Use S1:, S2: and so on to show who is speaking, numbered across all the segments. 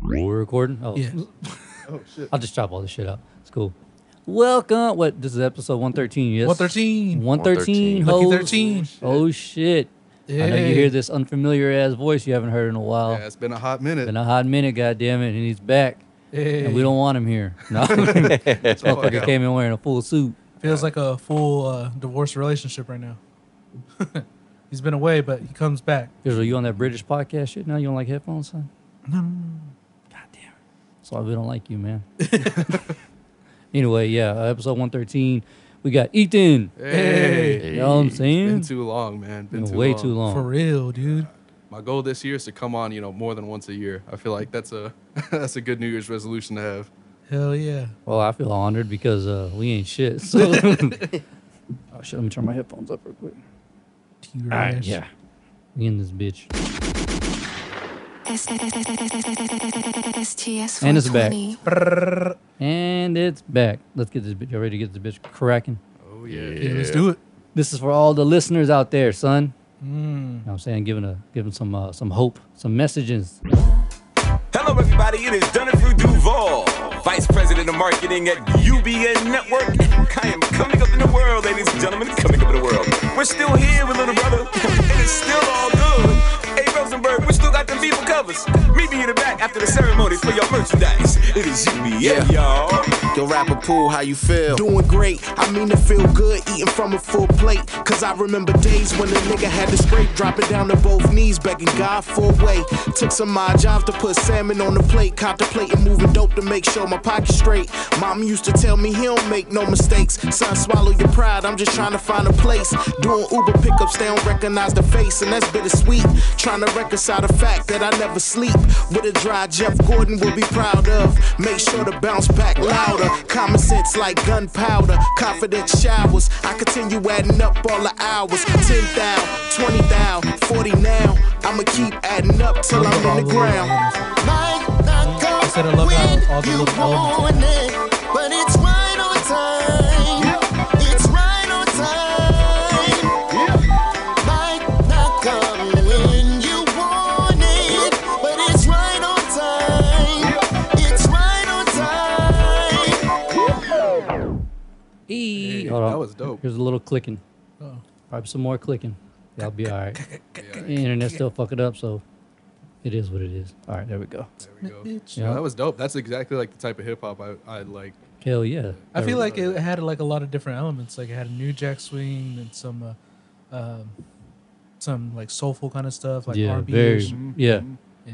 S1: We're recording. Oh,
S2: Yeah.
S3: Oh shit.
S1: I'll just chop all this shit up. It's cool. Welcome. What? This is episode one thirteen. Yes.
S2: 113.
S1: One thirteen.
S4: 113.
S2: Lucky 13.
S1: Oh shit! I know you
S2: Yeah.
S1: hear this unfamiliar ass voice you haven't heard in a while.
S3: Yeah, it's been a hot minute.
S1: Been a hot minute, goddamn it, and he's back. And
S2: Hey.
S1: we don't want him here. No, this
S3: all I
S1: motherfucker
S3: got.
S1: came in wearing a full suit.
S2: Feels like a full uh, divorce relationship right now. He's been away, but he comes back.
S1: Israel, you on that British podcast shit now? You don't like headphones, son? No. God damn it. That's why we don't like you, man. anyway, yeah, uh, episode 113. We got Ethan.
S3: hey.
S1: You know what I'm
S4: Hey,
S1: saying?
S3: Been too long, man. Been
S1: Been
S3: too
S1: way
S3: long.
S1: too long.
S2: For real, dude.
S3: My goal this year is to come on, you know, more than once a year. I feel like that's a that's a good New Year's resolution to have.
S2: Hell yeah.
S1: Well, I feel honored because uh, we ain't shit. So. oh, shit. Let me turn my headphones up real quick.
S2: T-Rex.
S1: We in this bitch.
S5: STS
S1: And it's back.
S5: 120.
S2: Brrrr.
S1: And it's back. Let's get this bitch. Y'all ready to get this bitch cracking?
S3: Oh yeah.
S2: Yeah, let's do it.
S1: This is for all the listeners out there, son.
S2: Mm.
S1: You know what I'm saying? Giving a giving some uh, some hope, some messages.
S4: Hello, everybody. It is Donatru Duval, Vice President of Marketing at UBN Network. I am coming up in the world, ladies and gentlemen. Coming up in the world. We're still here with Little Brother, and it's still all good. Hey, Rosenberg, we still got them people covers. Meet me in the back after the ceremonies for your merchandise. It is UBN, y'all.
S6: Yo, rapper pool, how you feel?
S7: Doing great, I mean to feel good, eating from a full plate. Cause I remember days when a nigga had to scrape, dropping down to both knees, begging God for a way. Took some of my jobs to put salmon on the plate, contemplating moving dope to make sure my pocket's straight. Mom used to tell me he don't make no mistakes. Son, swallow your pride, I'm just trying to find a place. Doing Uber pickups, they don't recognize the face, and that's bittersweet. Trying to reconcile the fact that I never sleep with a dry Jeff Gordon will be proud of. Make sure to bounce back louder. Common sense like gunpowder. Confident showers. I continue adding up all the hours. 10 thou, 20 thou, 40 now. I'ma keep adding up till I'm in the ground.
S2: I said I love how all the little elements.
S7: But it's right on time. It's right on time. Might not come when you want it, but it's right on time. It's right on time.
S1: Hey, Oh.
S3: that was dope.
S1: Here's a little clicking.
S2: Uh-oh.
S1: Probably some more clicking. Y'all be all right. The internet's still fucking up, so it is what it is. All right, there we go.
S3: There we go.
S2: Bitch.
S3: No,
S1: Yeah.
S3: that was dope. That's exactly like the type of hip hop I, I like.
S1: Hell yeah.
S2: I
S1: There we
S2: feel like it had like a lot of different elements. Like it had a new jack swing and some, uh, um, some like soulful kind of stuff,
S1: go.
S2: like
S1: yeah,
S2: R&B.
S1: very,
S2: -ish.
S1: yeah,
S2: Yeah.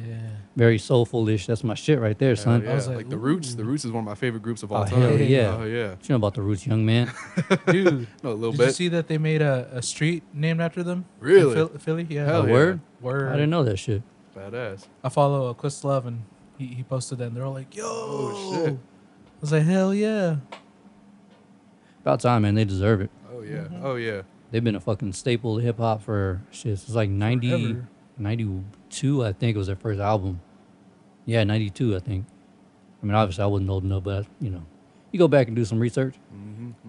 S1: very soulful-ish. That's my shit right there,
S3: Hell
S1: son.
S3: yeah.
S2: was
S3: like,
S2: like,
S3: the Roots. The Roots is one of my favorite groups of all
S1: Oh,
S3: time.
S1: hell yeah.
S3: Oh yeah.
S1: What you know about the roots, young man?
S2: Dude,
S3: No, a little
S2: did
S3: bit.
S2: you see that they made a, a street named after them? in
S3: Really?
S2: Phil- Philly? Yeah.
S3: Hell
S1: Oh,
S3: yeah.
S1: Word?
S2: Word.
S1: I didn't know that shit.
S3: Badass.
S2: I follow uh, Chris Love and he, he posted that and they're all like, yo.
S3: Oh, shit.
S2: I was like, hell yeah.
S1: About time, man. They deserve it.
S3: Oh yeah. Oh yeah.
S1: They've been a fucking staple of hip hop for shit. It's like 90,
S2: Forever.
S1: 92, I think was their first album. Yeah, 92, I think. I mean, obviously, I wasn't old enough, but, you know, you go back and do some research.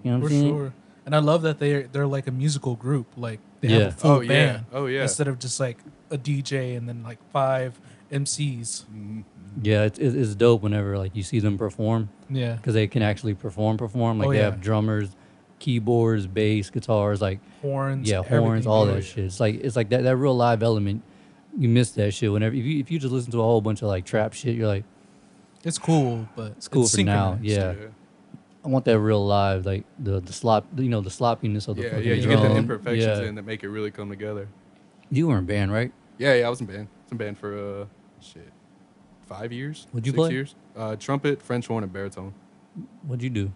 S1: You know what
S2: Mm-hmm. For
S1: I'm saying?
S2: sure. And I love that they're they're like a musical group. Like they
S1: Yeah.
S2: have a full
S3: Oh, yeah.
S2: band.
S3: Oh, yeah.
S2: Instead of just like a DJ and then like five MCs.
S3: Mm.
S1: Yeah, it's, it's it's dope whenever, like, you see them perform
S2: Yeah.
S1: because they can actually perform, perform. Like,
S2: Oh,
S1: they
S2: yeah.
S1: have drummers, keyboards, bass, guitars, like,
S2: Horns.
S1: yeah, horns,
S2: everything,
S1: all
S2: dude.
S1: that shit. It's like it's like that that real live element. You miss that shit whenever if you if you just listen to a whole bunch of like trap shit, you're like,
S2: It's cool, but
S1: it's cool for now.
S2: synchronized.
S1: Yeah. I want that real live, like the the slop, you know, the sloppiness of the
S3: Yeah.
S1: fucking
S3: Yeah. You get the
S1: drum.
S3: imperfections
S1: Yeah.
S3: in that make it really come together.
S1: You were in band, right?
S3: Yeah, yeah, I was in band. I was in band for uh, shit, five years.
S1: What'd you
S3: six
S1: play?
S3: Years. Uh, trumpet, French horn, and baritone.
S1: What'd you do?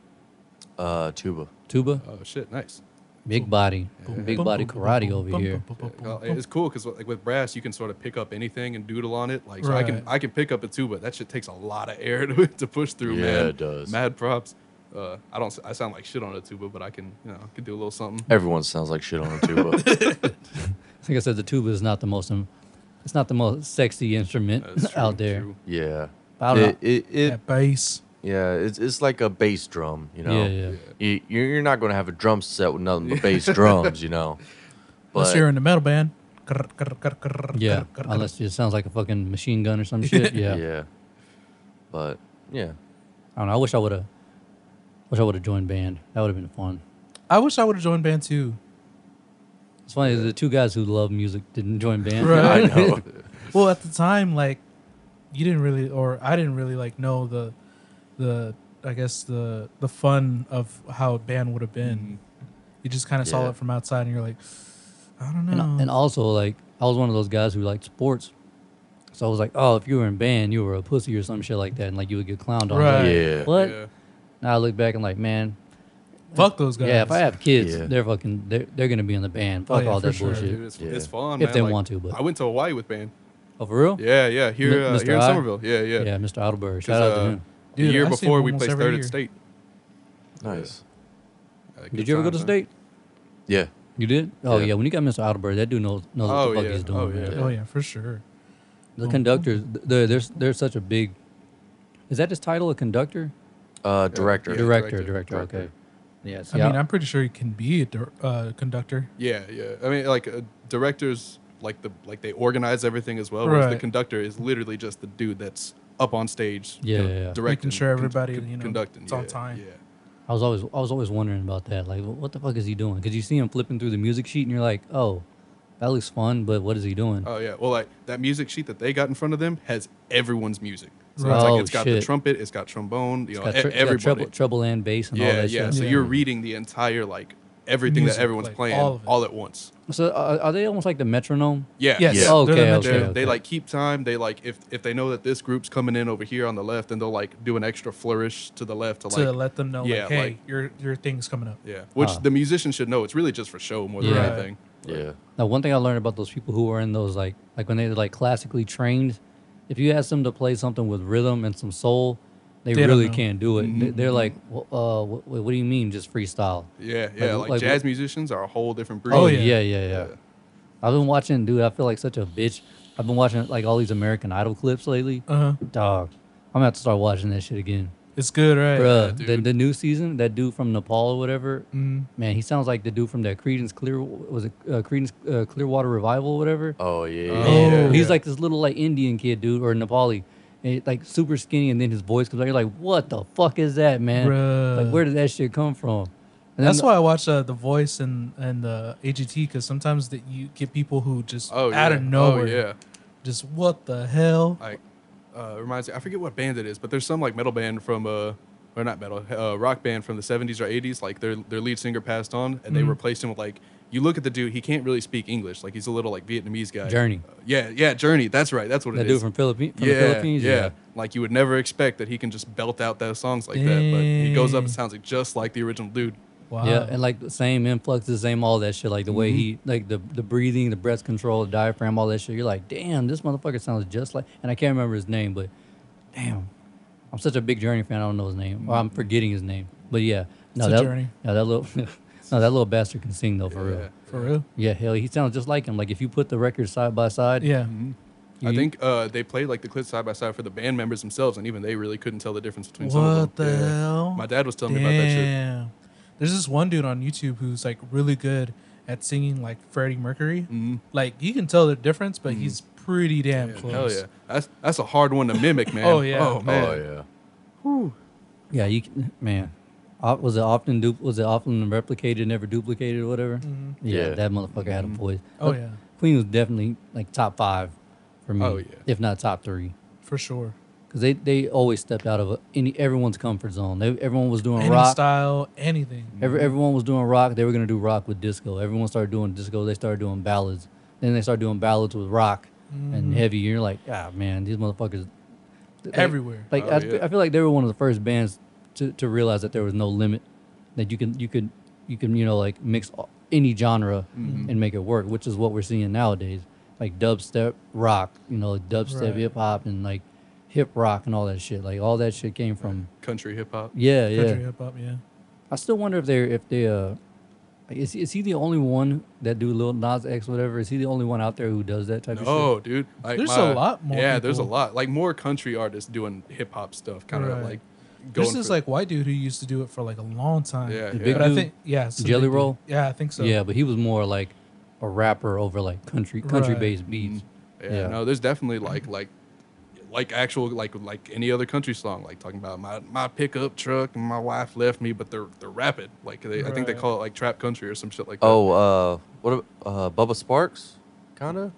S4: Uh, tuba.
S1: Tuba,
S3: Oh shit, nice.
S1: big body, big
S2: Bum,
S1: body
S2: bum,
S1: karate
S2: bum,
S1: over
S2: bum,
S1: here.
S2: bum, bum, bum,
S3: Uh,
S2: bum, bum.
S3: it's cool because like with brass, you can sort of pick up anything and doodle on it. Like so I can
S2: Right.
S3: I can pick up a tuba. That shit takes a lot of air to, to push through.
S4: Yeah,
S3: man.
S4: it does.
S3: Mad props. Uh, I don't. s- I sound like shit on a tuba, but I can you know I can do a little something.
S4: Everyone sounds like shit on a tuba.
S1: Like I said, the tuba is not the most, um, it's not the most sexy instrument
S3: That's true,
S1: out there.
S3: true.
S4: yeah.
S1: But I don't know.
S4: It, it, it,
S2: That bass.
S4: yeah, it's, it's like a bass drum, you know?
S1: Yeah, yeah.
S4: you, you're you're not going to have a drum set with nothing but bass drums, you know.
S2: Unless
S4: But
S2: you're in a metal band. Grr, grr, grr, grr,
S1: Yeah,
S2: grr, grr, grr.
S1: unless it sounds like a fucking machine gun or some shit. Yeah.
S4: yeah,
S5: But yeah,
S1: I don't know. I wish I would have. Wish I would have joined band. That would have been fun.
S2: I wish I would have joined band too.
S1: It's funny the two guys who love music didn't join band.
S2: Right.
S5: I know.
S2: Well, at the time, like you didn't really, or I didn't really like know the, the I guess the the fun of how a band would have been.
S3: Mm-hmm.
S2: You just kind of saw
S5: Yeah.
S2: it from outside, and you're like, I don't know.
S1: and, and also like I was one of those guys who liked sports, so I was like, oh, if you were in band, you were a pussy or some shit like that, and like you would get clowned on.
S2: Right.
S5: yeah,
S1: What?
S3: Yeah.
S1: Now I look back and like, man,
S2: Fuck those guys.
S1: yeah. If I have kids,
S5: Yeah.
S1: they're fucking, they're, they're gonna be in the band.
S2: Oh,
S1: Fuck
S2: yeah,
S1: all
S2: for
S1: that
S2: sure,
S1: bullshit.
S3: Dude, it's,
S5: Yeah.
S3: it's fun.
S1: If
S3: man.
S1: they
S3: Like,
S1: want to, but-
S3: I went to Hawaii with band.
S1: Oh, for real?
S3: Yeah, yeah. Here,
S1: Mi-
S3: uh,
S1: Mr.
S3: here in
S1: I?
S3: Somerville. Yeah, yeah.
S1: Yeah, Mr. Adelberg.
S3: 'Cause,
S1: Shout out to
S3: uh,
S1: him.
S3: The
S2: Dude,
S3: year
S2: I see him
S3: before, we
S2: almost
S3: placed
S2: every
S3: third
S2: year.
S3: at state.
S5: nice.
S3: Uh,
S1: Did
S3: good
S1: you ever go to
S3: times, man.
S1: state?
S5: Yeah,
S1: You did? Oh yeah.
S5: Yeah.
S1: When you got Mr. Adelberg, that dude knows knows what
S3: Oh,
S1: the fuck
S3: yeah.
S1: he's doing.
S3: Oh,
S1: man.
S5: yeah.
S2: oh yeah, for sure.
S1: The conductors, th- they're, they're s- they're such a big. Is that his title, a conductor?
S5: uh, director.
S3: Yeah,
S1: director,
S3: director,
S1: director,
S5: director.
S1: Okay. Yes.
S2: I mean, I'm pretty sure he can be a dir- uh, conductor.
S3: Yeah, yeah. I mean, like uh, directors, like the like they organize everything as well. whereas The
S2: Right.
S3: conductor is literally just the dude that's up on stage.
S1: Yeah, yeah, yeah.
S3: directing,
S2: sure
S3: con-
S2: everybody,
S3: con-
S2: you know,
S3: conducting.
S2: it's on
S3: yeah,
S2: time.
S3: Yeah.
S1: I was always I was always wondering about that. Like, wh- what the fuck is he doing? Because you see him flipping through the music sheet, and you're like, oh, that looks fun, but what is he doing?
S3: Oh yeah. Well, like that music sheet that they got in front of them has everyone's music. So
S1: Right.
S3: it's
S1: Oh,
S3: like it's got the
S1: shit.
S3: trumpet, it's got trombone, you know,
S1: Got
S3: e-
S1: tr- got
S3: everybody.
S1: treble, treble and bass and all
S3: yeah,
S1: that
S3: yeah.
S1: shit.
S3: So you're reading the entire like everything
S2: Music,
S3: that everyone's
S2: like,
S3: playing
S2: all
S3: all,
S2: of it.
S3: at once.
S1: So uh, are they almost like the metronome?
S3: Yeah.
S2: Yes.
S5: Yeah.
S2: they're
S1: Okay,
S2: the
S1: okay.
S3: They're-
S2: mentor.
S3: They like keep time. They like if if they know that this group's coming in over here on the left, then they'll like do an extra flourish to the left to,
S2: to
S3: like
S2: let them know,
S3: yeah,
S2: like, hey,
S3: like-
S2: your your thing's coming up.
S3: yeah. Which
S1: Ah.
S3: the musician should know. It's really just for show more than
S1: Yeah.
S3: anything.
S5: Yeah,
S1: Now, one thing I learned about those people who were in those like like when they were like classically trained, if you ask them to play something with rhythm and some soul, they,
S2: They don't
S1: really
S2: know.
S1: can't do
S3: Mm-hmm,
S1: it. They- They're like, well, uh, what, what do you mean just freestyle?
S3: Yeah, yeah.
S1: Like-
S3: Like,
S1: like-
S3: jazz musicians are a whole different breed.
S1: Oh,
S2: yeah.
S1: yeah. yeah, yeah, I've been watching, dude. I feel like such a bitch. I've been watching like all these American Idol clips lately.
S2: Uh huh.
S1: Dog, I'm gonna have to start watching that shit again,
S2: It's good, right?
S1: Bruh, The,
S3: dude.
S1: the new season, that dude from Nepal or whatever. Man, he sounds like the dude from that Creedence Clear was it uh, Creedence uh, Clearwater Revival, or whatever.
S5: oh yeah, yeah,
S3: Oh,
S5: yeah.
S1: Yeah. He's
S2: yeah.
S1: like this little like Indian kid, dude, or Nepali. And it, like super skinny, and then his voice comes out. You're like, what the fuck is that, man?
S2: Bruh.
S1: Like, where did that shit come from? And
S2: That's
S1: then-
S2: why I watch uh, The Voice and and uh, the AGT because sometimes that you get people who just
S3: Oh, yeah.
S2: out of nowhere,
S3: Oh, yeah.
S2: just what the hell?
S3: Like uh, reminds me, I forget what band it is, but there's some like metal band from uh, or not metal, uh, rock band from the 70s or 80s. Like their their lead singer passed on, and they
S1: Mm-hmm.
S3: replaced him with like. You look at the dude; he can't really speak English. Like he's a little like Vietnamese guy.
S1: Journey.
S3: Uh, yeah, yeah, Journey. That's right. That's what
S1: that
S3: it
S1: dude
S3: is.
S1: from Philippines, from
S3: yeah,
S1: the Philippines,
S3: yeah, Like you would never expect that he can just belt out those songs like that, but he goes up and
S2: Dang.
S3: sounds like just like the original dude.
S2: Wow. Mm-hmm.
S1: Yeah, and like the same influxes, same all that shit. Like the way he, like the the breathing, the breath control, the diaphragm, all that shit. You're like, damn, this motherfucker sounds just like. And I can't remember his name, but damn, I'm such a big Journey fan. I don't know his name. Or I'm forgetting his name. But yeah, no,
S2: a
S1: that
S2: journey.
S1: no, that little no, that little bastard can sing though for
S3: Yeah.
S1: real.
S2: for real.
S1: Yeah, hell, he sounds just like him. Like if you put the records side by side,
S2: Yeah.
S3: I
S1: You-
S3: think uh, they played like the clips side by side for the band members themselves, and even they really couldn't tell the difference between some of
S2: What
S3: them.
S2: the
S3: Yeah.
S2: hell?
S3: My dad was telling me about that shit.
S2: Damn. There's this one dude on YouTube who's like really good at singing like Freddie Mercury. Like you can tell the difference, but he's pretty damn
S3: Mm-hmm. Yeah,
S2: close.
S3: Hell yeah, that's that's a hard one to mimic, man.
S2: Oh, yeah.
S3: oh man.
S5: oh yeah.
S1: yeah, you can- man. Uh, Was it often du- was it often replicated, never duplicated, or whatever? Yeah,
S5: Yeah.
S1: that motherfucker had a voice.
S2: Mm-hmm. Oh yeah,
S1: Queen was definitely like top five for me.
S3: Oh, yeah.
S1: if not top three,
S2: for sure.
S1: because they, they always stepped out of any everyone's comfort zone. They, everyone was doing
S2: Any
S1: rock.
S2: style, anything.
S1: Every, everyone was doing rock. They were gonna do rock with disco. Everyone started doing disco. They started doing ballads. Then they started doing ballads with rock
S3: Mm-hmm.
S1: and heavy. You're like, ah, man, these motherfuckers like-
S2: Everywhere.
S1: Like
S3: Oh,
S1: I,
S3: yeah.
S1: I feel like they were one of the first bands to, to realize that there was no limit, that you can you could you can you know like mix a- any genre
S3: Mm-hmm.
S1: and make it work, which is what we're seeing nowadays, like dubstep rock, you know, dubstep
S2: Right.
S1: hip hop and like hip rock and all that shit. Like all that shit came from
S3: Country hip hop.
S1: yeah yeah.
S2: Country hip hop, yeah.
S1: I still wonder if they're if they uh. like, Is, is he the only one that do Lil Nas X whatever? Is he the only one out there who does that type of shit?
S3: Oh, dude. Like,
S2: There's a lot more
S3: Yeah, there's a
S2: people.
S3: lot. Like more country artists doing hip hop stuff, kind of
S2: Right.
S3: like. Going
S2: This is
S3: for-
S2: like white dude who used to do it for like a long time.
S3: Yeah, The yeah.
S1: big
S2: but I
S1: dude?
S2: think yeah, it's the
S1: Jelly
S2: big dude.
S1: Roll?
S2: Yeah, I think so.
S1: Yeah, but he was more like a rapper over like country country
S2: Right.
S1: based beats.
S3: Yeah,
S1: Yeah.
S3: no, there's definitely like like like actual like like any other country song, like talking about my my pickup truck and my wife left me, but they're they're rapid. Like they, I think they
S2: Right.
S3: call it like trap country or some shit like that.
S5: Oh, uh, what? ab- Uh, Bubba Sparks, kinda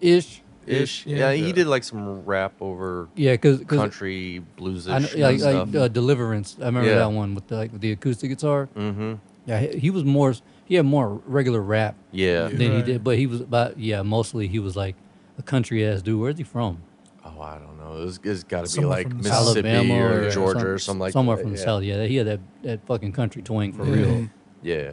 S1: ish.
S5: ish.
S2: Yeah.
S5: Yeah, he
S3: Yeah.
S5: did like some rap over
S1: Yeah, because
S5: country bluesish
S1: I know, like,
S5: stuff.
S1: like uh, Deliverance. I remember
S5: Yeah.
S1: that one with the, like with the acoustic guitar.
S5: mm-hmm.
S1: Yeah, he, he was more he had more regular rap
S5: Yeah.
S1: than he
S2: Right.
S1: did, but he was about yeah mostly he was like a country ass dude. Where's he from?
S5: Oh, I don't know. It's, it's got to be
S2: Someone
S5: like
S2: from the
S5: Mississippi
S1: Alabama
S5: or,
S1: or,
S5: Georgia
S1: some-
S5: or something like
S1: somewhere
S5: that.
S1: from
S5: yeah.
S1: the south. Yeah, he had that that fucking country twang for
S2: Yeah.
S1: real.
S5: Yeah.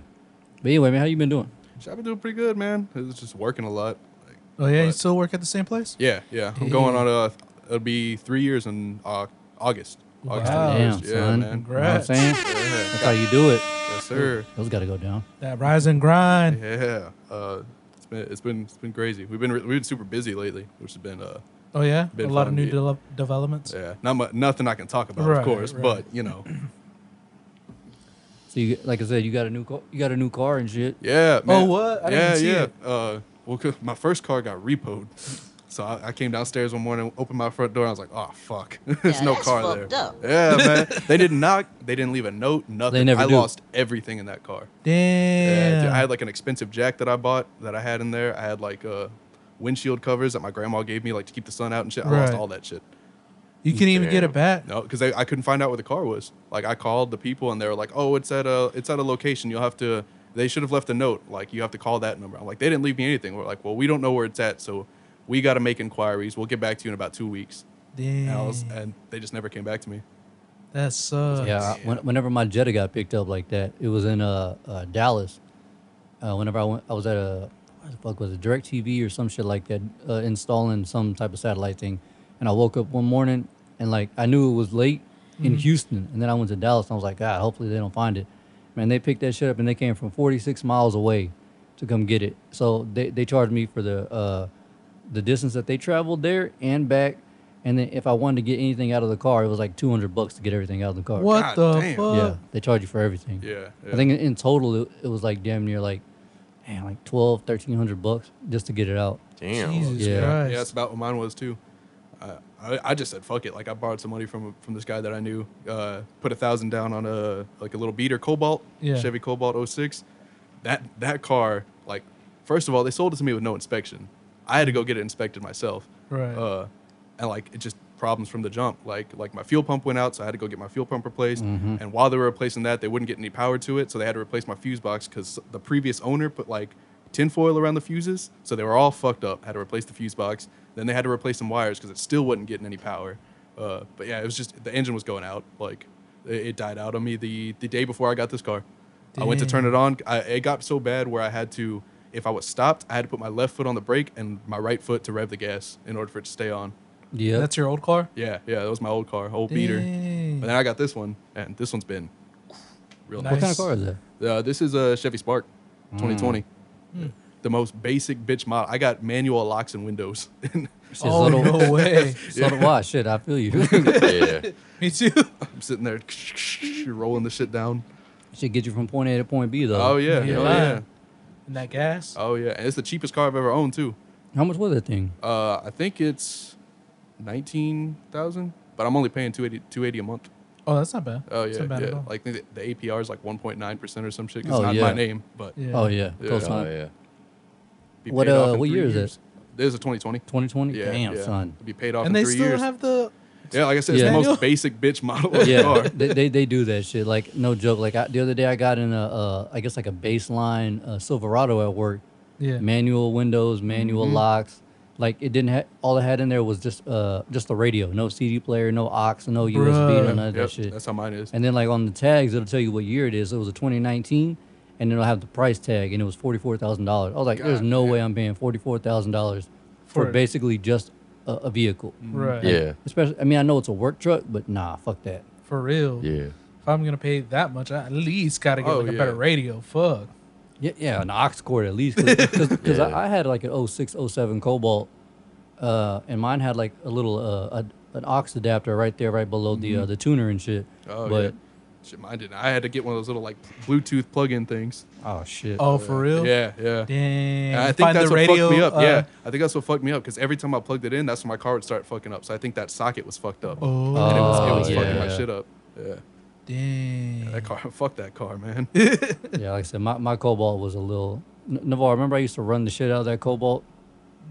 S1: But anyway, man, how you been doing?
S3: Shit, I've been doing pretty good, man. It was just working a lot. Like,
S2: Oh yeah, you
S3: But-
S2: still work at the same place?
S3: yeah, yeah. I'm going on a. It'll be three years in uh, August. August
S2: Wow.
S1: Damn,
S3: 21st.
S1: son.
S3: Oh, Yeah,
S1: You know
S3: man.
S1: what I'm
S2: Congrats.
S1: saying?
S3: Yeah.
S1: That's how you do it.
S3: Yes, sir.
S1: Those got to go down.
S2: That rise and grind.
S3: Yeah. Uh, it's been it's been it's been crazy. We've been re- we've been super busy lately, which has been uh
S2: Oh yeah,
S3: Been
S2: a lot of
S3: fun,
S2: new
S3: yeah.
S2: develop developments.
S3: yeah not mu- nothing I can talk about,
S2: Right,
S3: of course,
S2: right.
S3: but you know
S1: So you like I said, you got a new car, you got a new car and shit.
S3: yeah. Man.
S2: Oh, what? I didn't
S3: yeah,
S2: even see
S3: yeah.
S2: it.
S3: Uh, well, 'cause my first car got repoed, so I, I came downstairs one morning, opened my front door, and I was like, oh fuck, there's
S8: Yeah,
S3: no
S8: that's
S3: car
S8: fucked
S3: there.
S8: up.
S3: Yeah, man. they didn't knock. They didn't leave a note. Nothing.
S1: never
S3: I
S1: do.
S3: lost everything in that car. Yeah,
S2: Damn.
S3: dude, I had like an expensive jack that I bought that I had in there. I had like uh, windshield covers that my grandma gave me, like to keep the sun out and shit. I lost
S2: Right.
S3: all that shit.
S2: you can even get it back.
S3: No, because I, I couldn't find out where the car was. Like I called the people and they were like, "Oh, it's at a it's at a location. You'll have to." They should have left a note. Like you have to call that number. I'm like, they didn't leave me anything. We're like, well, we don't know where it's at, so we got to make inquiries. We'll get back to you in about two weeks. And, I
S2: Damn.
S3: was, and they just never came back to me.
S2: That sucks.
S1: Yeah, I- when, whenever my Jetta got picked up like that, it was in uh, uh Dallas. Uh, whenever I went, I was at a what the fuck was it, Direct TV or some shit like that, uh, installing some type of satellite thing, and I woke up one morning and like I knew it was late
S2: Mm-hmm.
S1: in Houston, and then I went to Dallas and I was like, God, hopefully they don't find it. Man, they picked that shit up and they came from 46 miles away to come get it. So they, they charged me for the uh, the distance that they traveled there and back. And then if I wanted to get anything out of the car, it was like 200 bucks to get everything out of the car.
S2: What
S3: God
S2: the
S3: damn.
S2: fuck?
S1: Yeah, they charge you for everything.
S3: Yeah,
S1: I think in- in total it, it was like damn near like, damn, like 12, 1300 bucks just to get it out.
S5: Damn.
S2: Jesus
S1: Yeah.
S2: Christ.
S3: Yeah, that's about what mine was too. I, I, I just said fuck it. Like I borrowed some money from from this guy that I knew. Uh, put a thousand down on a like a little beater Cobalt,
S2: Yeah.
S3: Chevy Cobalt 06. That that car, like, first of all, they sold it to me with no inspection. I had to go get it inspected myself.
S2: Right.
S3: Uh, and like it just problems from the jump. Like like my fuel pump went out, so I had to go get my fuel pump replaced. And while they were replacing that, they wouldn't get any power to it, so they had to replace my fuse box because the previous owner put like tinfoil around the fuses, so they were all fucked up. Had to replace the fuse box. Then they had to replace some wires because it still wasn't getting any power. Uh, but yeah, it was just the engine was going out. Like it, it died out on me the the day before I got this car. I went to turn it on. I, it got so bad where I had to, if I was stopped, I had to put my left foot on the brake and my right foot to rev the gas in order for it to stay on.
S1: Yeah,
S2: That's your old car?
S3: Yeah, yeah, that was my old car, old beater.
S2: Dang.
S3: But then I got this one, and this one's been real
S1: what
S3: nice.
S1: kind of car is that?
S3: Uh, this is a Chevy Spark 2020. Mm. The most basic bitch model. I got manual locks and windows. I'm
S1: Shit's
S2: Oh
S1: little,
S2: no way.
S1: so do I. Shit, I feel you.
S5: Yeah.
S2: Me too.
S3: sitting there rolling the shit down.
S1: Should get you from point A to point B though.
S3: Oh yeah,
S2: You're
S3: oh yeah,
S2: lying. And that gas.
S3: oh yeah. And it's the cheapest car I've ever owned too.
S1: How much was that thing?
S3: Uh, I think it's nineteen thousand, but I'm only paying 280, 280 a month.
S2: Oh, that's not bad.
S3: Oh
S2: That's
S3: yeah,
S2: not bad at
S3: yeah.
S2: all.
S3: Like the, the APR is like one point nine percent or some shit. 'cause
S1: Oh,
S3: it's not
S1: yeah.
S3: my name, but
S2: Yeah.
S1: Oh yeah,
S3: Yeah.
S1: close
S5: Oh,
S1: on
S5: yeah.
S3: be
S1: What,
S3: paid off
S1: uh,
S3: in
S1: what
S3: three
S1: year is
S3: years. This is twenty twenty.
S1: 2020.
S3: Yeah,
S1: Damn,
S3: yeah.
S1: son.
S3: It'll be paid off
S2: and
S3: in
S2: they
S3: three
S2: still
S3: years.
S2: have the
S3: yeah, like I said,
S1: Yeah.
S3: it's the
S2: Manual?
S3: most basic bitch model of
S1: yeah,
S3: car.
S1: they, they they do that shit. Like no joke. Like I, the other day, I got in a uh, I guess like a baseline uh, Silverado at work.
S2: Yeah.
S1: Manual windows, manual locks. Like it didn't have all it had in there was just uh just the radio, no CD player, no aux, no USB, no
S2: Bruh.
S1: none of that
S3: Yep,
S1: shit.
S3: That's how mine is.
S1: and then like on the tags, it'll tell you what year it is. It was a 2019, and it'll have the price tag, and it was forty four thousand dollars. I was like, there's
S3: God
S1: no way I'm paying forty four thousand dollars for
S2: For- Mm-hmm.
S1: basically just a, a vehicle.
S2: right.
S5: Yeah.
S1: Especially, I mean, I know it's a work truck, but nah, fuck that.
S2: For real.
S5: Yeah.
S2: If I'm gonna pay that much, I at least gotta get
S3: Oh,
S2: like a
S3: yeah.
S2: better radio. Fuck.
S1: Yeah, yeah, an ox cord at least. Because
S5: Yeah.
S1: I, I had like an 06, 07 Cobalt, uh, and mine had like a little uh, a, an aux adapter right there, right below the uh, the tuner and shit.
S3: Oh,
S1: but
S3: yeah. Shit, mine didn't. I had to get one of those little like Bluetooth plug-in things.
S1: Oh shit.
S2: Oh, for real?
S3: Yeah, yeah.
S2: Dang.
S3: And I think
S2: Find
S3: that's
S2: the
S3: what
S2: radio,
S3: fucked me up.
S2: uh,
S3: yeah, I think that's what fucked me up because every time I plugged it in, that's when my car would start fucking up. So I think that socket was fucked up.
S2: Oh,
S3: and it was,
S1: Oh,
S3: it was fucking my
S1: yeah.
S3: shit up. Yeah,
S2: dang.
S3: that car. Fuck that car, man.
S1: Yeah, like I said, my, my cobalt was a little. N- Navar, remember I used to run the shit out of that cobalt?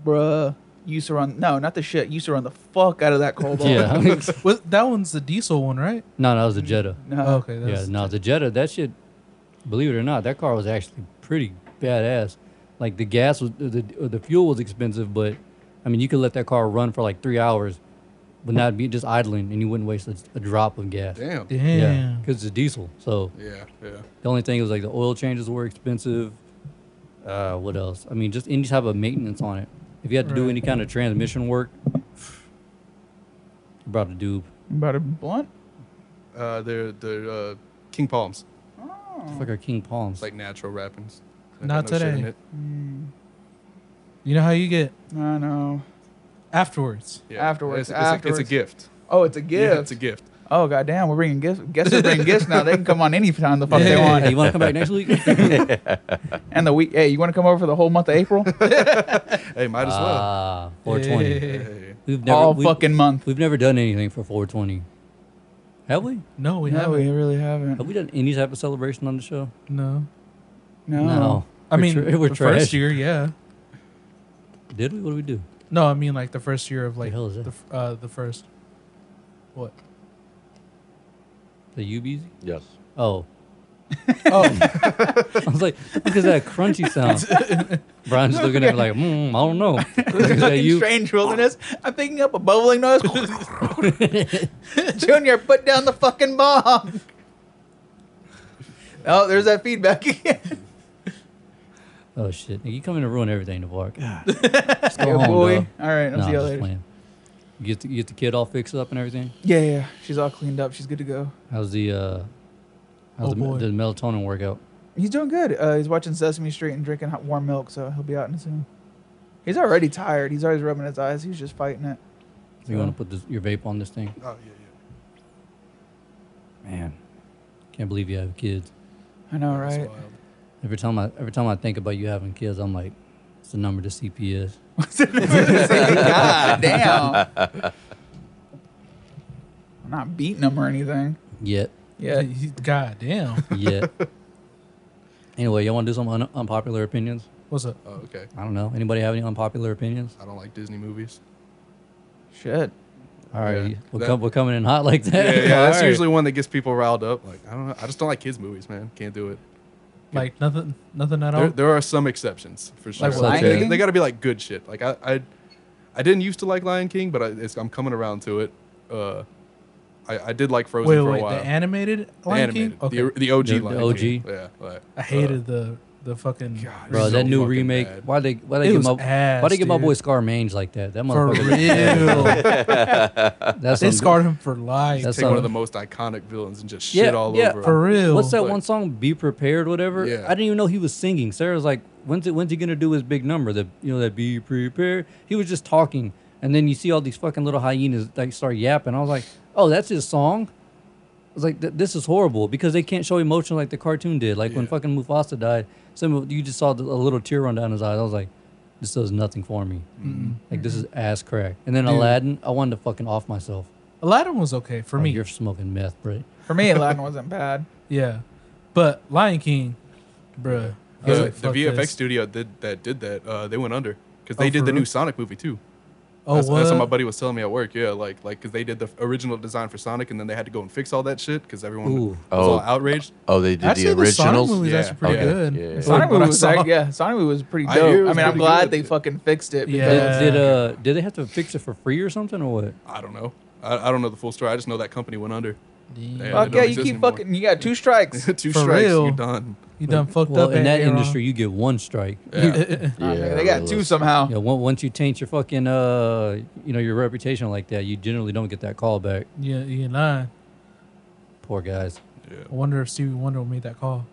S8: Bruh. You used to run. No, not the shit. You used to run the fuck out of that cobalt.
S1: Yeah. no,
S2: Was- that one's the diesel one, right?
S1: that was a Jetta.
S8: No.
S2: Oh, okay.
S1: Yeah,
S2: That's,
S1: no, the Jetta, that shit, believe it or not, that car was actually pretty badass. Like the gas was, the, the the fuel was expensive, but I mean, you could let that car run for like three hours, but not be just idling and you wouldn't waste a, a drop of gas.
S3: Damn. Yeah,
S2: Damn.
S1: Yeah, because it's a diesel. So
S3: yeah.
S1: the only thing was like the oil changes were expensive. Uh, what else? I mean, just any type of maintenance on it. If you had to do
S2: Right.
S1: any kind of transmission work, about a dupe.
S8: About a blunt?
S3: Uh, they're they're uh, King Palms.
S1: Fuck our King Palms.
S3: It's like natural wrappings. Ain't
S2: Not
S3: got no shit
S2: today.
S3: in it.
S2: You know how you get
S8: I know.
S2: afterwards.
S3: Yeah. It's,
S8: Afterwards,
S3: it's a- it's a,
S8: afterwards.
S3: gift.
S8: Oh, it's a gift.
S3: Yeah, it's a gift.
S8: Oh goddamn, we're bringing gifts. Guests are bringing gifts now. They can come on any time the fuck
S1: hey,
S8: they want.
S1: you want to come back next week?
S8: And the week, hey, you want to come over for the whole month of April?
S3: Hey, might as well.
S1: Ah, 420.
S2: Yeah.
S3: Hey.
S1: We've never
S8: All
S1: we,
S8: fucking month.
S1: We've never done anything for 420. Have we?
S2: No, we
S8: No,
S2: haven't.
S8: we really haven't.
S1: Have we done any type of celebration on the show?
S2: No.
S8: No.
S2: I
S1: We're
S2: mean,
S1: tra- we're
S2: the
S1: trash.
S2: first year, yeah.
S1: Did we? What did we do?
S2: No, I mean like the first year of like
S1: hell is that?
S2: the f- uh, the first. What?
S1: The UBs?
S5: Yes.
S1: Oh. oh. I was like, look at that crunchy sound. Brian's looking at me like, mm, I don't know. Is that
S8: Fucking
S1: you?
S8: strange wilderness. I'm picking up a bubbling noise. Junior, put down the fucking bomb. Oh, there's that feedback again.
S1: Oh, shit. You come in and ruin everything, Navar. God. Just go
S8: Yeah,
S1: home,
S8: boy.
S1: dog.
S8: All right, I'll
S1: Nah,
S8: see
S1: I'm
S8: you
S1: just
S8: later.
S1: playing. You get, the, you get the kid all fixed up and everything?
S8: Yeah, yeah. She's all cleaned up. She's good to go.
S1: How's the, uh, how's
S2: Oh,
S1: the, me-
S2: boy.
S1: the melatonin workout?
S8: He's doing good. Uh, he's watching Sesame Street and drinking hot, warm milk, so he'll be out in soon. He's already tired. He's always rubbing his eyes. He's just fighting it.
S1: So you want to put this, your vape on this thing?
S3: Oh yeah, yeah.
S1: Man, can't believe you have kids.
S8: I know,
S3: That's
S8: right?
S3: wild.
S1: Every time I every time I think about you having kids, I'm like, it's the number to CPS.
S8: God damn. I'm not beating him or anything.
S1: Yet,
S8: Yeah.
S2: God damn.
S1: yet. anyway, y'all want to do some un- unpopular opinions?
S2: What's up?
S3: Oh, okay.
S1: I don't know. Anybody have any unpopular opinions?
S3: I don't like Disney movies.
S8: Shit.
S1: All right,
S3: Yeah,
S1: we're,
S3: that-
S1: com- we're coming in hot like that.
S3: Yeah, yeah. That's
S1: All right.
S3: usually one that gets people riled up. Like I don't know. I just don't like kids movies, man. Can't do it.
S2: Like nothing, nothing at all.
S3: There, there are some exceptions for sure.
S1: Like Lion
S3: they
S8: King?
S3: got to be like good shit. Like I, I, I didn't used to like Lion King, but I, it's, I'm coming around to it. Uh, I, I did like Frozen
S2: wait,
S3: for
S2: wait,
S3: a while.
S2: the animated
S3: The
S2: Lion
S3: animated,
S2: King. Okay.
S3: the, the OG
S1: The- the
S3: Lion
S1: OG?
S3: King. Yeah, like, uh,
S2: I hated the the fucking.
S3: God,
S1: Bro,
S3: so
S1: that new
S3: fucking
S1: remake.
S3: bad.
S1: Why they why
S2: It
S1: they give
S2: was
S1: my
S2: ass,
S1: why they give my boy
S2: dude.
S1: Scar mange like that? That
S2: For
S1: motherfucker.
S2: real,
S1: That's
S2: they
S1: some-
S2: scarred him for life.
S1: That's
S3: take
S1: some-
S3: one of the most iconic villains and just
S1: Yeah,
S3: shit all
S1: yeah,
S3: over.
S2: for
S3: him.
S2: real.
S1: What's that
S3: Like-
S1: one song? Be prepared, whatever.
S3: Yeah.
S1: I didn't even know he was singing. Sarah was like, "When's it? When's he gonna do his big number? That you know that be prepared." He was just talking, and then you see all these fucking little hyenas like start yapping. I was like, "Oh, that's his song." I was like, "Th- "This is horrible because they can't show emotion like the cartoon did. Like when
S3: Yeah.
S1: fucking Mufasa died, some of- you just saw the, a little tear run down his eyes. I was like." This does nothing for me.
S3: Mm-hmm.
S1: Like this
S2: Mm-hmm.
S1: is ass crack. And then Aladdin, I wanted to fucking off myself.
S2: Aladdin was okay for
S1: Oh,
S2: me.
S1: you're smoking meth, Brett.
S8: For me, Aladdin wasn't bad.
S2: Yeah, but Lion King, bruh. I was
S3: Uh, The,
S2: like,
S3: the
S2: fuck
S3: VFX
S2: this.
S3: studio did that did that. Uh, they went under because they
S2: Oh,
S3: did
S2: for
S3: the
S2: real?
S3: new Sonic movie too.
S2: Oh,
S3: that's,
S2: what?
S3: that's what my buddy was telling me at work. Yeah, like like because they did the original design for Sonic, and then they had to go and fix all that shit because everyone
S1: Ooh.
S3: was
S5: Oh.
S3: all outraged.
S5: Oh, they did
S2: Actually,
S5: the originals.
S2: Sonic movie's
S3: Yeah.
S2: actually pretty
S3: Okay.
S2: good.
S5: Yeah, yeah, yeah.
S2: Like, what
S8: Sonic
S2: I
S8: movie was
S2: saw.
S8: like, yeah, Sonic movie was pretty
S3: I
S8: dope. I,
S3: hear it was
S8: mean, I'm
S3: pretty
S8: glad
S3: good.
S8: they fucking fixed it. because-
S2: Yeah.
S1: Did, did uh did they have to fix it for free or something or what?
S3: I don't know. I, I don't know the full story. I just know that company went under. Yeah,
S8: Fuck
S3: they
S8: yeah,
S3: don't
S8: you
S3: exist
S8: keep
S3: anymore.
S8: fucking. You got two strikes.
S3: Two
S2: For
S3: strikes,
S2: real.
S3: you're done.
S2: You done fucked
S1: Well,
S2: up
S1: in that
S2: Aaron.
S1: industry, you get one strike.
S3: Yeah.
S8: Oh,
S5: Yeah,
S8: nigga, they got two
S5: realistic.
S8: somehow.
S1: Yeah, on- once you taint your fucking uh, you know, your reputation like that, you generally don't get that call back.
S2: Yeah, you lying.
S1: Poor guys.
S2: I wonder if Stevie Wonder made that call.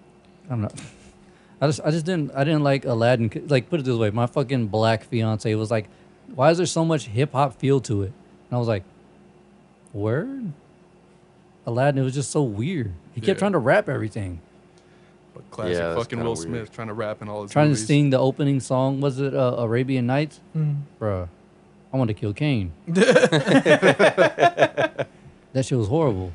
S1: I'm not. I just, I just didn't, I didn't like Aladdin. 'cause- Like, put it this way, my fucking black fiance was like, "Why is there so much hip hop feel to it?" And I was like, "Word." Aladdin, it was just so weird. He kept
S3: Yeah.
S1: trying to rap everything,
S3: But classic
S5: Yeah, that's
S3: fucking
S5: kinda
S3: Will
S5: weird.
S3: Smith trying to rap and all his
S1: trying
S3: movies.
S1: to sing the opening song. Was it uh, Arabian Nights?
S2: Mm.
S1: Bruh, I want to kill Kane. that shit was horrible.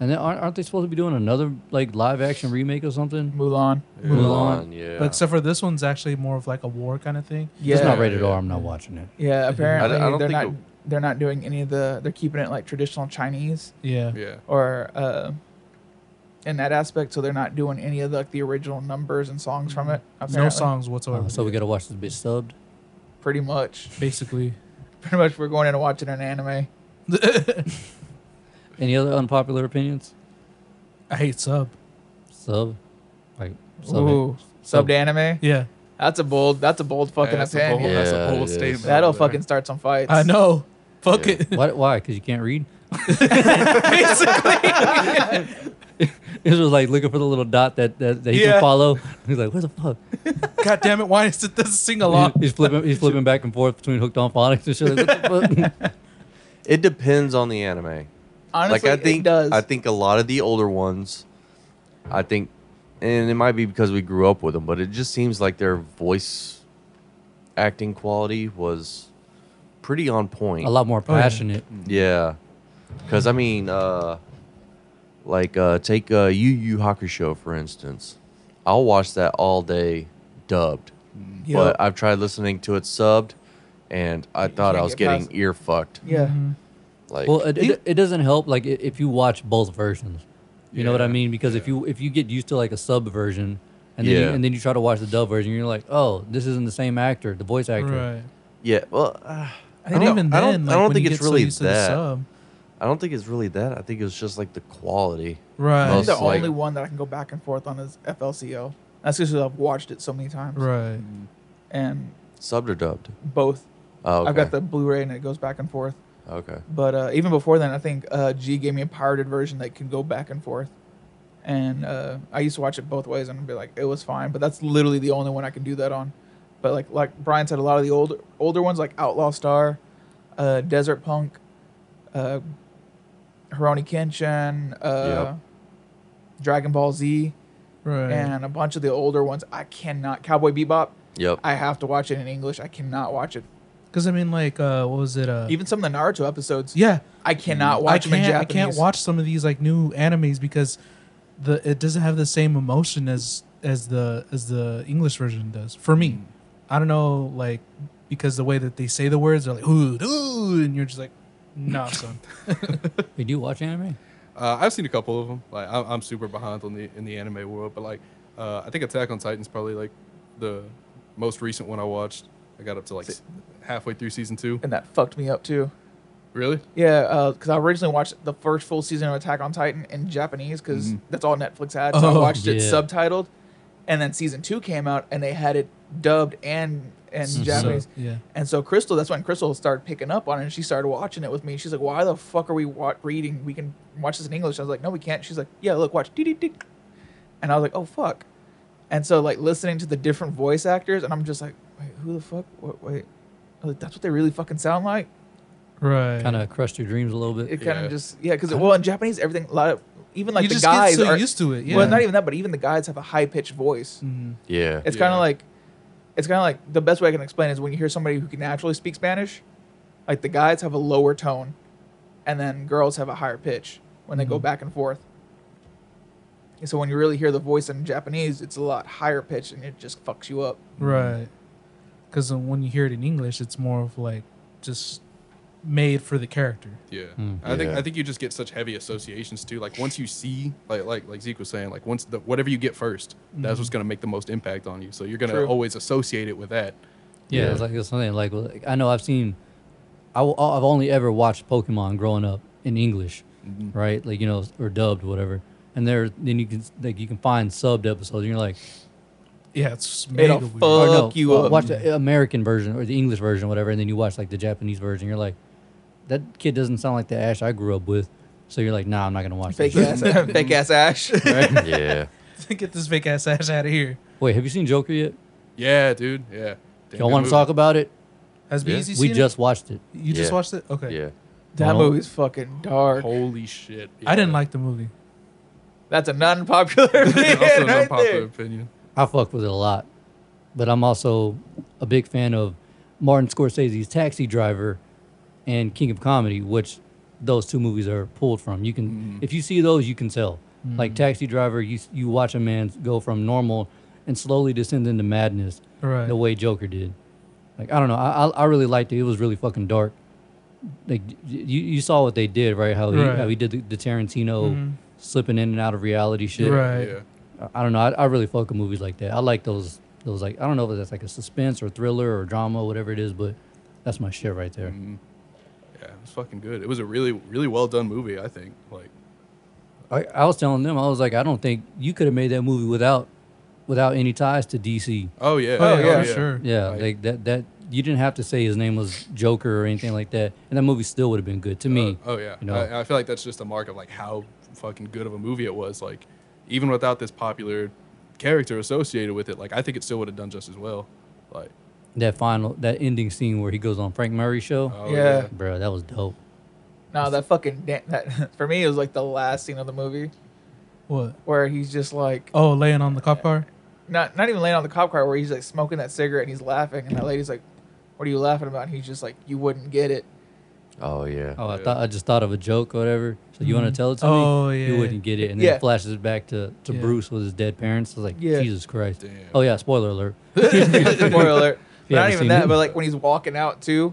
S1: And then aren't, aren't they supposed to be doing another like live action remake or something?
S8: Mm. Mulan.
S1: Mulan.
S5: yeah.
S2: But except for this one's actually more of like a war kind of thing.
S8: Yeah,
S1: It's not rated
S3: Yeah.
S1: R. I'm not watching it.
S8: yeah. Apparently,
S5: I don't
S8: they're
S5: think
S8: not. They're not doing any of the. They're keeping it like traditional Chinese
S2: Yeah.
S3: Yeah.
S8: or uh, in that aspect. So they're not doing any of the, like the original numbers and songs from it.
S2: No
S8: apparently.
S2: songs whatsoever.
S1: Uh, so we gotta watch this bitch subbed.
S8: Pretty much.
S2: Basically,
S8: Pretty much, we're going in and watching an anime.
S1: Any other unpopular opinions?
S2: I hate sub.
S1: Sub, like sub. it.
S8: Ooh,
S1: Sub-
S8: subbed anime.
S2: Yeah.
S8: That's a bold. That's a bold fucking
S3: that's a
S8: opinion.
S3: bold, that's
S5: Yeah,
S3: a
S5: it
S3: bold
S5: is.
S3: statement.
S8: That'll
S3: over there.
S8: fucking start some fights.
S2: I know. Fuck
S5: Yeah.
S2: it.
S1: Why? Why? Because you can't read. Basically, it was like looking for the little dot that that, that he
S2: Yeah.
S1: can follow. He's like, "Where the fuck?"
S2: God damn it! Why is it this sing along?
S1: He's flipping. He's flipping back and forth between hooked on phonics and shit. Like, what the fuck?
S5: it depends on the anime.
S8: Honestly,
S5: like I think
S8: it does.
S5: I think a lot of the older ones, I think, and it might be because we grew up with them, but it just seems like their voice acting quality was pretty on point.
S1: A lot more
S2: yeah.
S1: passionate.
S5: Mm-hmm. Yeah, because I mean, uh, like uh, take uh, Yu Yu Hakusho for instance. I'll watch that all day, dubbed.
S8: Yeah.
S5: But I've tried listening to it subbed, and I thought I
S8: can't
S5: was
S8: get
S5: getting
S8: past it.
S5: ear fucked.
S8: yeah.
S5: Like,
S1: Well, it, it, it doesn't help like i- if you watch both versions. You know what I
S3: Yeah,
S1: mean? Because if you if you get used to like a sub version, and then you,
S5: Yeah.
S1: and then you try to watch the dub version, you're like, "Oh, this isn't the same actor, the voice actor."
S2: Right.
S5: yeah. Well, uh,
S2: And
S5: don't-
S2: even
S5: I
S2: then,
S5: don't-
S2: like,
S5: I don't
S2: when
S5: think
S2: you
S5: it's
S2: get so
S5: really
S2: used to the
S5: that.
S2: sub.
S5: I don't think it's really that. I think it was just like the quality.
S2: Right.
S8: I think the
S5: Most- like-
S8: only one that I can go back and forth on is FLCO. That's just because I've watched it so many times.
S2: Right.
S8: And
S5: Subbed or dubbed?
S8: both.
S5: Oh, okay.
S8: I've got the Blu-ray and it goes back and forth.
S5: okay.
S8: But uh, even before then, I think uh, G gave me a pirated version that can go back and forth. And uh, I used to watch it both ways and be like, it was fine. But that's literally the only one I can do that on. But like like Brian said, a lot of the older older ones like Outlaw Star, uh, Desert Punk, uh, Hironi Kenshin, uh, Dragon Ball Z,
S2: Right.
S8: and a bunch of the older ones. I cannot Cowboy Bebop.
S5: Yep.
S8: I have to watch it in English. I cannot watch it.
S2: Because I mean, like, uh, what was it? Uh,
S8: Even some of the Naruto episodes.
S2: yeah.
S8: I cannot watch
S2: Mm. I
S8: them in
S2: can't. I
S8: Japanese.
S2: can't watch some of these like new animes because the it doesn't have the same emotion as as the as the English version does for me. I don't know, like because the way that they say the words are like ooh, ooh, and you're just like, nah, son.
S1: We do watch anime.
S3: Uh, I've seen a couple of them. Like I'm, I'm super behind on the in the anime world, but like uh, I think Attack on Titan's probably like the most recent one I watched. I got up to like s- halfway through season two.
S8: and that fucked me up too.
S3: Really?
S8: Yeah, because I originally watched the first full season of Attack on Titan in Japanese because that's all Netflix had. So I
S2: Mm. Oh,
S8: watched it
S1: yeah.
S8: subtitled, and then season two came out and they had it dubbed and and Japanese.
S2: So, yeah.
S8: And so Crystal, that's when Crystal started picking up on it, and she started watching it with me. She's like, "Why the fuck are we wa- reading? We can watch this in English." I was like, "No, we can't." She's like, "Yeah, look, watch." Dee-dee-dee. And I was like, "Oh fuck!" And so like listening to the different voice actors, and I'm just like, "Wait, who the fuck? What, wait." I was like, that's what they really fucking sound like.
S2: Right.
S1: Kind of crushed your dreams a little bit.
S8: It kind of
S3: Yeah.
S8: just yeah, because well in Japanese everything a lot of even like
S2: you
S8: the
S2: just
S8: guys
S2: get so
S8: are
S2: used to it. Yeah. Mm-hmm.
S8: well not even that, but even the guys have a high pitched voice.
S5: Yeah.
S8: It's kind
S3: Yeah.
S8: of like it's kind of like the best way I can explain is when you hear somebody who can naturally speak Spanish, like the guys have a lower tone, and then girls have a higher pitch when they go back and forth. And so when you really hear the voice in Japanese, it's a lot higher pitched and it just fucks you up.
S2: Right. Because when you hear it in English, it's more of like just made for the character.
S3: Yeah.
S2: Mm.
S3: I think
S5: Yeah.
S3: I think you just get such heavy associations too. Like once you see, like like like Zeke was saying, like once the whatever you get 1st that's
S2: Mm-hmm.
S3: what's gonna make the most impact on you. So you're gonna
S8: True.
S3: always associate it with that.
S1: Yeah, it's like it's something like, well, like, I know I've seen, I, have only ever watched Pokemon growing up in English,
S8: Mm-hmm.
S1: right? Like you know, or dubbed whatever. And there, then you can like you can find subbed episodes, and you're like,
S2: Yeah, it's mega
S8: It'll
S2: weird.
S1: or
S8: fuck
S1: no,
S8: you
S1: wa-
S8: up.
S1: watch the American version or the English version, whatever. And then you watch like the Japanese version, you're like, that kid doesn't sound like the Ash I grew up with. So you're like, nah, I'm not gonna watch
S8: Fake
S1: this.
S8: ass, fake ass Ash.
S5: yeah.
S2: Get this fake ass ass out of here.
S1: Wait, have you seen Joker yet?
S3: Yeah, dude. Yeah. Damn
S1: Y'all
S3: good
S1: want to
S3: movie.
S1: talk about it?
S2: Has
S5: Yeah.
S2: BZ seen
S1: We
S2: it?
S1: just watched it.
S2: you just
S5: Yeah.
S2: watched it? Okay.
S5: Yeah.
S8: That
S1: Well-
S8: movie's fucking dark.
S3: Holy shit!
S2: I didn't
S3: yeah.
S2: like the movie.
S8: That's an unpopular opinion
S3: also an
S8: right
S3: unpopular
S8: there.
S3: opinion.
S1: I fuck with it a lot, but I'm also a big fan of Martin Scorsese's Taxi Driver and King of Comedy, which those two movies are pulled from. You can,
S2: Mm-hmm.
S1: if you see those, you can tell. Like Taxi Driver, you s- you watch a man go from normal and slowly descend into madness,
S2: Right.
S1: the way Joker did. Like I don't know, I I, I really liked it. It was really fucking dark. Like y- you, you saw what they did, right? How he
S2: Right. Mm-hmm.
S1: how he did the, the Tarantino slipping in and out of reality shit.
S2: Right.
S3: Yeah.
S1: I- I don't know. I, I really fuck with movies like that. I like those. Those like I don't know if that's like a suspense or thriller or drama, whatever it is, but that's my shit right there.
S3: Mm-hmm. Yeah, it was fucking good. It was a really, really well done movie. I think. Like,
S1: I, I was telling them I was like, I don't think you could have made that movie without without any ties to DC.
S3: oh yeah,
S2: Oh, yeah, for sure.
S1: Yeah,
S3: Right.
S1: like that that you didn't have to say his name was Joker or anything like that, and that movie still would have been good to me.
S3: Oh yeah.
S1: you know?
S3: I, I feel like that's just a mark of like how fucking good of a movie it was. Like, even without this popular character associated with it, like I think it still would have done just as well. Like,
S1: that final that ending scene where he goes on Frank Murray show,
S3: oh,
S8: Yeah.
S1: bro, that was dope.
S8: No, that fucking da- that for me it was like the last scene of the movie
S2: What?
S8: where he's just like
S2: Oh, laying on the cop car.
S8: not not even laying on the cop car where he's like smoking that cigarette and he's laughing and that lady's like, "What are you laughing about?" And he's just like, "You wouldn't get it."
S5: Oh yeah.
S1: Oh, I
S3: Yeah.
S1: thought I just thought of a joke or whatever. So you want to tell it to
S2: Oh,
S1: me?
S2: yeah.
S1: You wouldn't get it, and then
S8: Yeah.
S1: it flashes it back to, to
S2: Yeah.
S1: Bruce with his dead parents. I was like,
S8: Yeah.
S1: Jesus Christ!
S3: Damn.
S1: Oh yeah, spoiler alert.
S8: Spoiler alert. But
S1: You
S8: not
S1: haven't
S8: even
S1: seen
S8: that,
S1: it?
S8: but like when he's walking out too,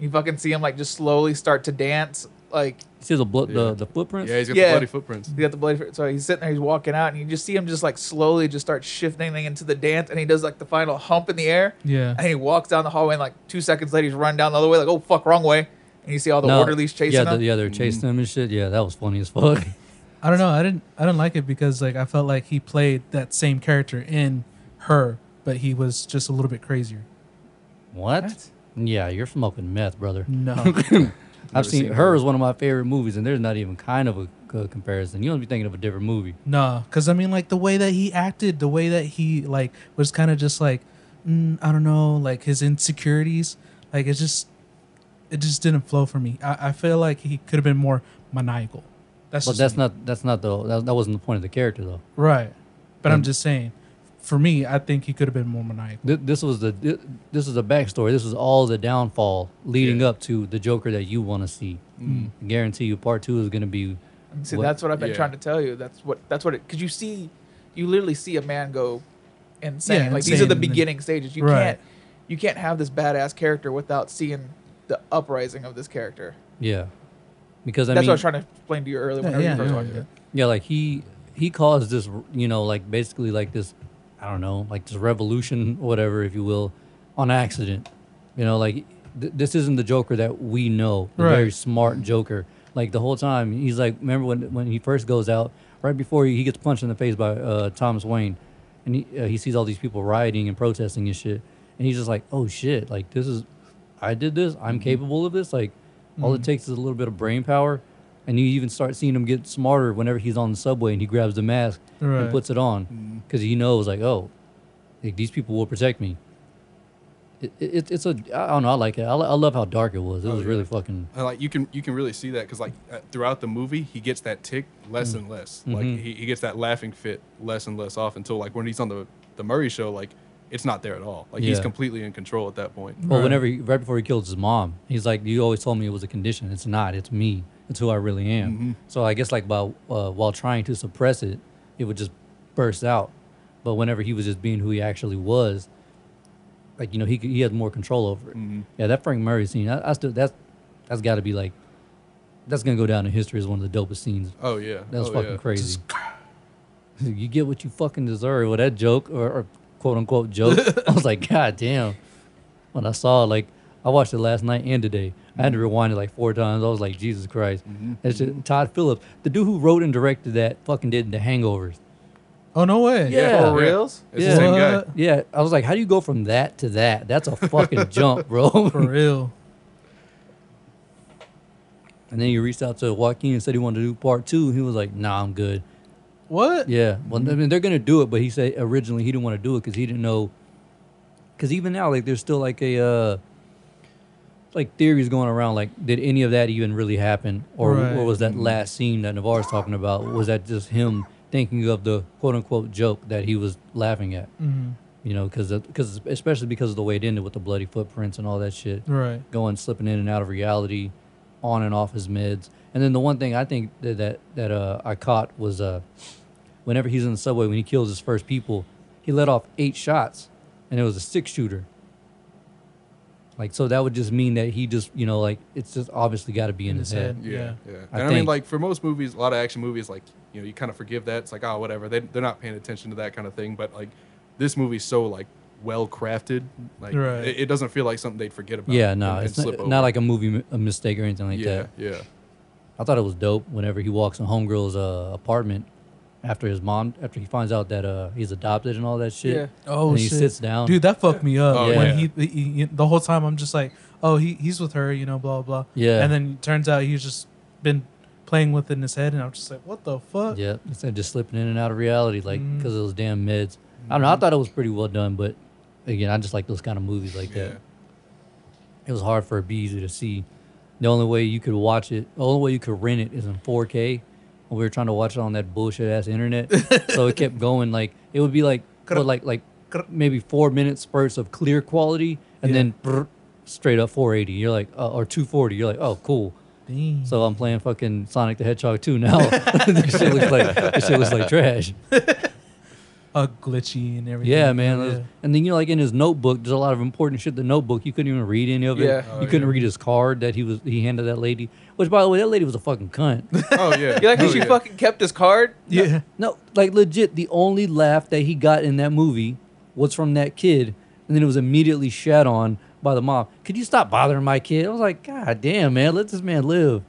S8: you fucking see him like just slowly start to dance. Like
S1: See the blo-
S3: Yeah.
S1: the the footprints.
S3: Yeah, he's got
S8: Yeah.
S3: the bloody footprints.
S8: he got the blade. For, so he's sitting there, he's walking out, and you just see him just like slowly just start shifting into the dance, and he does like the final hump in the air.
S2: Yeah.
S8: And he walks down the hallway, and like two seconds later, he's run down the other way, like oh fuck, wrong way. And you see all the
S1: No,
S8: orderlies chasing Mm.
S1: yeah,
S8: him.
S1: The, yeah, they're chasing him and shit. Yeah, that was funny as fuck.
S2: I don't know. I didn't. I didn't like it because like I felt like he played that same character in her, but he was just a little bit crazier.
S1: what? Yeah, you're smoking meth, brother.
S2: No.
S1: I've seen,
S3: seen
S1: her is one of my favorite movies, and there's not even kind of a, a comparison. You don't be thinking of a different movie.
S2: Nah, because I mean, like the way that he acted, the way that he like was kind of just like, mm, I don't know, like his insecurities, like it just, it just didn't flow for me. I, I feel like he could have been more maniacal. That's
S1: But
S2: just
S1: that's
S2: me.
S1: not that's not the that, that wasn't the point of the character though.
S2: right. But I'm just saying, for me, I think he could have been more maniacal.
S1: Th- this was the thi- this is the backstory. This is all the downfall leading up to the Joker that you want to see. I guarantee you, part two is going to be.
S8: Mm. See,
S1: what-
S8: that's what I've been
S3: yeah.
S8: trying to tell you. That's what that's what it because you see, you literally see a man go insane.
S2: Yeah,
S8: like these are the
S2: insane.
S8: beginning stages. You
S2: Right.
S8: can't you can't have this badass character without seeing the uprising of this character.
S1: yeah, because I
S8: that's
S1: mean,
S8: what I was trying to explain to you earlier.
S2: Yeah,
S8: Whenever
S2: yeah,
S8: you first
S2: yeah,
S8: watched
S2: yeah.
S8: it.
S1: yeah, like he he caused this, you know, like basically like this, I don't know, like this revolution, whatever, if you will, on accident. You know, like th- this isn't the Joker that we know, the very
S2: Right.
S1: smart Joker. Like the whole time, he's like, remember when when he first goes out, right before he gets punched in the face by uh, Thomas Wayne, and he uh, he sees all these people rioting and protesting and shit, and he's just like, oh shit, like this is, I did this, I'm capable of this. Like, all it takes is a little bit of brain power, and you even start seeing him get smarter whenever he's on the subway and he grabs the mask and
S2: Right.
S1: puts it on because he knows like, oh, like these people will protect me. It, it, it's a I don't know I like it I, lo- I love how dark it was it was really fucking
S3: And like you can you can really see that because like uh, throughout the movie he gets that tick less
S1: Mm.
S3: and less.
S1: Mm-hmm.
S3: Like he, he gets that laughing fit less and less off until like when he's on the the Murray show like it's not there at all. Like he's
S1: Yeah.
S3: completely in control at that point.
S1: Well,
S2: Right.
S1: whenever he, right before he kills his mom, he's like, "You always told me it was a condition. It's not. It's me. It's who I really am." So I guess like while uh, while trying to suppress it, it would just burst out. But whenever he was just being who he actually was, like you know, he could- he had more control over it. Yeah, that Frank Murray scene, I, I still that's that's got to be like that's gonna go down in history as one of the dopest scenes.
S3: Oh yeah,
S1: That was
S3: oh,
S1: fucking
S3: yeah.
S1: crazy. you get what you fucking deserve. Well, that joke or, or quote unquote joke, I was like, God damn. When I saw it, like, I watched it last night and today. I had to rewind it like four times. I was like, Jesus Christ. That's just, Todd Phillips, the dude who wrote and directed that, fucking did the hangovers.
S2: Oh no way.
S1: Yeah.
S8: For reals?
S3: It's
S1: Yeah.
S3: the same guy.
S2: What?
S1: Yeah, I was like, how do you go from that to that? That's a fucking jump,
S2: For
S1: bro.
S2: real.
S1: and then he reached out to Joaquin and said he wanted to do part two. He was like, nah, I'm good.
S2: What?
S1: Yeah. Well, I mean, they're gonna do it, but he said originally he didn't want to do it because he didn't know. Because even now, like, there's still like a, uh, like theories going around. Like, did any of that even really happen, or
S2: Right.
S1: what was that last scene that Navarre's talking about? Was that just him thinking of the quote unquote joke that he was laughing at? Mm-hmm. You know, because because especially because of the way it ended with the bloody footprints and all that shit
S2: Right.
S1: going slipping in and out of reality, on and off his meds. And then the one thing I think that that, that uh, I caught was uh, whenever he's in the subway when he kills his first people, he let off eight shots, and it was a six shooter. Like so, that would just mean that he just you know like it's just obviously got to be in, his, head.
S3: Yeah, yeah.
S1: I
S3: And I, mean,
S1: think-
S3: like for most movies, a lot of action movies, like you know, you kind of forgive that. It's like, oh, whatever. They they're not paying attention to that kind of thing. But like, this movie's so like well crafted. Like,
S2: Right.
S3: it, it doesn't feel like something they'd forget about.
S1: Yeah, no,
S3: and- and
S1: it's not,
S3: slip
S1: not
S3: over.
S1: like a movie mi- a mistake or anything like
S3: yeah,
S1: that.
S3: yeah.
S1: I thought it was dope whenever he walks in Homegirl's uh, apartment after his mom after he finds out that uh, he's adopted and all that shit.
S8: Yeah.
S2: Oh
S1: and he
S2: shit.
S1: sits down.
S2: Dude, that fucked me up.
S3: Oh,
S2: when
S3: yeah.
S2: he, he- he- the whole time I'm just like, oh, he he's with her, you know, blah blah.
S1: Yeah.
S2: And then it turns out he's just been playing within his head, and I'm just like, what the fuck?
S1: Yeah, instead of just slipping in and out of reality, like because of those damn meds. I don't know. I thought it was pretty well done, but again, I just like those kind of movies like
S3: Yeah.
S1: that. It was hard for it to be easy to see. The only way you could watch it, the only way you could rent it is in 4K. And we were trying to watch it on that bullshit ass internet, so it kept going. Like it would be like what, like like maybe four minute spurts of clear quality, and
S2: Yeah.
S1: then brr, straight up 480. You're like, uh, or 240. You're like, oh, cool.
S2: Damn.
S1: So I'm playing fucking Sonic the Hedgehog 2 now. this shit looks like this shit looks like trash.
S2: Uh, glitchy and everything.
S1: Yeah, man. that was-
S2: Yeah.
S1: And then you know, like in his notebook, there's a lot of important shit. in The notebook, you couldn't even read any of it.
S8: Yeah.
S1: you couldn't read his card that he was he handed that lady. Which, by the way, that lady was a fucking cunt.
S3: Oh yeah.
S8: You like how
S3: Oh,
S8: she
S3: yeah.
S8: fucking kept his card?
S2: Yeah.
S1: no, like legit, the only laugh that he got in that movie was from that kid, and then it was immediately shat on by the mom. Could you stop bothering my kid? I was like, God damn, man, let this man live.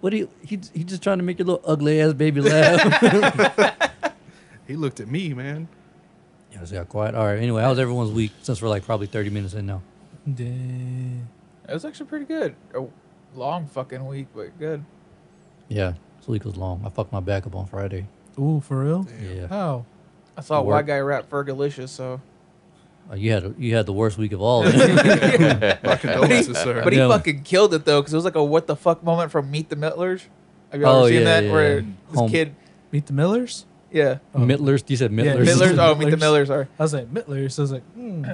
S1: What do you? He he just trying to make your little ugly ass baby laugh.
S3: He looked at me, man.
S1: Yeah, it got quiet. All right. Anyway, how's everyone's week since we're like probably 30 minutes in now?
S2: Damn.
S8: It was actually pretty good. A long fucking week, but good.
S1: Yeah. This week was long. I fucked my back up on Friday.
S2: Ooh, for real?
S1: Yeah.
S2: How?
S8: I saw a
S1: Work.
S8: white guy rap Fergalicious, so
S1: Uh, you had you had the worst week of all.
S3: My condolences, sir.
S8: But he
S1: Yeah.
S8: fucking killed it though, because it was like a what the fuck moment from Meet the Mittlers. Have you
S1: Oh,
S8: ever seen
S1: yeah,
S8: that?
S1: yeah,
S8: where
S1: yeah.
S8: this
S1: Home-
S8: kid,
S2: Meet the Millers?
S8: yeah,
S1: Mittlers. You said
S2: Yeah,
S1: Mittlers.
S8: Mittlers. Oh, Meet the
S2: Mittlers.
S8: Mittlers. Sorry.
S2: I was like, Mittlers. I was like, hmm.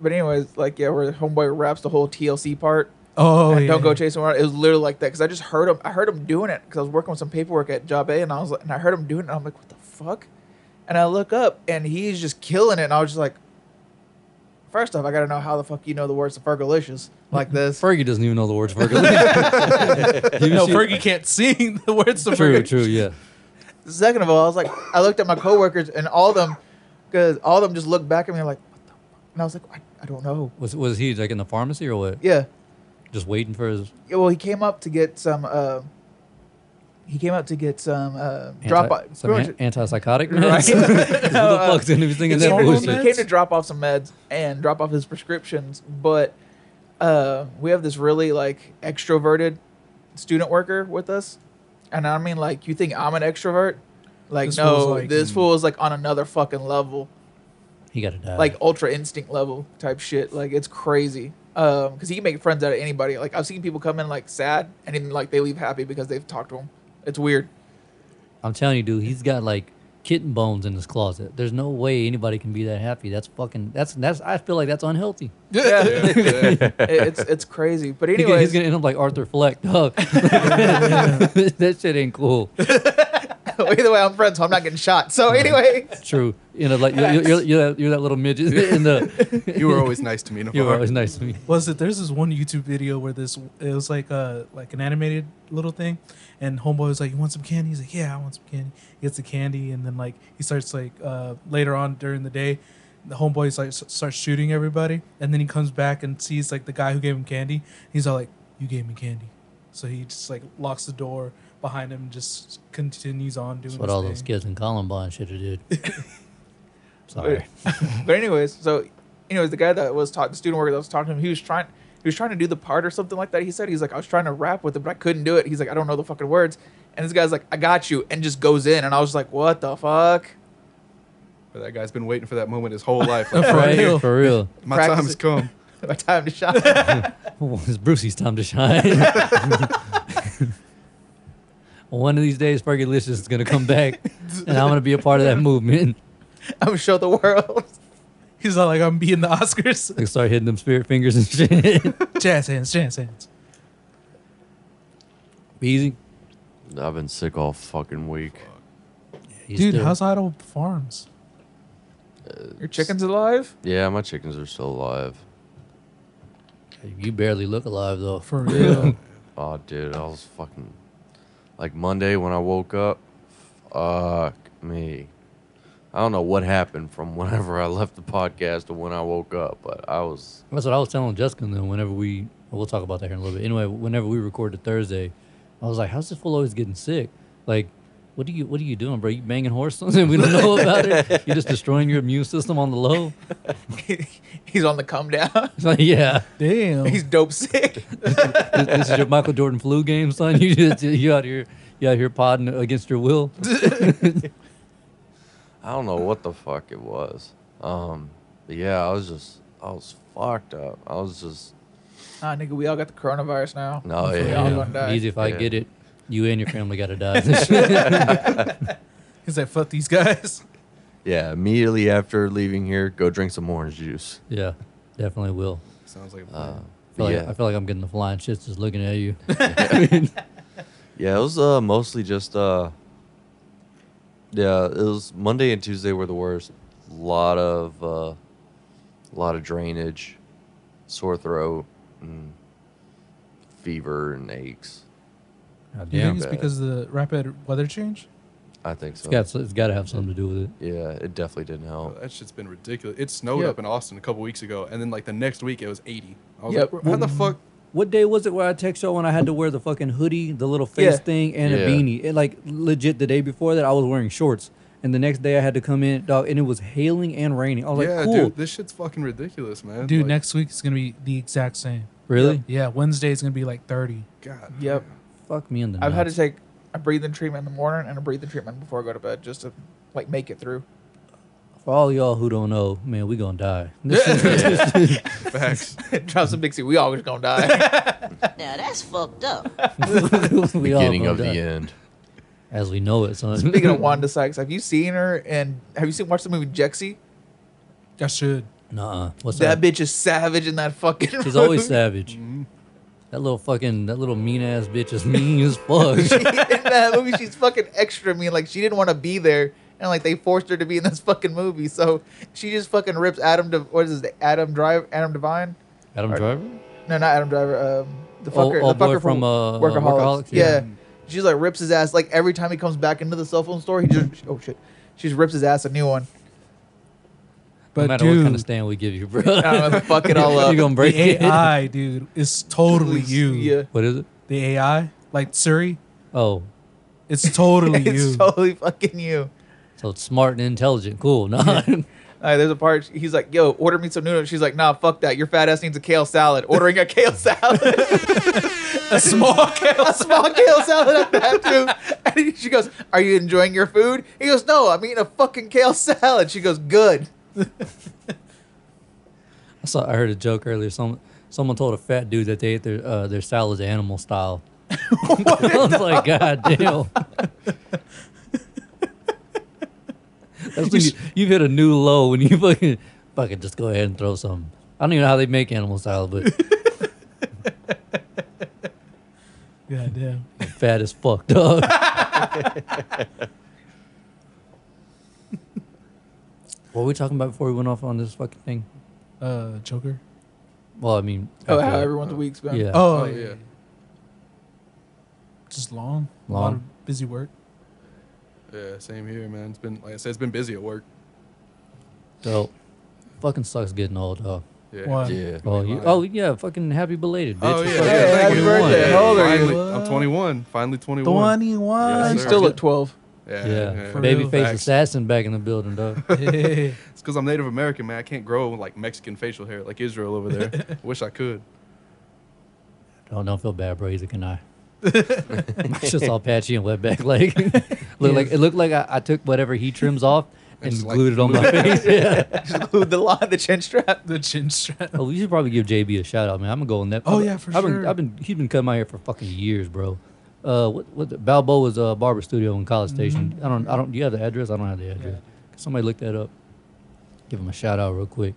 S8: But anyways, like yeah, where homeboy raps the whole TLC part.
S2: oh,
S8: and
S2: yeah.
S8: Don't go chasing around. It was literally like that because I just heard him. I heard him doing it because I was working on some paperwork at Job A, and I was like, and I heard him doing it. and I'm like, what the fuck? And I look up, and he's just killing it. And I was just like, first off, I gotta know how the fuck you know the words to Fergalicious like this.
S1: Fergie doesn't even know the words for Fergie.
S2: No, Fergie can't sing the words to
S1: true,
S2: Fergie.
S1: true, yeah.
S8: Second of all, I was like, I looked at my coworkers, and all of them, because all of them just looked back at me like, what the fuck? And I was like, I, I don't know.
S1: Was was he like in the pharmacy or what?
S8: Yeah.
S1: Just waiting for his
S8: Yeah, well, he came up to get some. Uh, he came up to get some uh, drop
S1: anti-
S8: off.
S1: some
S8: pretty
S1: an-
S8: much-
S1: antipsychotic meds. Who the
S8: uh,
S1: fuck's in everything in
S8: he,
S1: that
S8: came,
S2: hormone
S8: he
S1: bullshit?
S8: came to drop off some meds and drop off his prescriptions, but uh, we have this really like extroverted student worker with us, and I mean like you think I'm an extrovert, like
S2: This
S8: no,
S2: fool's like-
S8: this
S1: mm.
S8: fool is like on another fucking level.
S1: He got to die.
S8: like ultra instinct level type shit. Like it's crazy. Um, because he can make friends out of anybody. Like I've seen people come in like sad and then like they leave happy because they've talked to him. It's weird.
S1: I'm telling you, dude, he's got like kitten bones in his closet. There's no way anybody can be that happy. That's fucking. That's that's. I feel like that's unhealthy.
S8: Yeah, it-
S3: Yeah, yeah.
S8: it's it's crazy. But
S1: He gonna-
S8: anyway,
S1: he's gonna end up like Arthur Fleck, dog. that shit ain't cool.
S8: either way, I'm friends, so I'm not getting shot. So anyway,
S1: True. You know, like you're, you're, you're, you're, that, you're that little midget in the.
S3: You were always nice to me.
S1: You were
S3: Navarro.
S1: always nice to me.
S2: was it there's this one YouTube video where this it was like a like an animated little thing, and homeboy was like, "You want some candy?" He's like, "Yeah, I want some candy." He gets the candy, and then like he starts like uh, later on during the day, the homeboy like s- starts shooting everybody, and then he comes back and sees like the guy who gave him candy. He's all like, "You gave me candy," so he just like locks the door behind him and just continues on doing.
S1: That's what
S2: his
S1: all
S2: thing.
S1: those kids in Columbine should have did. Sorry.
S8: but anyways, so anyways, the guy that was taught the student worker that was talking to him, he was trying he was trying to do the part or something like that. He said he's like I was trying to rap with it, but I couldn't do it. He's like I don't know the fucking words. And this guy's like I got you, and just goes in, and I was like what the fuck.
S3: But that guy's been waiting for that moment his whole life. Like,
S1: For real. For real.
S3: My
S8: Practice
S3: time has
S8: it.
S3: come.
S8: My time to shine.
S1: it's Brucey's time to shine. One of these days, Fergalicious is gonna come back, and I'm gonna be a part of that movement.
S8: I'm gonna show the world.
S2: He's not like I'm beating the Oscars.
S1: Like start hitting them spirit fingers and shit.
S2: jazz hands, jazz hands.
S1: Easy,
S5: I've been sick all fucking week.
S1: He's
S2: Dude,
S1: still-
S2: how's Idle Farms?
S8: Your chicken's alive.
S5: Yeah, my chickens are still alive.
S1: you barely look alive though.
S2: For real.
S5: Oh, dude, I was fucking like Monday when I woke up. Fuck me. I don't know what happened from whenever I left the podcast to when I woke up, but I was
S1: That's what I was telling Jessica. Then whenever we, we'll talk about that here in a little bit. Anyway, whenever we recorded Thursday, I was like, "How's this fool always getting sick? Like, what do you, what are you doing, bro? You banging horses and we don't know about it. You're just destroying your immune system on the low.
S8: He's on the come down.
S1: It's like, yeah,
S2: Damn.
S8: He's dope sick.
S1: this, this is your Michael Jordan flu game, son. You just you out here, you out here podding against your will.
S5: I don't know what the fuck it was. Um, but yeah, I was just I was fucked up. I was just
S8: Ah, nigga, we all got the coronavirus now.
S5: no
S8: We
S5: yeah.
S8: all gonna die.
S1: Easy if I
S5: Yeah.
S1: get it, you and your family gotta die.
S2: He's like, fuck these guys.
S5: Yeah, immediately after leaving here, go drink some orange juice.
S1: yeah, definitely will.
S3: Sounds like a
S5: Uh,
S3: plan.
S1: I feel, like,
S5: yeah,
S1: I feel like I'm getting the flying shits just looking at you.
S5: yeah, it was uh, mostly just uh, yeah, it was Monday and Tuesday were the worst. Lot of uh, lot of drainage, sore throat, and fever and aches.
S1: God
S2: You
S1: damn.
S2: think it's because of the rapid weather change?
S5: I think so.
S1: It's got, it's got to have something to do with it.
S5: yeah, it definitely didn't
S1: Oh.
S5: help.
S3: that shit's been ridiculous. It snowed
S8: Yep.
S3: up in Austin a couple weeks ago, and then like the next week it was 80. I was
S8: Yep.
S3: like, how the fuck?
S1: What day was it where I text y'all when I had to wear the fucking hoodie, the little face
S8: Yeah.
S1: thing, and
S5: Yeah.
S1: a beanie? It like legit the day before that I was wearing shorts, and the next day I had to come in, dog, and it was hailing and raining. I was
S3: yeah,
S1: like, cool,
S3: dude, this shit's fucking ridiculous, man.
S2: Dude,
S3: Like,
S2: next week it's gonna be the exact same.
S1: really?
S2: Yeah, Wednesday is gonna be like 30.
S3: God.
S8: Yep.
S1: Fuck me in the.
S8: I've had to
S1: nuts.
S8: take a breathing treatment in the morning and a breathing treatment before I go to bed just to like make it through.
S1: For all y'all who don't know, man, we gonna die.
S3: Facts.
S8: Drop some Dixie. We always gonna die.
S9: Now that's fucked up.
S1: we all
S5: Beginning
S1: gonna
S5: of
S1: die.
S5: the end.
S1: as we know it, son.
S8: Speaking of Wanda Sykes, have you seen her? And have you seen watched the movie Jexy?
S2: I should.
S1: Nuh-uh. what's
S8: That Mm-hmm.
S1: that?
S8: bitch is savage in that fucking.
S1: She's
S8: movie.
S1: always savage. That little fucking, that little mean ass bitch is mean as fuck.
S8: in that movie, she's fucking extra mean. Like she didn't want to be there, and like they forced her to be in this fucking movie. So she just fucking rips Adam. De- what is this? Adam Drive? Adam Devine?
S1: Adam Driver.
S8: No, not Adam Driver. Um, the
S1: Oh,
S8: fucker.
S1: oh,
S8: the
S1: boy
S8: fucker
S1: from, uh, Workaholics,
S8: Yeah.
S1: yeah.
S8: She's like rips his ass. Like every time he comes back into the cell phone store, he just oh shit. She just rips his ass a new one.
S2: But
S1: no matter
S2: dude,
S1: what kind of stand we give you, bro,
S8: I don't know, fuck it all
S1: you
S8: up.
S1: gonna break
S2: the
S1: it.
S2: AI, dude, is totally you.
S8: Yeah.
S1: What is it?
S2: The AI, like Siri,
S1: Oh,
S2: it's totally
S8: It's
S2: you.
S8: totally fucking you.
S1: so it's smart and intelligent. Cool. No,
S8: Alright, Uh, there's a part. He's like, "Yo, order me some noodles." She's like, "Nah, fuck that. Your fat ass needs a kale salad." Ordering a kale salad.
S2: a small kale.
S8: a small kale salad at that too. And he- she goes, "Are you enjoying your food?" He goes, "No, I'm eating a fucking kale salad." She goes, "Good."
S1: I saw. I heard a joke earlier. Some someone told a fat dude that they ate their uh, their salads animal style. I was like, God damn. That's when you, you've hit a new low when you fucking fucking just go ahead and throw some. I don't even know how they make animal style, but
S2: God damn.
S1: fat as fuck, dog. what were we talking about before we went off on this fucking thing?
S2: Uh, Joker.
S1: Well, I mean,
S8: Oh,
S1: after
S8: how
S1: that.
S8: everyone's week's been.
S1: yeah.
S2: Oh,
S3: Oh
S2: yeah.
S3: yeah.
S2: Just long. A lot
S1: Long.
S2: of busy work.
S3: Yeah, same here, man. It's been like I said, it's been busy at work.
S1: So, fucking sucks getting old, dog.
S3: Yeah.
S2: Why?
S5: Yeah.
S1: Oh, you, oh yeah, fucking happy belated, bitch.
S3: Oh,
S1: It's
S3: yeah.
S1: fucking
S3: Hey, happy
S1: 21.
S8: birthday. How old are you?
S3: Finally, I'm 21. Finally 21.
S2: 21.
S8: I
S3: Yes, sir.
S8: still look 12.
S3: Yeah.
S1: Yeah,
S2: For real.
S1: babyface
S3: Facts.
S1: assassin back in the building, dog.
S2: Yeah.
S3: It's because I'm Native American, man. I can't grow like Mexican facial hair like Israel over there. I wish I could.
S1: don't don't feel bad, bro. Either can I. it's just all patchy and wet back. Like, look like it looked like I, I took whatever he trims off and
S3: just, like,
S1: glued it on my
S3: glued
S1: face. Yeah.
S8: Include the line, the chin strap.
S2: The chin strap.
S1: Oh, we should probably give JB a shout out, man. I'm gonna go on that.
S2: Oh,
S1: I've-
S2: yeah, for
S1: I've Been,
S2: sure.
S1: I've been he's been cutting my hair for fucking years, bro. Uh, what what the, Balboa's uh, barber studio in
S2: Mm-hmm.
S1: College Station. I don't I don't. Do you have the address? I don't have the address. Somebody look that up. Give him a shout out real quick.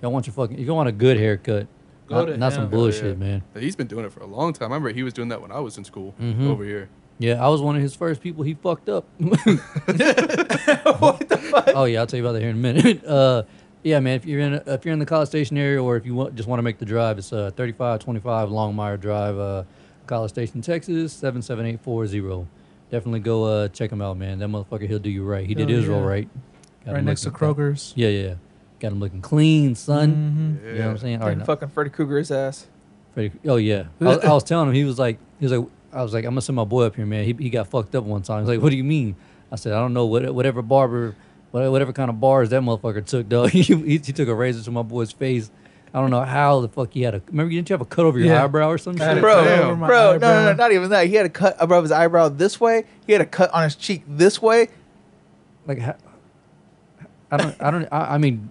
S1: Y'all want your fucking? You want a good haircut?
S2: Go
S1: not,
S2: to
S1: not some
S2: him.
S1: bullshit,
S3: Yeah.
S1: man.
S3: He's been doing it for a long time. I remember he was doing that when I was in school
S1: Mm-hmm.
S3: over here.
S1: Yeah, I was one of his first people he fucked up. what the fuck? Oh yeah, I'll tell you about that here in a minute. Uh, yeah, man, if you're in if you're in the College Station area, or if you want, just want to make the drive, it's uh, 3525 Longmire Drive, uh, College Station, Texas 77840. Definitely go uh, check him out, man. That motherfucker, he'll do you right. He did
S2: Hell
S1: his roll
S2: yeah.
S1: right. Got
S2: Right
S1: him
S2: next to
S1: looking clean.
S2: Kroger's.
S1: Yeah, yeah. Got him looking clean, son.
S2: Mm-hmm.
S1: You know what I'm saying? All right,
S8: and
S1: now-
S8: fucking Freddy Krueger's ass.
S1: Pretty, oh yeah, I was, I was telling him he was like he was like I was like I'm gonna send my boy up here, man. He, he got fucked up one time. He's like, what do you mean? I said I don't know what whatever barber, what- whatever kind of bars that motherfucker took though. he, he he took a razor to my boy's face. I don't know how the fuck he had a. Remember, didn't you have a cut over your
S2: Yeah.
S1: eyebrow or some
S2: had
S1: shit?
S2: a
S8: Bro,
S2: cut over my
S8: bro, no, no, no,
S2: eyebrow.
S8: not even that. He had a cut above his eyebrow this way. He had a cut on his cheek this way.
S1: Like, ha- I don't, I don't, I, I mean,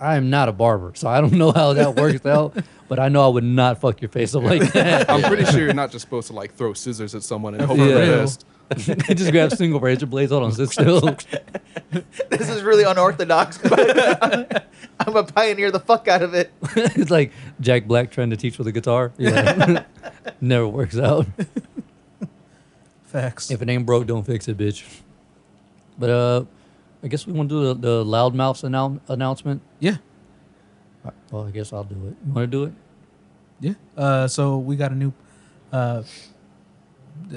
S1: I am not a barber, so I don't know how that works out. But I know I would not fuck your face up like that.
S3: I'm pretty sure you're not just supposed to like throw scissors at someone and hope for
S1: Yeah.
S3: the best.
S1: just grab single razor blades. Hold on, sit still.
S8: This is really unorthodox, but I'm gonna pioneer the fuck out of it.
S1: it's like Jack Black trying to teach with a guitar. You're like, Never works out.
S2: Facts.
S1: If it ain't broke, don't fix it, bitch. But uh, I guess we want to do the, the loudmouths annou- announcement. Uh,
S2: yeah.
S1: Well, I guess I'll do it. You want to do it?
S2: Yeah. Uh, so we got a new, uh,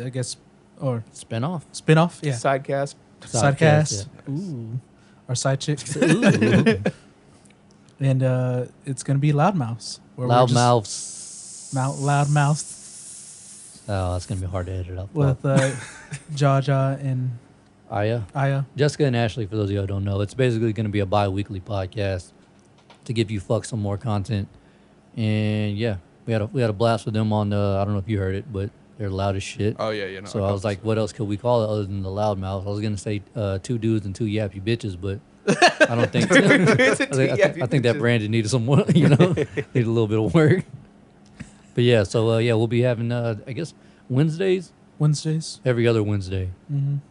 S2: I guess, or
S1: Spin off.
S2: spin-off. Yeah.
S8: Sidecast.
S2: Sidecast. Ooh. Our side chick.
S1: Sidecast.
S2: and uh, it's going to be Loudmouths. where we're
S1: Loud
S2: just
S1: mouths.
S2: mou- Loudmouth
S1: Oh, that's gonna be hard to edit out.
S2: with uh, Jaja and
S1: Aya.
S2: Aya.
S1: Jessica and Ashley, for those of you who don't know, it's basically going to be a bi weekly podcast to give you fuck some more content. And yeah, we had a, we had a blast with them on the, I don't know if you heard it, but they're loud as shit.
S3: Oh yeah, yeah. No,
S1: so I was like, what else could we call it other than the loudmouth? I was going to say uh, two dudes and two yappy bitches, but I don't think, I, think- I think, I think that Brandon needed some, work, you know, needed a little bit of work. But yeah, so uh, yeah, we'll be having, uh, I guess, Wednesdays,
S2: Wednesdays.
S1: every other Wednesday. Mm-hmm. You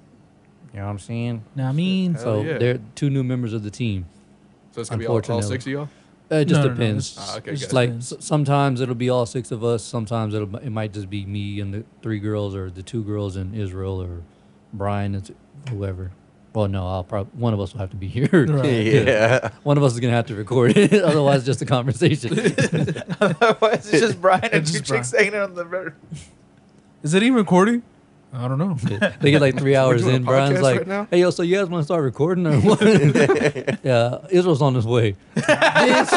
S1: know what I'm saying?
S2: Now I mean,
S3: Hell
S1: So
S3: yeah.
S1: they're two new members of the team.
S3: so it's gonna be all, all
S1: unfortunately.
S3: six of y'all.
S1: Uh, It just
S2: No, no, no,
S1: depends.
S2: it's
S3: Ah, okay,
S2: it's
S3: gotcha.
S1: like
S2: depends.
S1: s- sometimes it'll be all six of us. Sometimes it'll it might just be me and the three girls or the two girls and Israel or Brian and whoever. Well, no, I'll probably one of us will have to be here.
S2: Right.
S5: Yeah.
S1: One of us is gonna have to record it. Otherwise, just a conversation.
S8: Otherwise, it's just Brian and
S2: It's
S8: two
S2: just Brian.
S8: chicks hanging out on the river.
S2: Is it even recording? I don't know.
S1: they get like three hours
S3: doing a
S1: in. Brian's
S3: podcast
S1: like,
S3: right now?
S1: "Hey, yo, so you guys want to start recording or what?" yeah, Israel's on his way. Bitch.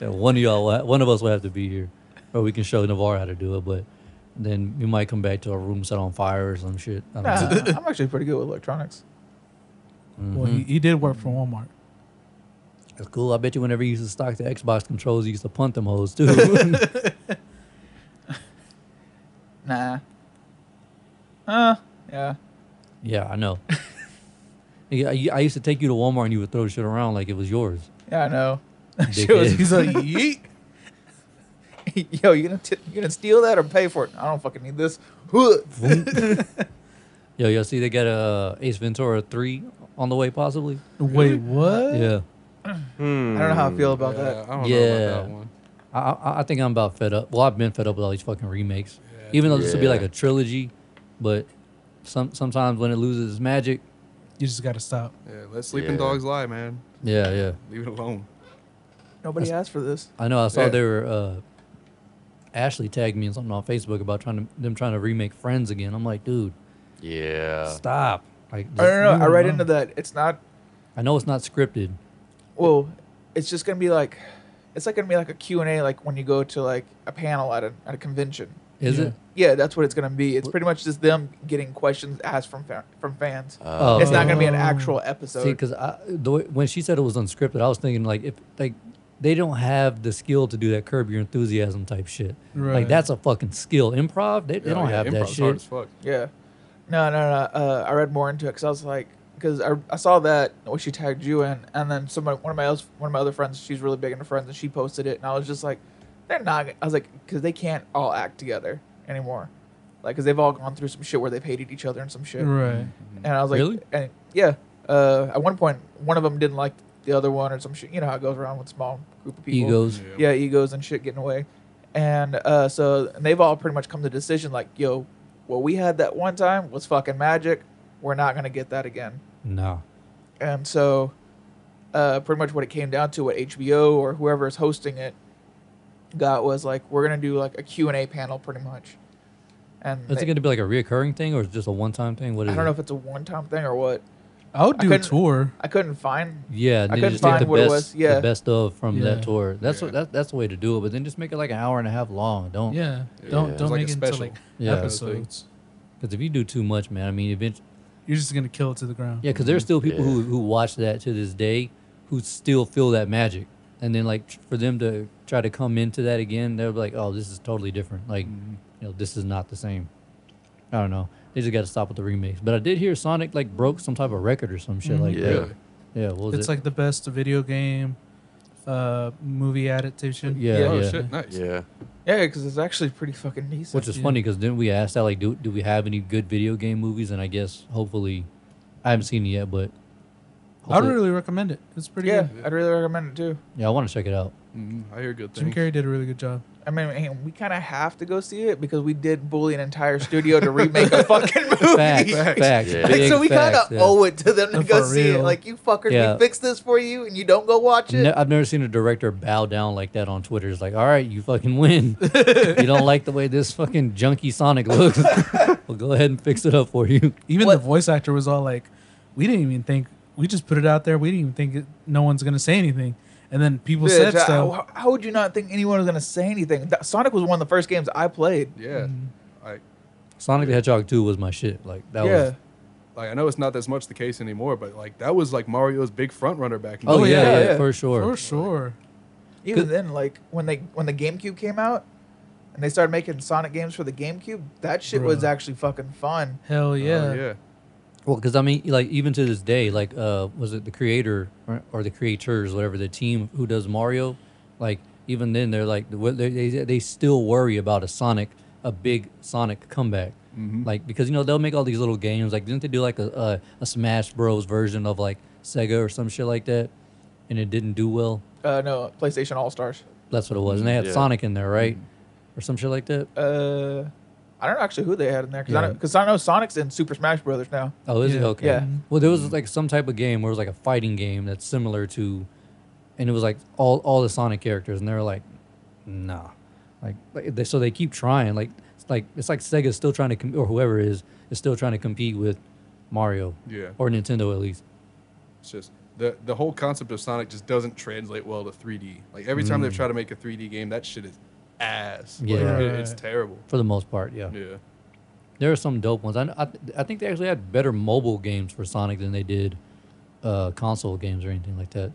S1: yeah, one of y'all, will ha- one of us will have to be here, or we can show Navarre how to do it. But then we might come back to a room set on fire or some shit. I don't
S8: Nah,
S1: know.
S8: I'm actually pretty good with electronics.
S2: Well,
S1: Mm-hmm.
S2: he, he did work for Walmart.
S1: It's cool. I bet you whenever you used to stock the Xbox controls, you used to punt them hoes too.
S8: Nah. Uh, yeah.
S1: yeah, I know. Yeah, I I used to take you to Walmart and you would throw shit around like it was yours.
S8: Yeah, I know. She
S1: Dickhead.
S8: was, he's like, yeet. Yo, you gonna t- you gonna steal that or pay for it? I don't fucking need this. Huh.
S1: Yo, yo, see, they got a Ace Ventura three on the way, possibly.
S2: Wait, what?
S1: Yeah,
S8: I don't know how I feel about
S3: Yeah,
S8: that.
S3: I don't know
S1: Yeah.
S3: about that one.
S1: I, I, I think I'm about fed up. Well, I've been fed up with all these fucking remakes. Even though this would be
S5: Yeah.
S1: like a trilogy, but some sometimes when it loses its magic,
S2: You just got to stop.
S3: Yeah, let sleeping
S5: Yeah.
S3: dogs lie, man.
S1: yeah, yeah.
S3: Leave it alone.
S8: Nobody asked for this.
S1: I know. I saw
S3: Yeah.
S1: they were. Uh, Ashley tagged me in something on Facebook about trying to them trying to remake Friends again. I'm like, dude,
S5: Yeah.
S1: stop. Like,
S8: I don't know. I
S2: leave it
S8: read
S2: alone.
S8: into that. It's not.
S1: I know it's not scripted.
S8: Well, it's just gonna be like, it's like gonna be like a Q and A, like when you go to like a panel at a at a convention.
S1: Is
S2: Yeah.
S1: it?
S8: Yeah, that's what it's gonna be. It's pretty much just them getting questions asked from fa- from fans.
S1: Oh,
S8: it's not
S1: okay.
S8: gonna be an
S2: Oh.
S8: actual
S1: See,
S8: episode.
S1: because the way, when she said it was unscripted, I was thinking like if like they don't have the skill to do that curb your enthusiasm type shit. Like
S2: Right.
S1: that's a fucking skill. Improv, they, they
S3: Yeah,
S1: don't
S3: yeah,
S1: have that
S3: improv's hard
S1: shit.
S3: as fuck.
S8: yeah, No, no, no. Uh, I read more into it because I was like, because I, I saw that what she tagged you in, and then somebody, one of my else, one of my other friends, she's really big into Friends, and she posted it, and I was just like, they're not. I was like, because they can't all act together anymore, like because they've all gone through some shit where they've hated each other and some shit.
S2: Right.
S8: And I was like,
S1: Really?
S8: and yeah. Uh, at one point, one of them didn't like the other one or some shit. You know how it goes around with small group of people
S1: Egos.
S8: yeah, egos and shit getting away. And uh, so and they've all pretty much come to the decision like, yo, what we had that one time was fucking magic. We're not gonna get that again.
S1: No.
S8: And so, uh, pretty much what it came down to, what HBO or whoever is hosting it got was like, we're gonna do like a Q and A panel, pretty much. And
S1: Is
S8: they-
S1: it going to be like a reoccurring thing or is it just a one time thing? What is
S8: I don't
S1: it?
S8: know if it's a one-time thing or what.
S2: I would do a
S8: couldn't-
S2: tour.
S8: I couldn't find.
S1: Yeah, and then you
S8: couldn't
S1: just take the
S8: find what it
S1: best,
S8: was, yeah.
S1: the best of from
S2: Yeah.
S1: that tour. That's
S3: Yeah.
S1: what that, that's the way to do it. But then just make it like an hour and a half long. Don't
S2: Yeah. Don't
S5: It's
S2: don't
S3: like
S2: make
S3: a
S2: it into
S3: special
S2: like
S1: Yeah.
S2: episodes.
S1: because if you do too much, man, I mean, eventually,
S2: You're just gonna kill it to the ground.
S1: yeah, because there's still people who who watch that to this day who still feel that magic, and then like tr- for them to try to come into that again, they're like, oh, this is totally different. Like, you know, this is not the same. I don't know. They just got to stop with the remakes. But I did hear Sonic like broke some type of record or some shit like
S5: Yeah.
S1: that. Yeah, what was
S2: It's
S1: it?
S2: like the best video game, uh, movie adaptation.
S1: yeah,
S3: oh
S1: yeah.
S3: shit, nice.
S5: Yeah.
S8: Yeah, because it's actually pretty fucking decent.
S1: Which is funny because didn't we ask that like do do we have any good video game movies? And I guess hopefully, I haven't seen it yet, but
S2: I would
S1: hopefully-
S2: really recommend it. It's pretty
S8: Yeah,
S2: good.
S8: I'd really recommend it too.
S1: yeah, I want to check it out.
S3: Mm, I hear good
S2: Jim
S3: things.
S2: Carrey did a really good job.
S8: I mean, and we kind of have to go see it because we did bully an entire studio to remake a fucking movie.
S1: Facts,
S8: Like,
S1: facts,
S5: Yeah.
S1: big
S8: so we kind
S1: facts,
S8: of
S1: yeah.
S8: owe it to them to
S2: No,
S8: go
S2: for
S8: see it.
S2: real.
S8: Like, you fuckers,
S1: Yeah.
S8: we fixed this for you, and you don't go watch it.
S1: Ne- I've never seen a director bow down like that on Twitter. It's like, all right, you fucking win. you don't like the way this fucking junky Sonic looks. well, go ahead and fix it up for you.
S2: Even the
S8: What-
S2: voice actor was all like, "We didn't even think. We just put it out there. We didn't even think it, no one's gonna say anything." And then people
S8: Bitch,
S2: said stuff.
S8: how, how would you not think anyone was going to say anything? That- Sonic was one of the first games I played.
S3: Yeah,
S1: Mm-hmm.
S3: like
S1: Sonic the Hedgehog 2 was my shit. Like that
S8: yeah.
S1: was.
S3: like I know it's not as much the case anymore, but like that was like Mario's big front runner back. In the
S1: Oh
S3: day.
S1: yeah,
S8: yeah,
S1: yeah,
S8: yeah.
S1: for sure.
S2: For sure.
S8: Even then, like, when they when the GameCube came out and they started making Sonic games for the GameCube, that shit was
S2: Bruh.
S8: actually fucking fun.
S2: Hell yeah.
S3: Oh, yeah.
S1: Well, because I mean, like even to this day, like uh, was it the creator or, or the creators, whatever the team who does Mario, like even then they're like the- what- they they, they still worry about a Sonic, a big Sonic comeback, like because you know they'll make all these little games. Like didn't they do like a, a a Smash Bros version of like Sega or some shit like that, and it didn't do well.
S8: Uh, no, PlayStation All Stars.
S1: That's what it was, and they had
S5: Yeah.
S1: Sonic in there, right, or some shit like that.
S8: uh, I don't know actually who they had in there
S1: Yeah.
S8: because because I, know Sonic's in Super Smash Brothers now.
S1: Oh, is it
S2: Yeah.
S1: okay?
S8: Yeah.
S1: Well, there was like some type of game where it was like a fighting game that's similar to, and it was like all all the Sonic characters, and they were like, nah, like, like they, so they keep trying, like it's like it's like Sega's still trying to com- or whoever is is still trying to compete with Mario,
S3: Yeah.
S1: or Nintendo at least.
S3: It's just the the whole concept of Sonic just doesn't translate well to 3D. Like every time they've tried to make a 3D game, that shit is ass. Like,
S1: Mm. Yeah.
S3: it- it's terrible.
S1: For the most part, yeah.
S3: Yeah.
S1: There are some dope ones. I, I, I think they actually had better mobile games for Sonic than they did uh, console games or anything like that.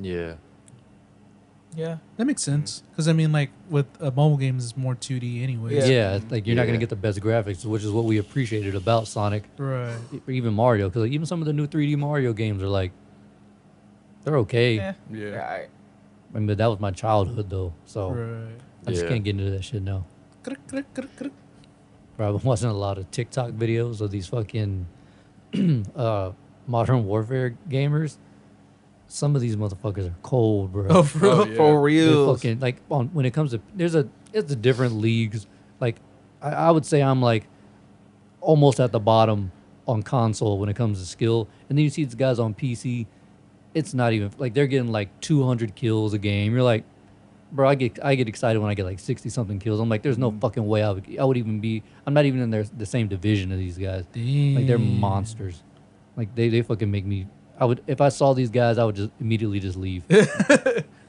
S5: Yeah.
S8: Yeah,
S2: That makes sense. Because, I mean, like, with uh, mobile games, it's more 2D anyway.
S1: Yeah,
S8: Yeah.
S1: it's like you're not gonna
S5: Yeah.
S1: get the best graphics, which is what we appreciated about Sonic.
S2: Right.
S1: or even Mario, because even some of the new 3D Mario games are like, they're okay.
S8: yeah,
S3: Yeah.
S8: I,
S1: I mean, but that was my childhood though, so
S2: Right.
S1: I just
S5: Yeah.
S1: can't get into that shit now.
S2: Kruk, kruk, kruk, kruk.
S1: Bro, I've been watching a lot of TikTok videos of these fucking uh, Modern Warfare gamers. Some of these motherfuckers are cold, bro.
S2: Oh, for
S3: Oh,
S2: real?
S3: yeah.
S8: for
S1: They're
S8: real.
S1: fucking like on when it comes to there's a it's a different leagues. Like I, I would say I'm like almost at the bottom on console when it comes to skill, and then you see these guys on PC. It's not even like they're getting like 200 kills a game. You're like, bro, I get I get excited when I get like 60 something kills. I'm like, there's no fucking way I would I would even be. I'm not even in their the same division of these guys. Like they're
S2: Damn.
S1: monsters. Like they they fucking make me. I would if I saw these guys, I would just immediately just leave.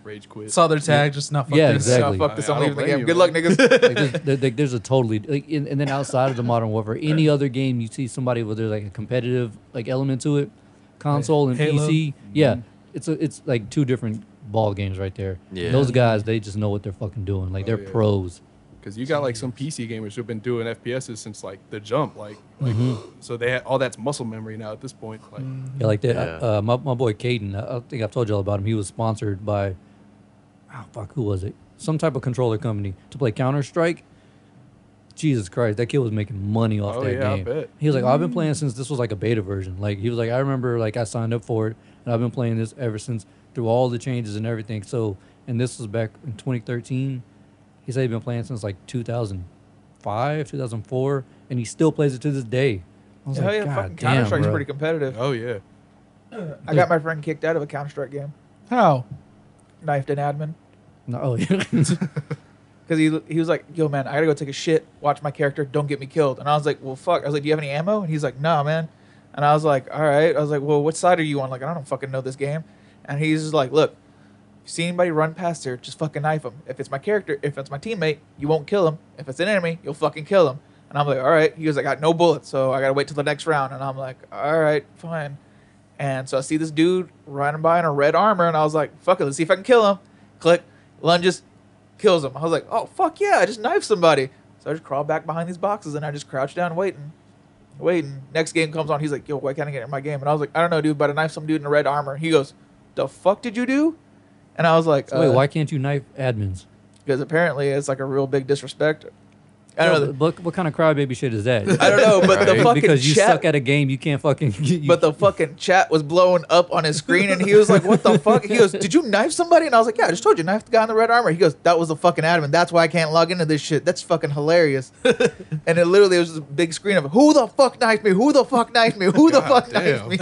S3: Rage quit.
S2: Saw their tag, just not fuck
S1: Yeah,
S2: this.
S1: exactly.
S8: Oh, fuck this!
S3: I- I
S8: I'm
S3: don't
S8: leaving the
S3: blame
S8: game.
S3: you,
S8: Good luck, niggas.
S1: like there's, there, like, there's a totally like, and, and then outside of the modern warfare any other game you see somebody where there's like a competitive like element to it console and
S2: Halo.
S1: pc yeah it's a, it's like two different ball games right there
S5: Yeah.
S1: those guys they just know what they're fucking doing like they're
S3: yeah.
S1: pros
S3: because you got like some PC gamers who've been doing FPSs since like the jump, like, like so they had all that's muscle memory now at this point. Like,
S1: Yeah, like that.
S5: Yeah.
S1: Uh, my, my boy Caden, I, I think I've told y'all about him. He was sponsored by, oh, fuck, who was it? Some type of controller company to play Counter Strike. Jesus Christ, that kid was making money off
S3: Oh,
S1: that
S3: yeah, I
S1: game.
S3: bet.
S1: He was like, "Oh, I've been playing since this was like a beta version. Like he was like, I remember like I signed up for it, and I've been playing this ever since through all the changes and everything. So, and this was back in 2013. He said he'd been playing since like 2005, 2004, and he still plays it to this day. I was
S8: Hell
S1: like,
S8: yeah,
S1: God
S8: fucking
S1: damn,
S8: Counter Strike's
S1: bro."
S8: pretty competitive.
S3: oh yeah,
S8: I got my friend kicked out of a Counter Strike game,
S2: How?
S8: knifed an admin,
S1: No, oh, yeah.
S8: because he he was like, "Yo, man, I gotta go take a shit. Watch my character. Don't get me killed." And I was like, "Well, fuck." I was like, "Do you have any ammo?" And he's like, "Nah, man." And I was like, "All right." I was like, "Well, what side are you on?" Like, I don't fucking know this game. And he's just like, "Look, if you see anybody run past here, just fucking knife them. If it's my character, if it's my teammate, you won't kill him. If it's an enemy, you'll fucking kill him." And I'm like, "All right." He was like, "I got no bullets, so I gotta wait till the next round." And I'm like, "All right, fine." And so I see this dude running by in a red armor, and I was like, "Fuck it, let's see if I can kill him." Click, lunges, kills him. I was like, "Oh fuck yeah, I just knifed somebody." So I just crawled back behind these boxes, and I just crouched down, waiting, waiting. Next game comes on, he's like, "Yo, why can't I get in my game?" And I was like, "I don't know, dude, but I knifed some dude in a red armor." He goes, "The fuck did you do?" And I was like,
S1: Wait,
S8: uh,
S1: why can't you knife admins?
S8: Because apparently it's like a real big disrespect. I don't know.
S1: What, what kind of crybaby shit is that?
S8: I don't know, but the
S5: Right.
S8: fucking
S1: because you
S8: chat-
S1: suck at a game, you can't fucking. You,
S8: but the fucking chat was blowing up on his screen, and he was like, "What the fuck?" He goes, "Did you knife somebody?" And I was like, "Yeah, I just told you, knife the guy in the red armor." He goes, "That was the fucking admin. That's why I can't log into this shit. That's fucking hilarious." and it literally was just a big screen of, "Who the fuck knifed me? Who the fuck knifed me? Who the fuck knifed
S3: damn.
S8: me?"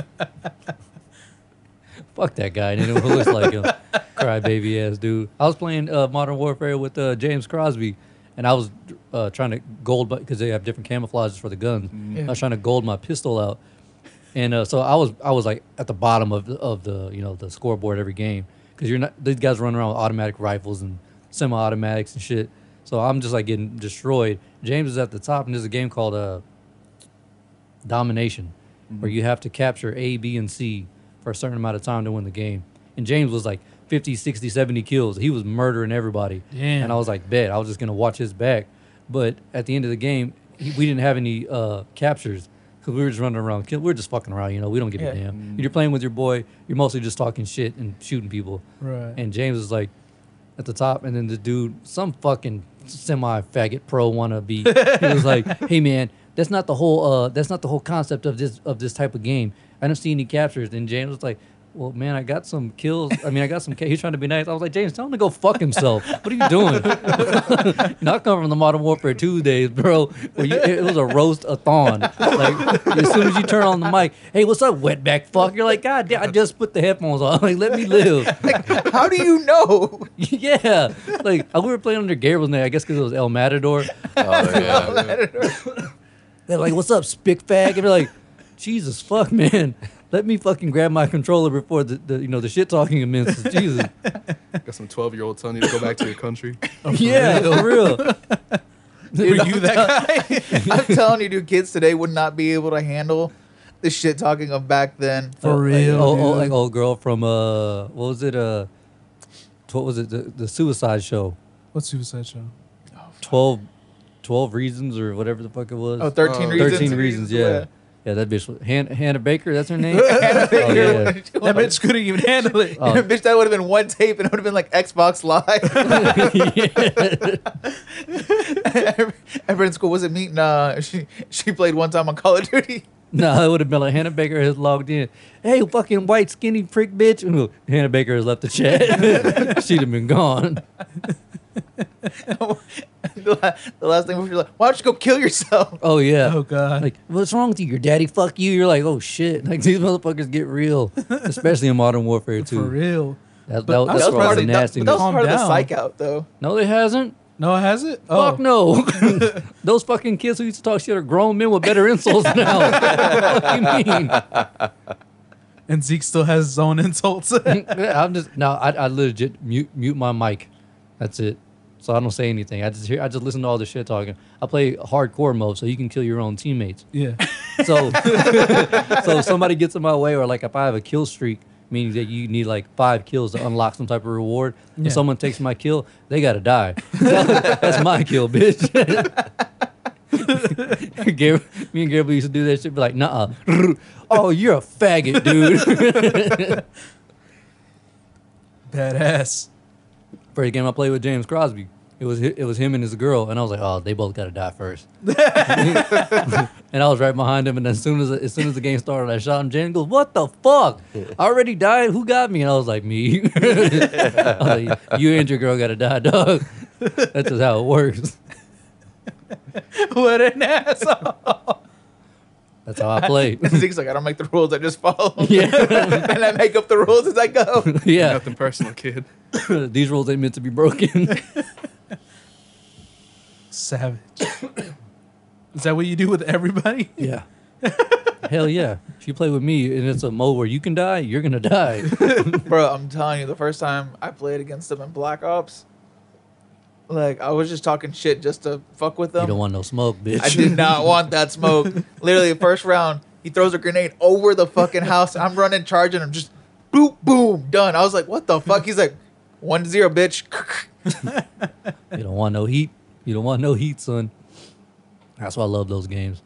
S1: fuck that guy, and anyone who looks like him, crybaby ass dude. I was playing uh, Modern Warfare with uh, James Crosby, and I was uh, trying to gold because they have different camouflages for the guns.
S8: Mm.
S1: I was trying to gold my pistol out, and uh, so I was I was like at the bottom of the, of the you know the scoreboard every game because you're not these guys run around with automatic rifles and semi-automatics and shit. So I'm just like getting destroyed. James is at the top, and there's a game called uh, domination, where you have to capture A, B, and C for a certain amount of time to win the game. And James was like 50, 60, 70 kills. He was murdering everybody.
S2: Damn.
S1: And I was like, bet. I was just going to watch his back. But at the end of the game, he, we didn't have any uh, captures because we were just running around. kill- We were just fucking around, you know. We don't give
S8: Yeah.
S1: a damn. You're playing with your boy. You're mostly just talking shit and shooting people.
S2: Right.
S1: And James was like at the top, and then the dude, some fucking semi faggot pro wannabe, he was like, "Hey man, that's not the whole uh, that's not the whole concept of this of this type of game. I don't see any captures." And James was like. Well, man, I got some kills. I mean, I got some. Ca-. He's trying to be nice. I was like, James, tell him to go fuck himself. What are you doing? Not come from the Modern Warfare 2 days, bro. Where you, it was a roast a thon. Like, as soon as you turn on the mic, hey, what's up, wetback fuck? You're like, God damn, I just put the headphones on. Like, let me live.
S8: How do you know?
S1: yeah, like I, we were playing under Gabriel's name, I guess, because it was El Matador.
S5: Oh, yeah.
S1: They're like, "What's up, spick fag?" And they're like, "Jesus fuck, man, let me fucking grab my controller before the, the you know the shit talking commences." Jesus,
S3: got some twelve year old telling you to go back to your country.
S1: yeah, for real.
S2: Were you that guy?
S8: I'm telling you, dude, kids today would not be able to handle the shit talking of back then.
S2: For
S1: Like,
S2: real.
S1: oh, oh,
S2: dude.
S1: like old girl from uh, what was it? Uh, tw- what was it? The, the Suicide Show.
S2: What's Suicide Show?
S1: 12, 12 reasons or whatever the fuck it was.
S8: Oh, 13
S3: Oh,
S8: reasons.
S1: 13 reasons. Yeah. yeah. that bitch. was- Han- Hannah Baker, that's her name?
S8: Hannah
S1: Oh,
S8: Baker.
S1: yeah.
S2: That bitch couldn't even handle it.
S1: Oh.
S8: Bitch, that would have been one tape and it would have been like Xbox Live. Ever in school, was it me? Nah, she, she played one time on Call of Duty.
S1: No, it would have been like Hannah Baker has logged in. Hey, fucking white skinny prick bitch. And look, Hannah Baker has left the chat. She'd have been gone.
S8: the, la- the last thing was like, why don't you go kill yourself?
S1: Oh yeah.
S2: Oh, God.
S1: Like, what's wrong with you? Your daddy fuck you. You're like, oh shit. Like these motherfuckers get real, especially in Modern Warfare
S2: For
S1: too.
S2: real.
S1: That,
S2: But
S1: that,
S2: that
S1: that's
S8: That was
S1: where all
S8: part
S1: the
S8: of the, that,
S1: nastiness.
S8: but that was
S2: Calm
S8: part of the
S2: down.
S8: psych out, though.
S1: no, they hasn't.
S2: No, has it? Oh.
S1: Fuck no. Those fucking kids who used to talk shit are grown men with better insults now. what the fuck you mean?
S2: And Zeke still has his own insults.
S1: I'm just no. I, I legit mute mute my mic. That's it. So I don't say anything. I just hear. I just listen to all the shit talking. I play hardcore mode, so you can kill your own teammates.
S2: yeah.
S1: So so if somebody gets in my way, or like if I have a kill streak meaning that you need like five kills to unlock some type of reward.
S2: Yeah.
S1: If someone takes my kill, they gotta die. That's my kill, bitch. Gab- me and Gabriel used to do that shit. Be like, nah. oh, you're a faggot, dude.
S2: Badass.
S1: First game I played with James Crosby. It was hi- it was him and his girl, and I was like, oh, they both gotta die first. and I was right behind him, and as soon as as soon as the game started, I shot him. James goes, "What the fuck? I already died. Who got me?" And I was like, "Me." I was like, you and your girl gotta die, dog. That's just how it works.
S8: what an asshole.
S1: That's how I play.
S8: Zeke's like, I don't make the rules, I just follow. them."
S1: Yeah.
S8: and I make up the rules as I go.
S1: yeah,
S3: Nothing personal, kid.
S1: these rules ain't meant to be broken.
S2: Savage. Is that what you do with everybody?
S1: Yeah. Hell yeah. If you play with me and it's a mode where you can die, you're gonna die.
S8: Bro, I'm telling you, the first time I played against them in Black Ops, like I was just talking shit just to fuck with them.
S1: you don't want no smoke, bitch.
S8: I did not want that smoke. Literally, the first round, he throws a grenade over the fucking house. I'm running, charging him, just boop, boom, done. I was like, what the fuck? He's like, one zero, bitch.
S1: You don't want no heat. You don't want no heat, son. That's why I love those games.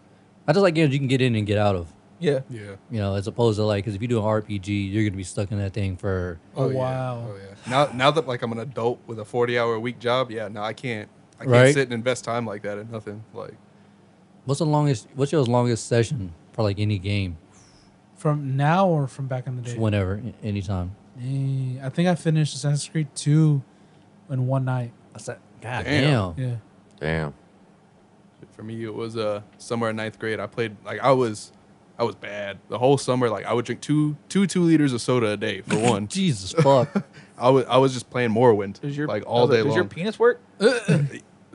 S1: I just like games you can get in and get out of.
S8: yeah.
S3: Yeah.
S1: You know, as opposed to like, because if you do an RPG, you're gonna be stuck in that thing for.
S2: Oh,
S3: yeah.
S2: wow.
S3: Oh yeah. Now now that like I'm an adult with a 40 hour a week job, yeah, no, I can't. I can't
S1: Right.
S3: sit and invest time like that in nothing. Like
S1: What's the longest? What's your longest session for like any game?
S2: From now or from back in the
S1: Just
S2: day?
S1: whenever, a- anytime.
S2: Eh, I think I finished Assassin's Creed 2 in one night.
S1: That's that. God
S3: Damn.
S1: damn.
S2: Yeah.
S5: Damn.
S3: for me, it was uh somewhere in ninth grade. I played like I was, I was bad the whole summer. Like I would drink two two two liters of soda a day for one.
S1: Jesus fuck.
S3: I was I was just playing Morrowind
S8: Does your,
S3: like
S8: I
S3: all
S8: was like,
S3: day
S8: Does your
S3: long.
S8: penis work?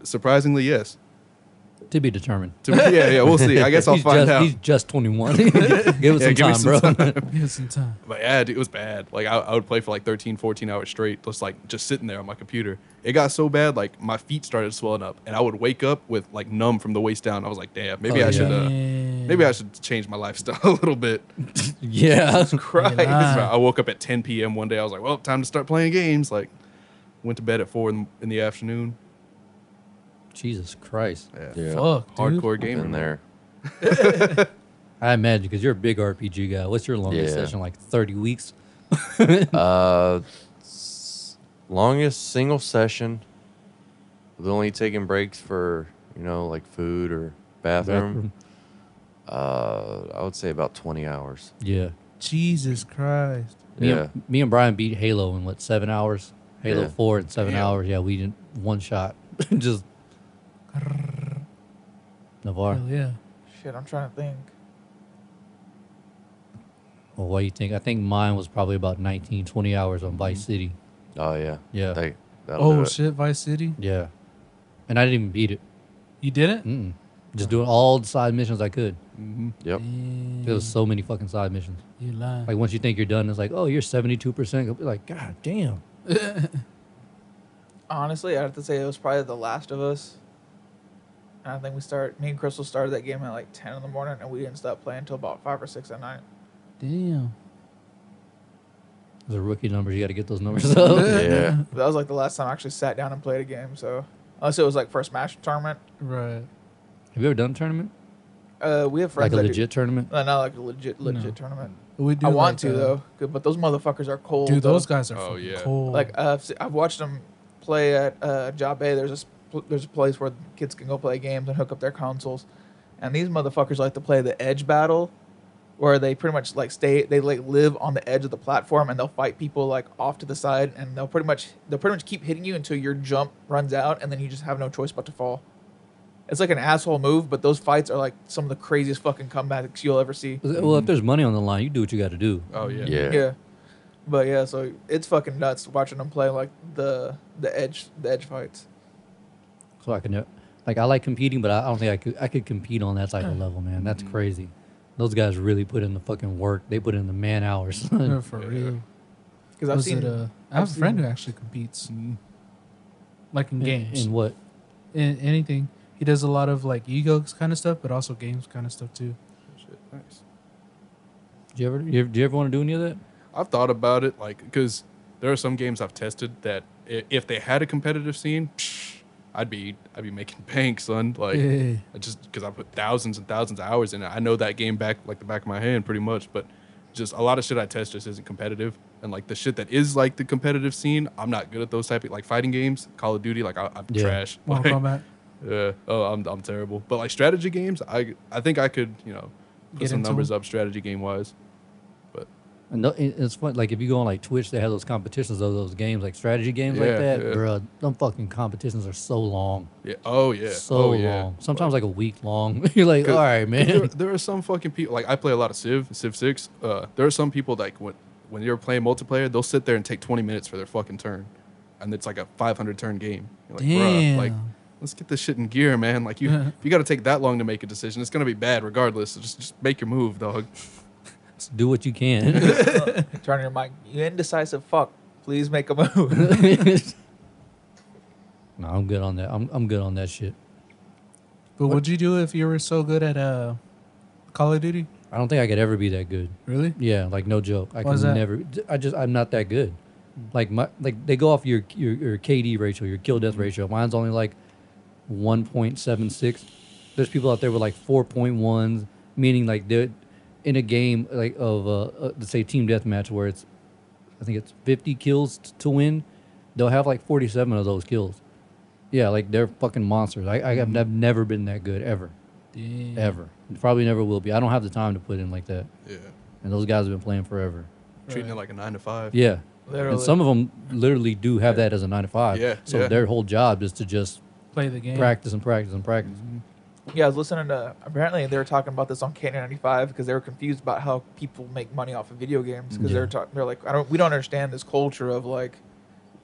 S3: Surprisingly, yes.
S1: to be determined.
S3: To me, yeah, yeah, we'll see. I guess I'll
S1: he's
S3: find
S1: just,
S3: out.
S1: He's just 21. give us
S3: Yeah,
S1: some
S3: give me
S1: time,
S3: some
S1: bro.
S2: Give it some time.
S3: But yeah, dude, it was bad. Like I, I would play for like 13, 14 hours straight, just like just sitting there on my computer. It got so bad, like my feet started swelling up, and I would wake up with like numb from the waist down. I was like, damn, maybe
S1: Oh,
S3: I
S1: yeah.
S3: should, uh, maybe
S2: I,
S3: I should change my lifestyle a little bit.
S1: yeah.
S3: Christ.
S2: Ah.
S3: I woke up at 10 p.m. one day. I was like, well, time to start playing games. Like, went to bed at four in, in the afternoon.
S1: Jesus Christ.
S3: Yeah,
S5: Yeah.
S2: Fuck, dude.
S3: hardcore gamer
S5: Been
S3: man.
S5: there.
S1: I imagine because you're a big RPG guy. What's your longest
S5: Yeah.
S1: session? Like 30 weeks?
S5: Uh, s- longest single session with only taking breaks for you know like food or bathroom. Uh, I would say about twenty hours.
S1: Yeah.
S2: Jesus Christ.
S1: Me,
S5: yeah,
S1: and, me and Brian beat Halo in what, seven hours? Halo
S5: Yeah.
S1: 4 in seven
S3: Damn.
S1: hours. Yeah, we didn't one shot. Just. Navarre.
S2: Hell yeah.
S8: Shit, I'm trying to think.
S1: Well, what do you think? I think mine was probably about 19, 20 hours on Vice City.
S5: oh yeah,
S1: Yeah.
S5: They, that'll do
S2: Oh,
S5: it.
S2: shit. Vice City?
S1: Yeah. And I didn't even beat it.
S2: You did it?
S3: Mm.
S1: Mm-mm. Just doing all the side missions I could.
S5: Yep.
S1: There was so many fucking side missions.
S2: You lying.
S1: Like once you think you're done, it's like, oh, you're 72%. Like, god damn.
S8: Honestly, I have to say it was probably The Last of Us. And I think we start. Me and Crystal started that game at like 10 in the morning, and we didn't stop playing until about five or six at night.
S2: Damn.
S1: The rookie numbers, you got to get those numbers up.
S5: Yeah.
S8: But that was like the last time I actually sat down and played a game. So unless it was like for a Smash tournament,
S2: Right.
S1: Have you ever done a tournament?
S8: uh, we have
S1: Like
S8: friends
S1: a
S8: that do-
S1: legit tournament?
S8: No, not like a legit legit
S2: No.
S8: tournament.
S2: We do
S8: I want
S2: like,
S8: to
S2: uh,
S8: though, good- but those motherfuckers are cold.
S2: Dude,
S8: though.
S2: those guys are
S3: Oh,
S2: fucking
S3: yeah.
S2: cold.
S8: Like uh, I've, se- I've watched them play at uh, Job A. There's a sp- there's a place where kids can go play games and hook up their consoles, and these motherfuckers like to play the edge battle, where they pretty much like stay they like live on the edge of the platform and they'll fight people like off to the side and they'll pretty much they'll pretty much keep hitting you until your jump runs out and then you just have no choice but to fall. It's like an asshole move, but those fights are like some of the craziest fucking comebacks you'll ever see.
S1: Well, if there's money on the line, you do what you got to do.
S3: Oh yeah.
S5: Yeah.
S8: Yeah. But yeah, so it's fucking nuts watching them play like the the edge the edge fights.
S1: So I can, uh, like, I like competing, but I I don't think I could, I could compete on that type of level, man. That's crazy. Those guys really put in the fucking work. They put in the man hours.
S2: No, for real.
S8: Because I've
S2: Was
S8: seen
S2: it, uh, I have
S8: I've
S2: a friend
S8: seen-
S2: who actually competes, like in
S1: In-
S2: games,
S1: In what?
S2: in anything. He does a lot of like ego kind of stuff, but also games kind of stuff too.
S3: Shit, nice.
S1: Do you ever, you ever, do you ever want to do any of that?
S3: I've thought about it, like, because there are some games I've tested that i- if they had a competitive scene, psh, I'd be I'd be making bank, son. Like,
S2: Yeah.
S3: I just because I put thousands and thousands of hours in it, I know that game back like the back of my hand, pretty much. But just a lot of shit I test just isn't competitive, and like the shit that is like the competitive scene, I'm not good at those type of like fighting games, Call of Duty, like I, I'm
S1: Yeah.
S3: trash.
S2: Mortal
S3: Like,
S2: Kombat.
S3: yeah. Oh, I'm I'm terrible. But like strategy games, I I think I could you know put
S2: Get
S3: some
S2: into
S3: numbers up strategy game wise.
S1: And tho- it- it's fun. Like if you go on like Twitch, they have those competitions of those games, like strategy games
S3: Yeah,
S1: like that.
S3: yeah.
S1: Bruh, them fucking competitions are so long,
S3: Yeah. Oh yeah.
S1: so
S3: oh, yeah.
S1: long. Sometimes like a week long. You're like, all right,
S3: There,
S1: man.
S3: there are some fucking people like I play a lot of Civ, Civ Six. Uh, there are some people like when when you're playing multiplayer, they'll sit there and take 20 minutes for their fucking turn, and it's like a 500 turn game. You're like, bruh, like
S2: Damn.
S3: let's get this shit in gear, man. Like you, if you got to take that long to make a decision, it's gonna be bad regardless. So just just make your move, dog.
S1: Do what you can.
S8: Turn on your mic. You indecisive fuck. Please make a move.
S1: no, I'm good on that. I'm I'm good on that shit.
S2: But what'd you do if you were so good at uh, Call of Duty?
S1: I don't think I could ever be that good.
S2: Really?
S1: Yeah, like no joke. I
S2: Why's
S1: can
S2: that?
S1: never. I just I'm not that good. Like my like they go off your your, your KD ratio, your kill
S2: Mm-hmm.
S1: death ratio. Mine's only like 1.76. There's people out there with like 4.1s, meaning like they're in a game like of uh, uh let's say team deathmatch where it's I think it's 50 kills t- to win. They'll have like 47 of those kills. Yeah, like they're fucking monsters. I, I
S2: Mm-hmm.
S1: have I've never been that good ever, ever. Probably never will be. I don't have the time to put in like that
S3: Yeah,
S1: and those guys have been playing forever.
S3: treating it like a nine to five.
S1: Yeah, and
S8: Literally.
S1: some of them literally do have that as a nine to five.
S3: Yeah,
S1: so
S3: yeah.
S1: their whole job is to just
S2: Play the game.
S1: practice and practice and practice.
S8: yeah, I was listening to. Apparently, they were talking about this on K95 because they were confused about how people make money off of video games because
S1: Yeah.
S8: they're talking. They're like, I don't. We don't understand this culture of like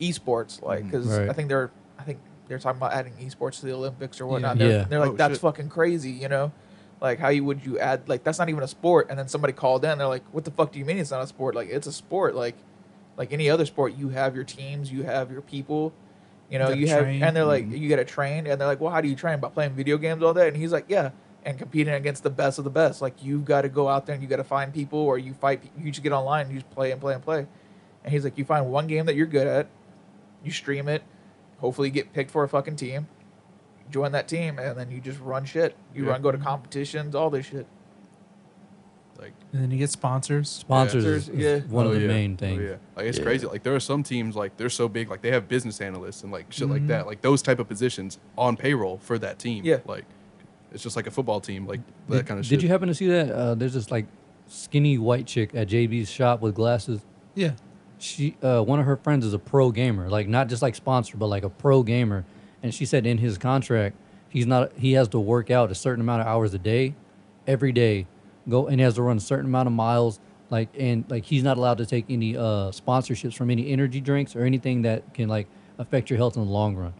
S8: esports, like because
S1: Right.
S8: I think they're. I think they're talking about adding esports to the Olympics or whatnot.
S1: Yeah.
S8: They're,
S1: Yeah.
S8: they're like,
S3: Oh,
S8: that's
S3: shit.
S8: fucking crazy, you know. Like how you would you add like that's not even a sport, and then somebody called in. They're like, "What the fuck do you mean it's not a sport? Like it's a sport. Like, like any other sport, you have your teams, you have your people, you know,
S2: gotta
S8: you have."
S2: train.
S8: And they're like, "You got to train," and they're like, "Well, how do you train by playing video games all day?" And he's like, "Yeah, and competing against the best of the best. Like you've got to go out there and you got to find people, or you fight. pe- You just get online, and you just play and play and play." And he's like, "You find one game that you're good at, you stream it, hopefully you get picked for a fucking team." Join that team, and then you just run shit. You
S3: Yeah.
S8: run, go to competitions, all this shit.
S3: Like
S2: And then you get sponsors.
S1: Sponsors is,
S8: Sponsors,
S1: is
S8: yeah.
S1: one
S3: Oh,
S1: of the
S3: yeah.
S1: main
S3: Oh,
S1: things.
S3: yeah, like it's crazy. Like there are some teams like they're so big, like they have business analysts and like shit like
S1: Mm-hmm.
S3: that, like those type of positions on payroll for that team.
S8: Yeah.
S3: like it's just like a football team, like that
S1: Did,
S3: kind of shit.
S1: did you happen to see that? Uh, there's this like skinny white chick at JB's shop with glasses.
S2: Yeah.
S1: She, uh, one of her friends is a pro gamer, like not just like sponsor, but like a pro gamer. And she said in his contract, he's not he has to work out a certain amount of hours a day, every day, go and he has to run a certain amount of miles. Like and like he's not allowed to take any uh, sponsorships from any energy drinks or anything that can like affect your health in the long run.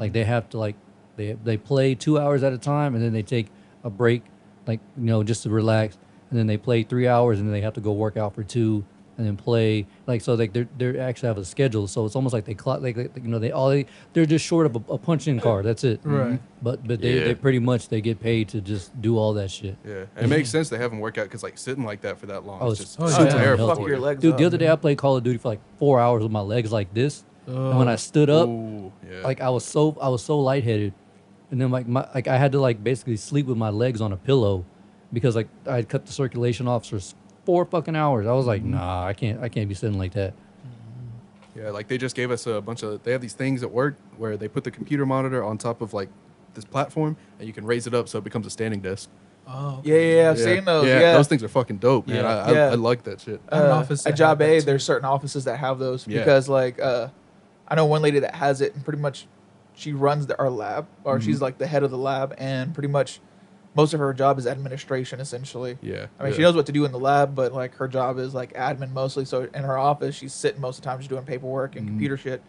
S1: Like they have to like they they play two hours at a time and then they take a break, like you know just to relax. And then they play three hours and then they have to go work out for two and then play like so like they're they actually have a schedule so it's almost like they clock like, like, you know they all they, they're just short of a, a punching card that's it
S2: Right.
S1: but but they,
S5: Yeah.
S1: they pretty much they get paid to just do all that shit
S3: yeah, and it makes sense they have them work out because like sitting like that for that long,
S1: Oh,
S3: is
S1: it's-
S3: just
S1: oh,
S3: so
S2: yeah.
S3: terrible.
S1: Fuck
S3: for
S8: your
S3: you.
S8: legs
S1: dude
S8: up,
S1: the other day
S8: man.
S1: i played call of duty for like four hours with my legs like this and
S2: Oh.
S1: when i stood up
S3: Ooh, yeah.
S1: like I was so I was so lightheaded, and then like my like I had to like basically sleep with my legs on a pillow, because like I had cut the circulation off for s- four fucking hours. I was like,
S2: Mm-hmm.
S1: nah, I can't I can't be sitting like that.
S3: Yeah, like they just gave us a bunch of. They have these things at work where they put the computer monitor on top of like this platform, and you can raise it up so it becomes a standing desk.
S2: Oh.
S8: Yeah, yeah, yeah. I've seen those. Yeah,
S3: those things are fucking dope, man. I, I,
S8: Yeah.
S3: I like that shit.
S2: I have an
S8: uh,
S2: office
S8: at
S2: that
S8: job
S2: had that
S8: A,
S2: too.
S8: there's certain offices that have those
S3: Yeah.
S8: because like uh, I know one lady that has it and pretty much she runs the, our lab or
S3: Mm-hmm.
S8: she's like the head of the lab and pretty much most of her job is administration essentially.
S3: Yeah,
S8: I mean, she
S3: yeah.
S8: knows what to do in the lab, but like her job is like admin mostly. So in her office, she's sitting most of the time just doing paperwork
S3: Mm-hmm.
S8: and computer shit.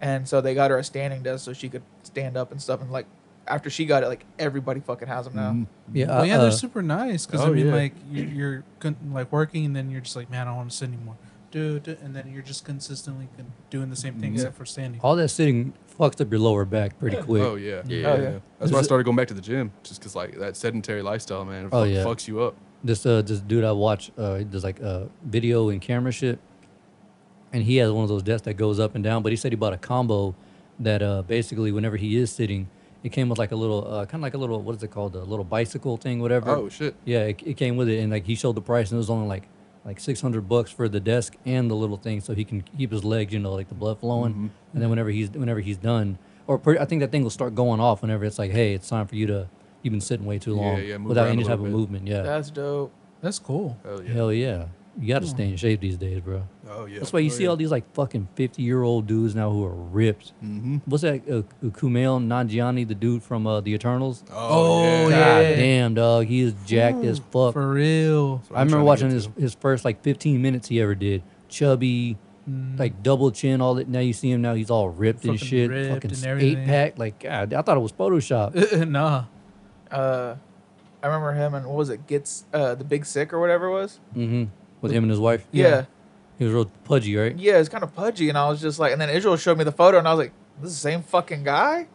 S8: And so they got her a standing desk so she could stand up and stuff. And like after she got it, like everybody fucking has them now.
S3: Mm-hmm.
S1: Yeah,
S2: Well,
S1: I-
S2: yeah, they're
S1: uh,
S2: super nice because I
S3: oh,
S2: mean,
S3: yeah.
S2: like you're, you're con- like working, and then you're just like, man, I don't want to sit anymore, dude, dude," And then you're just consistently con- doing the same thing except for standing.
S1: Mm. all that sitting fucks up your lower back pretty quick.
S3: Oh yeah,
S5: Yeah.
S8: yeah.
S3: That's why I started going back to the gym, just because like that sedentary lifestyle, man, it
S1: Oh,
S3: fuck-
S1: yeah.
S3: fucks you up.
S1: This uh this dude I watch uh he does like uh video and camera shit. and he has one of those desks that goes up and down. But he said he bought a combo that uh, basically whenever he is sitting, it came with like a little, uh, kind of like a little, what is it called, a little bicycle thing, whatever.
S3: Oh shit.
S1: Yeah, it, it came with it, and like he showed the price, and it was only like like six hundred bucks for the desk and the little thing, so he can keep his legs, you know, like the blood flowing,
S3: Mm-hmm.
S1: and then whenever he's whenever he's done, or pre- I think that thing will start going off whenever it's like, hey, it's time for you to. You've been sitting way too
S3: Yeah,
S1: long
S3: yeah, move
S1: without
S3: around
S1: any
S3: a
S1: type
S3: little
S1: of
S3: bit.
S1: movement. Yeah,
S8: That's dope.
S2: That's cool.
S3: Hell yeah.
S1: Hell yeah. You got to stay in shape these days, bro.
S3: Oh yeah.
S1: That's why you
S3: Oh,
S1: see
S3: yeah.
S1: all these like fucking 50 year old dudes now who are ripped. Mm-hmm. What's that? Uh, uh, Kumail Nanjiani, the dude from uh, The Eternals?
S3: Oh,
S2: Oh,
S3: yeah.
S1: God
S2: yeah.
S1: damn, dog. He is jacked as fuck.
S2: For real.
S3: That's what
S1: I
S3: I'm
S1: remember
S3: trying to
S1: watching
S3: get
S1: his,
S3: to.
S1: his first like 15 minutes he ever did. Chubby, like double chin, all that. Now you see him now, he's all ripped and
S2: Fucking
S1: shit.
S2: ripped
S1: fucking
S2: and everything.
S1: eight pack. Like, God, I thought it was Photoshop.
S2: nah.
S8: Uh, I remember him and what was it? Gets uh the Big Sick or whatever it was.
S1: hmm With him and his wife.
S8: Yeah,
S1: He was real pudgy, right?
S8: yeah, it's kind of pudgy, and I was just like, and then Israel showed me the photo, and I was like, this is the same fucking guy.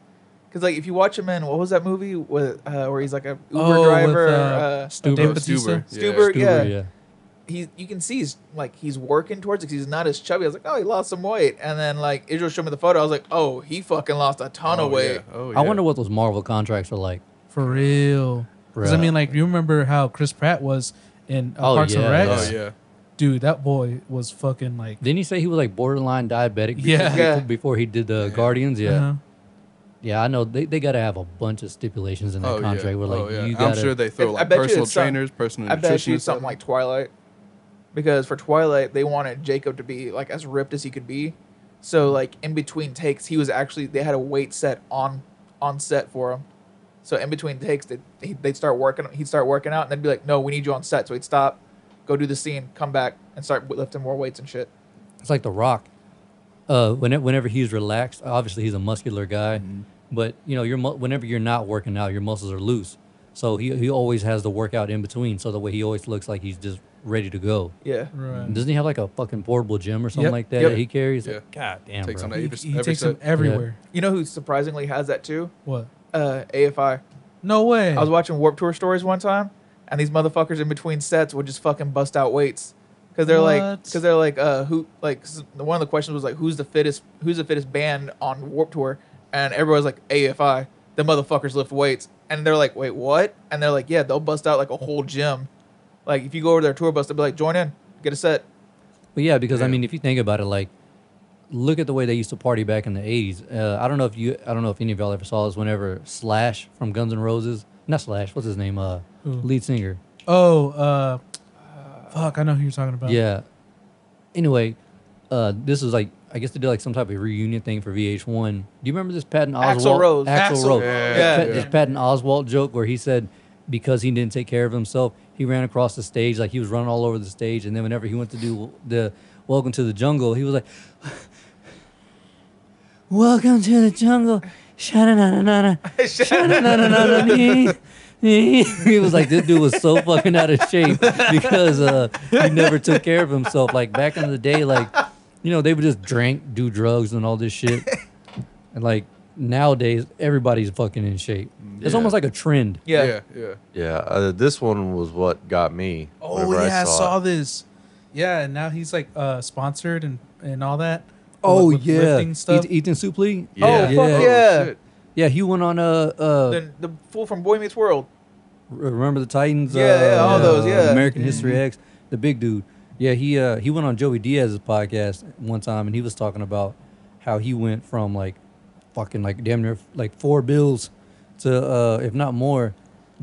S8: Because like if you watch him in what was that movie with uh, where he's like a Uber
S2: Oh, with,
S8: driver,
S2: uh,
S8: uh,
S1: Stuber.
S2: Dave
S3: Oh,
S2: Bautista?
S3: Stuber.
S8: Stuber, yeah.
S1: Stuber, yeah.
S8: he you can see he's like he's working towards it 'cause he's not as chubby. I was like, oh, he lost some weight, and then like Israel showed me the photo. I was like, oh, he fucking lost a ton
S3: Oh,
S8: of weight.
S3: yeah. Oh, yeah.
S1: I wonder what those Marvel contracts are like.
S2: For real. Because I
S1: Bruh.
S2: mean, like, you remember how Chris Pratt was in uh,
S1: Oh,
S2: Parks
S1: yeah.
S2: and Rec?
S3: Oh yeah.
S2: Dude, that boy was fucking like.
S1: Didn't he say he was like borderline diabetic? before-
S2: Yeah.
S8: Yeah.
S1: Before he did the Guardians, yeah,
S2: uh-huh.
S1: yeah. I know they, they got to have a bunch of stipulations in that
S3: Oh yeah.
S1: contract. Where like
S3: oh, yeah.
S1: you got
S3: I'm sure they
S8: I
S3: throw like
S8: bet you
S3: personal
S8: it's some-
S3: trainers, personal
S8: I bet you
S3: nutritionists
S8: it's something
S3: at
S8: like Twilight, because for Twilight they wanted Jacob to be like as ripped as he could be, so like in between takes he was actually they had a weight set on on set for him, so in between takes they he- they'd start working he'd start working out and they'd be like, no, we need you on set, so he'd stop, go do the scene, come back and start lifting more weights and shit.
S1: it's like The Rock. Uh, whenever, whenever he's relaxed, obviously he's a muscular guy,
S3: Mm-hmm.
S1: but you know, your mu- whenever you're not working out, your muscles are loose. So he he always has the workout in between, so the way he always looks like he's just ready to go.
S8: Yeah.
S2: Right.
S1: Doesn't he have like a fucking portable gym or something
S2: Yep.
S1: like that
S8: Yep.
S1: that he carries?
S3: Yeah.
S1: God damn,
S3: Takes
S1: bro.
S3: on
S2: He,
S3: Every-
S2: he
S3: every
S2: takes him
S3: set.
S2: everywhere.
S8: You know who surprisingly has that too?
S2: What?
S8: Uh, AFI.
S2: No way.
S8: I was watching Warp Tour stories one time, and these motherfuckers in between sets would just fucking bust out weights because they're like,
S2: What?
S8: because they're like, uh, who like 'cause one of the questions was like, who's the fittest, who's the fittest band on Warp Tour, and everyone's like AFI. The motherfuckers lift weights, and they're like, wait, what? And they're like, yeah, they'll bust out like a whole gym. Like if you go over their tour bus, they'll be like, join in, get a set.
S1: But yeah, because I
S3: Yeah.
S1: mean, if you think about it, like, look at the way they used to party back in the '80s. Uh, I don't know if you, I don't know if any of y'all ever saw this. Whenever Slash from Guns N' Roses, not Slash, what's his name? Uh, lead singer.
S2: oh, uh, fuck. I know who you're talking about.
S1: Yeah. Anyway, uh, this was like, I guess they did like some type of reunion thing for VH1. Do you remember this Patton Oswalt?
S8: Axl Rose.
S1: Axl
S2: Axl
S1: Rose.
S3: Rose.
S1: This
S8: Yeah.
S1: Pat- This Patton Oswalt joke where he said because he didn't take care of himself, he ran across the stage like he was running all over the stage, and then whenever he went to do the Welcome to the Jungle, he was like. Welcome to the jungle. Sha-na-na-na-na. Sha-na-na-na-na. He was like, this dude was so fucking out of shape because uh, he never took care of himself. Like back in the day, like, you know, they would just drink, do drugs, and all this shit. And like nowadays, everybody's fucking in shape. It's
S3: Yeah.
S1: almost like a trend.
S8: Yeah.
S3: Yeah. Yeah.
S5: Yeah, uh, this one was what got me.
S2: Oh,
S5: whenever
S2: yeah. I saw,
S5: it.
S2: this. Yeah. And now he's like uh, sponsored and, and all that.
S1: With-
S2: With-
S1: with
S2: with Lifting stuff.
S1: Eth- Ethan Suplee.
S5: Yeah.
S8: Oh fuck yeah!
S1: Yeah. Yeah, he went on uh, uh
S8: The, the fool from Boy Meets World.
S1: Remember the Titans? uh,
S8: Yeah, yeah, all those, yeah.
S1: American History X, the big dude. Yeah, he uh, he went on Joey Diaz's podcast one time, and he was talking about how he went from like fucking like damn near like four bills to uh, if not more,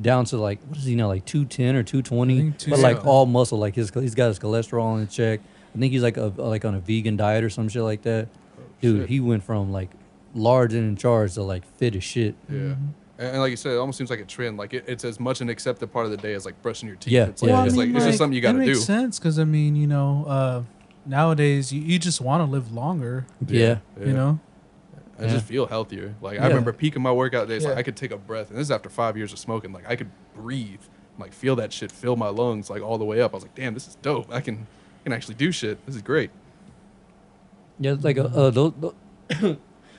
S1: down to like what is he now like two ten or two twenty,
S2: think
S1: but like
S2: 210.
S1: all muscle. Like his he's got his cholesterol in check. I think he's like a like on a vegan diet or some shit like that. Dude,
S3: shit.
S1: he went from like large and in charge to like fit as shit.
S3: Yeah. And, and like you said, it almost seems like a trend. Like it, it's as much an accepted part of the day as like brushing your teeth.
S1: Yeah,
S3: It's like,
S1: yeah,
S3: it's,
S1: yeah.
S3: like it's just something you got to
S2: It
S3: do.
S2: makes sense because I mean, you know, uh, nowadays you, you just want to live longer.
S1: yeah.
S3: Yeah.
S2: You know,
S3: I just feel healthier. Like I
S1: Yeah.
S3: remember peaking my workout days, like
S8: Yeah.
S3: I could take a breath, and this is after five years of smoking. Like I could breathe, like feel that shit fill my lungs like all the way up. I was like, damn, this is dope. I can, I can actually do shit. This is great.
S1: Yeah, it's like uh, uh, those tho-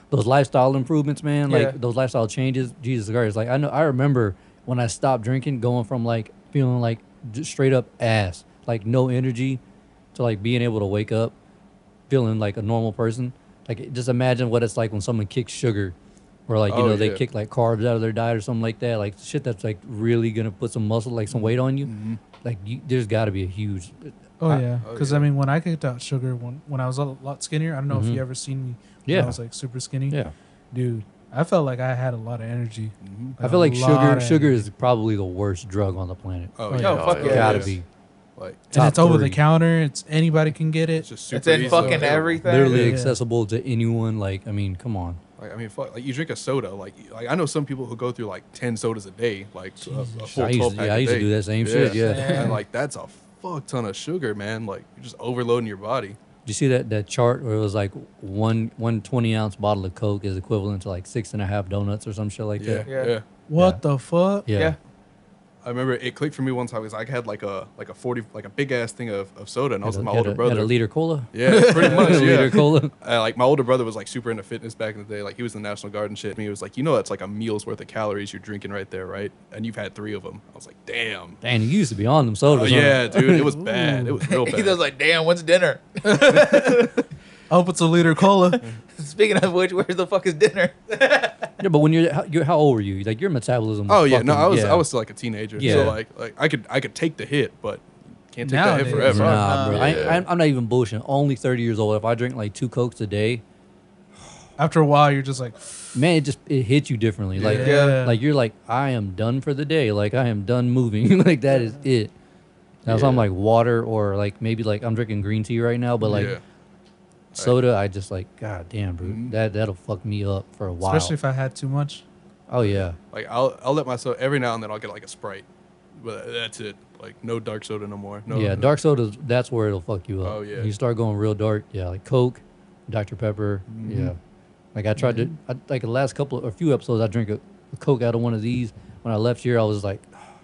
S1: those lifestyle improvements, man. Like
S8: Yeah.
S1: those lifestyle changes. Jesus Christ! Like I know, I remember when I stopped drinking, going from like feeling like just straight up ass, like no energy, to like being able to wake up feeling like a normal person. Like just imagine what it's like when someone kicks sugar, or like you
S3: Oh,
S1: know they
S3: yeah.
S1: kick like carbs out of their diet or something like that. Like shit that's like really gonna put some muscle like some weight on you. Like you, there's got to be a huge.
S2: Oh yeah,
S3: oh,
S2: because
S3: yeah.
S2: I mean, when I kicked out sugar, when when I was a lot skinnier, I don't know if you ever seen me. when
S1: Yeah.
S2: I was like super skinny. dude, I felt like I had a lot of energy.
S1: Mm-hmm. I feel like
S2: a lot
S1: sugar
S2: of
S1: sugar
S2: energy.
S1: is probably the worst drug on the planet.
S3: Oh,
S2: Oh,
S3: yeah.
S2: yeah.
S8: Oh, fuck yeah.
S1: gotta
S3: Yes.
S1: be.
S3: Like,
S2: and
S1: top
S2: it's over the
S1: three.
S2: counter. It's anybody can get it.
S3: it's just super
S8: It's in
S3: easy.
S8: fucking
S3: Like,
S8: everything.
S1: Literally
S2: Yeah.
S1: accessible to anyone. Like I mean, come on.
S3: Like, I mean, fuck. Like, you drink a soda. Like, you- like I know some people who go through like ten sodas a day, like a- a, full
S1: I used to-
S3: 12 pack
S1: yeah, I
S3: a
S1: used to
S3: day.
S1: do that same shit, yeah.
S3: and like that's a fuck ton of sugar, man. Like you're just overloading your body.
S1: Did you see that that chart where it was like one one twenty ounce bottle of Coke is equivalent to like six and a half donuts or some shit like
S3: Yeah,
S1: that?
S3: yeah.
S8: Yeah.
S2: What the fuck?
S1: Yeah.
S8: Yeah.
S3: I remember it clicked for me one time because I had like a like a forty like a big ass thing of, of soda, and I was
S1: Had
S3: with
S1: a,
S3: my
S1: had
S3: older
S1: a,
S3: brother.
S1: Had a liter cola.
S3: Yeah, pretty much.
S1: Had a
S3: yeah.
S1: liter cola.
S3: Uh, like my older brother was like super into fitness back in the day. Like he was in the National Guard and shit. And he was like, you know, that's like a meal's worth of calories you're drinking right there, right? And you've had three of them. I was like, damn.
S1: Damn, you used to be on them sodas.
S3: Oh,
S1: huh?
S3: yeah, dude, it was bad. It was real bad.
S8: He was like, damn, what's dinner?
S2: I hope it's a liter cola.
S8: Speaking of which, where the fuck is dinner?
S1: Yeah, but when you're how, you're how old were you? Like your metabolism. Was
S3: oh yeah, no,
S1: fucking-
S3: I was
S1: yeah.
S3: I was still like a teenager.
S1: Yeah.
S3: So like like I could I could take the hit, but can't take that
S2: Nowadays,
S3: hit forever.
S1: Nah,
S8: Uh,
S1: bro. I, I'm- I'm not even bullshitting. Only 30 years old. If I drink like two cokes a day,
S2: After a while, you're just like,
S1: man, it just it hits you differently. Like
S2: Yeah.
S1: like you're like I am done for the day. Like I am done moving. like that is it. Now so I'm like water or like maybe like I'm drinking green tea right now, but like
S3: yeah.
S1: soda, I just like god damn, bro. That that'll fuck me up for a while.
S2: Mm-hmm. especially if I had too much.
S1: oh yeah.
S3: Like I'll I'll let myself every now and then I'll get like a sprite, but that's it. Like no dark soda no more. No.
S1: yeah, dark sodas. That's where it'll fuck you up.
S3: Oh, yeah.
S1: When you start going real dark. Yeah, like Coke, Dr Pepper.
S3: Mm-hmm.
S1: Yeah, like I tried to I, like the last couple or few episodes. I drink a, a Coke out of one of these. When I left here, I was like,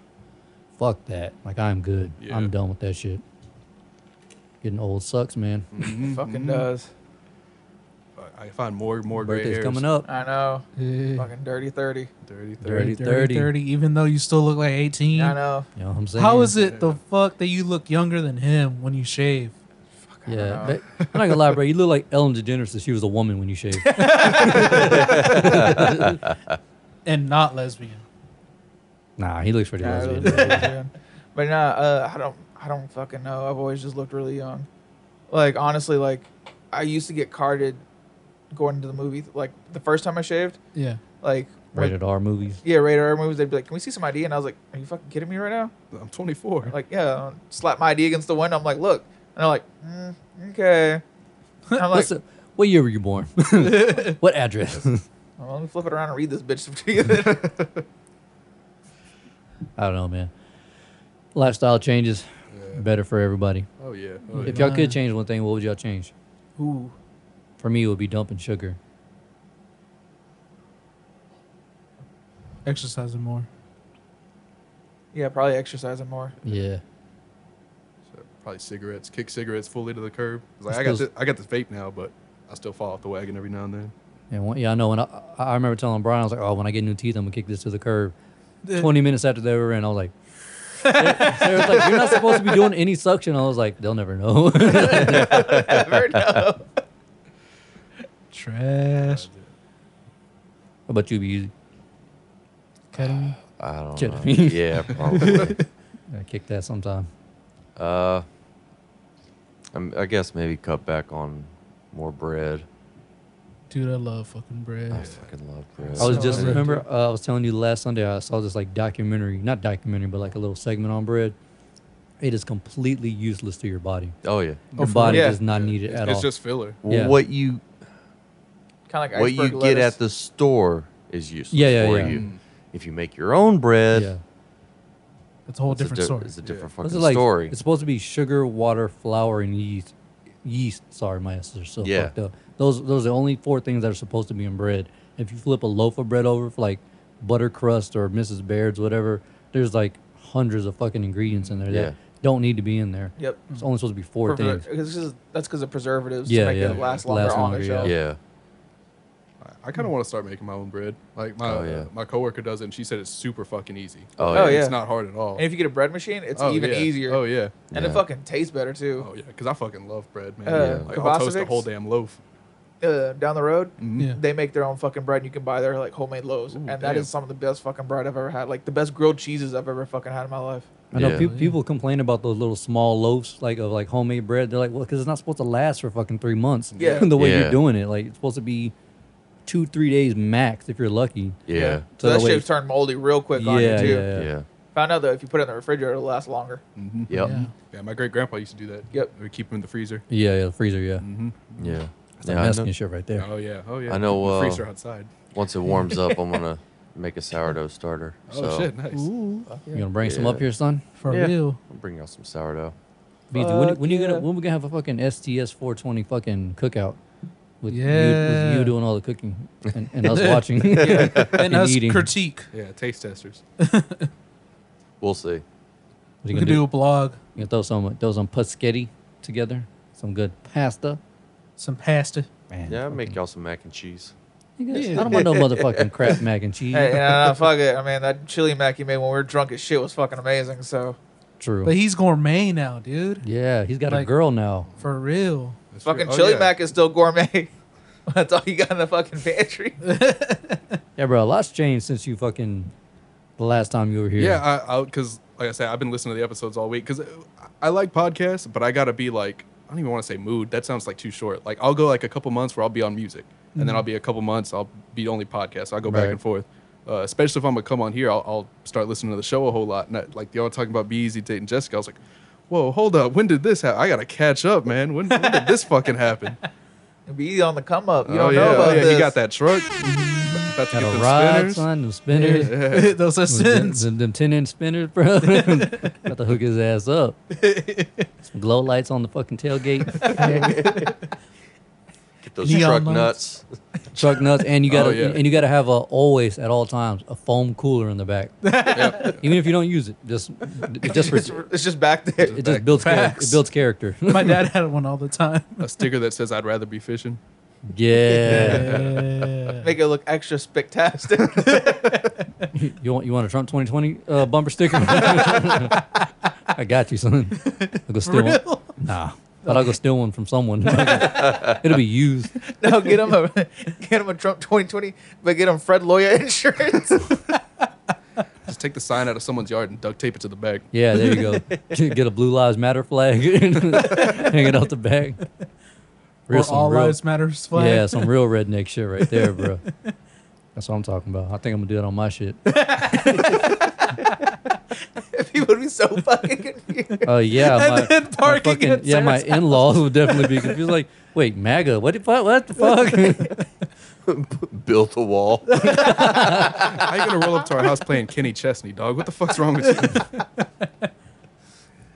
S1: "Fuck that! Like I'm good.
S3: Yeah.
S1: I'm done with that shit." Getting old sucks, man. Mm-hmm.
S8: fucking does.
S3: I- I find more more gray
S1: Birthday's
S3: hairs.
S1: coming up.
S8: I know.
S2: Yeah.
S8: Fucking dirty 30.
S3: Dirty,
S1: Dirty,
S2: 30,
S1: 30.
S2: 30, even though you still look like 18.
S8: I know.
S1: You know what I'm saying?
S2: How is it the fuck that you look younger than him when you shave?
S1: Yeah, but I'm not gonna lie, bro. You look like Ellen DeGeneres if she was a woman when you shaved.
S2: And not lesbian.
S1: nah, he looks pretty
S8: Yeah, I
S1: lesbian.
S8: really do, man. but nah, uh, I don't, I don't fucking know. I've always just looked really young. Like honestly, like I used to get carded going to the movie. Like the first time I shaved,
S2: Yeah.
S8: like when-
S1: Rated R movies.
S8: yeah, radar movies. They'd be like, "Can we see some ID?" And I was like, "Are you fucking kidding me right now?"
S3: I'm 24.
S8: Like, yeah, um, slap my ID against the window. I'm like, "Look," and they're like, mm, "Okay." And I'm like,
S1: What's the, what year were you born? what address?
S8: well, "Let me flip it around and read this bitch." to you."
S1: I don't know, man. Lifestyle changes, better for everybody.
S3: Oh yeah. Oh, yeah.
S1: If y'all could change one thing, what would y'all change?
S8: Ooh,
S1: For me, it would be dumping sugar.
S2: Exercising more.
S8: yeah, probably exercising more.
S1: Yeah,
S3: So, probably cigarettes. Kick cigarettes fully to the curb. 'Cause, Like, I got
S1: Still-
S3: this, I got this vape now, but I still fall off the wagon every now and then.
S1: and one, yeah, I know. When I, I I remember telling Brian, I was like, "Oh, when I get new teeth, I'm gonna kick this to the curb." Twenty minutes after they were in, I was like, Sarah was like, "You're not supposed to be doing any suction." I was like, "They'll never know."
S8: Never know.
S2: Trash.
S1: but you'd be using
S2: Ketamine.
S5: I don't know.
S1: Ketamine.
S5: Yeah, probably.
S1: I kick that sometime.
S5: uh, I'm, Um, I guess maybe cut back on more bread.
S2: Dude, I love fucking bread.
S5: I fucking love bread.
S1: I was
S8: So
S1: just
S8: hungry.
S1: remember uh, I was telling you last Sunday I saw this like documentary, not documentary, but like a little segment on bread. It is completely useless to your body.
S5: oh yeah.
S1: Your body
S8: yeah.
S1: does not need it
S3: It's,
S1: at
S3: it's
S1: all.
S3: just filler.
S1: Yeah.
S5: What you
S8: Kind of like
S5: what you
S8: iceberg
S5: get
S8: lettuce.
S5: at the store is useless
S1: Yeah, yeah,
S5: for
S1: yeah.
S5: you.
S3: Mm.
S5: If you make your own bread,
S1: yeah.
S2: It's a whole
S5: it's,
S2: different
S5: a di-
S2: story.
S5: it's a different
S1: What's
S5: fucking
S1: it like?
S5: story.
S1: It's supposed to be sugar, water, flour, and yeast. Yeast. Sorry, my ass is so
S5: Yeah.
S1: fucked up. Those those are the only four things that are supposed to be in bread. If you flip a loaf of bread over for like butter crust or Mrs. Baird's, whatever, there's like hundreds of fucking ingredients in there
S5: Yeah.
S1: that don't need to be in there.
S8: Yep.
S1: It's only supposed to be four
S8: For- for-
S1: things.
S8: 'cause this is- that's because of preservatives
S1: Yeah,
S8: to make
S1: yeah.
S8: it last
S1: Last
S8: longer on
S1: longer,
S8: the shelf.
S5: yeah.
S3: I- I kind of want to start making my own bread. Like my
S5: Oh, yeah.
S3: my coworker does it, and she said it's super fucking easy.
S5: Oh,
S3: Like,
S5: yeah.
S3: it's not hard at all.
S8: And if you get a bread machine, it's
S3: Oh,
S8: even
S3: yeah.
S8: easier.
S3: Oh yeah.
S8: And it
S5: Yeah.
S8: fucking tastes better too.
S3: Oh yeah. Because I fucking love bread, man.
S8: Uh,
S3: Like I'll toast a
S8: Kvassovic's?
S3: whole damn loaf.
S8: Uh, down the road,
S5: Mm-hmm.
S2: Yeah.
S8: they make their own fucking bread, and you can buy their like homemade loaves, and that
S3: damn.
S8: is some of the best fucking bread I've ever had. Like the best grilled cheeses I've ever fucking had in my life.
S1: I know
S5: Yeah.
S1: peop people complain about those little small loaves, like of like homemade bread. They're like, well, because it's not supposed to last for fucking three months.
S8: Yeah.
S1: the way
S5: Yeah.
S1: you're doing it, like it's supposed to be two, three days max if you're lucky.
S5: Yeah.
S8: So,
S1: So
S8: that
S1: the way-
S8: shit's turned moldy real quick on you
S1: Yeah,
S8: too.
S1: yeah.
S5: Yeah.
S8: Found out though, if you put it in the refrigerator, it'll last longer.
S5: Yep.
S2: Yeah.
S3: Mm-hmm. Yeah. My great grandpa used to do that.
S8: Yep.
S3: We keep them in the freezer.
S1: Yeah, yeah, the freezer, yeah.
S5: Yeah.
S1: It's
S5: Yeah, I
S1: Mexican
S5: know.
S1: shit right there.
S3: Oh yeah. Oh yeah.
S5: I know,
S3: The
S5: uh,
S3: freezer outside.
S5: Once it warms up, I'm gonna make a sourdough starter.
S3: Oh
S5: so
S3: shit. Nice.
S1: You gonna bring some up
S5: Yeah.
S1: here, son?
S2: For
S5: Yeah.
S2: real.
S5: I'll bring out some sourdough.
S1: Beezy, when,
S8: Fuck
S1: when you
S8: yeah.
S1: gonna when we gonna have a fucking STS 420 fucking cookout with, you, with
S2: Yeah.
S1: you doing all the cooking and, and us watching and
S2: And us
S1: eating.
S2: critique.
S3: Yeah. Taste testers.
S5: We'll see.
S1: What
S2: We
S1: you gonna
S2: could do?
S1: do?
S2: a blog,
S1: You gonna throw some throw some paschetti together, some good pasta.
S2: some pasta.
S1: Man,
S5: Yeah, I'll make y'all some mac and cheese.
S1: Nigga, I don't want no motherfucking crap mac and cheese.
S8: Hey, yeah, nah, fuck it. I mean, that chili mac you made when we were drunk as shit was fucking amazing. So
S1: True.
S2: But he's gourmet now, dude.
S1: yeah, he's got a
S2: Like-
S1: girl now.
S2: For real.
S3: That's
S8: fucking
S3: real. Oh,
S8: chili
S3: yeah.
S8: mac is still gourmet. That's all you got in the fucking pantry.
S1: Yeah, bro, a lot's changed since you fucking the last time you were here.
S3: Yeah, I because like I said, I've been listening to the episodes all week because I like podcasts, but I gotta be like I don't even want to say mood. That sounds like too short. Like I'll go like a couple months where I'll be on music, and
S8: Mm-hmm.
S3: then I'll be a couple months I'll be only podcasts. I'll go back
S1: Right.
S3: and forth. Uh, especially if I'm gonna come on here, I'll, I'll start listening to the show a whole lot. And I, like y'all talking about Beezy, Tate, and Jessica, I was like, "Whoa, hold up! When did this happen? I gotta catch up, man. When, when did this fucking happen?
S8: Be on the come up. You
S3: oh
S8: don't
S3: yeah,
S8: know about
S3: oh, yeah.
S8: this. Mm-hmm.
S3: You got that truck? About to
S1: got
S3: get
S1: a
S3: them
S1: rod,
S3: spinners.
S1: son, them spinners.
S2: Those are
S1: Them,
S2: sins.
S1: them, them 10 inch spinners, bro. Got to hook his ass up. Some glow lights on the fucking tailgate,
S5: Get those
S2: Neon
S5: truck
S2: lights.
S5: nuts.
S1: truck nuts, and you gotta
S3: Oh, yeah.
S1: and you gotta have a always at all times a foam cooler in the back, even if you don't use it. Just it just
S8: It's,
S1: it
S8: it's just back there.
S1: just builds character.
S2: Facts.
S1: It builds character.
S2: My dad had one all the time.
S3: A sticker that says "I'd rather be fishing."
S1: yeah.
S2: Yeah.
S8: Make it look extra spectacular.
S1: You want you want a Trump 2020 uh, bumper sticker? I got you, son. I'll go steal one. Nah, but I'll go steal one from someone. It'll be used.
S8: no, get him a get him a Trump 2020, but get him Fred Loya insurance.
S3: Just take the sign out of someone's yard and duct tape it to the back.
S1: Yeah, there you go. Get a Blue Lives Matter flag, hang it out the back.
S2: Or all
S1: real,
S2: lives matters flag.
S1: Yeah, some real redneck shit right there, bro. That's what I'm talking about. I think I'm gonna do that on my shit.
S8: People would be so fucking confused.
S1: Uh, yeah,
S2: And
S1: my,
S2: then
S1: my
S2: parking
S1: fucking-
S2: at
S1: yeah, my
S2: Sarah's
S1: in-laws would definitely be confused. Like, wait, MAGA? What the fuck? What the fuck?
S5: Built a wall.
S3: How you gonna roll up to our house playing Kenny Chesney, dog? What the fuck's wrong with you?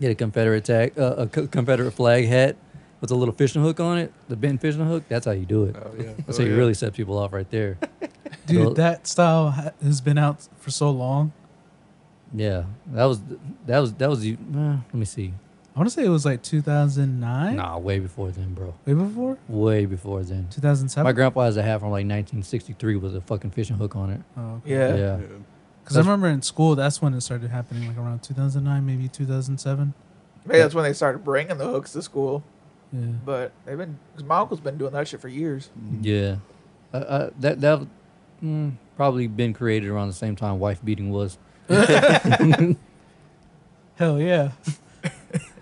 S1: Get a Confederate tag, uh, a co- Confederate flag hat with a little fishing hook on it, the bent fishing hook. That's how you do it.
S3: Uh, Oh, yeah.
S1: That's how you really set people off right there.
S2: Dude, that style ha- has been out for so long.
S1: Yeah, that was that was that was you. Uh, let me see.
S2: I want to say it was like 2009.
S1: Nah, way before then, bro.
S2: Way before?
S1: Way before then. My
S2: 2007.
S1: grandpa has a hat from like 1963 with a fucking fishing hook on it.
S2: Oh,
S8: Yeah.
S1: yeah.
S2: Because I remember in school, that's when it started happening, like around 2009, maybe 2007.
S8: Maybe that's when they started bringing the hooks to school.
S2: Yeah.
S8: But they've been, cause my uncle's been doing that shit for years.
S1: Yeah, uh, uh, that that mm, probably been created around the same time wife beating was.
S2: Hell yeah.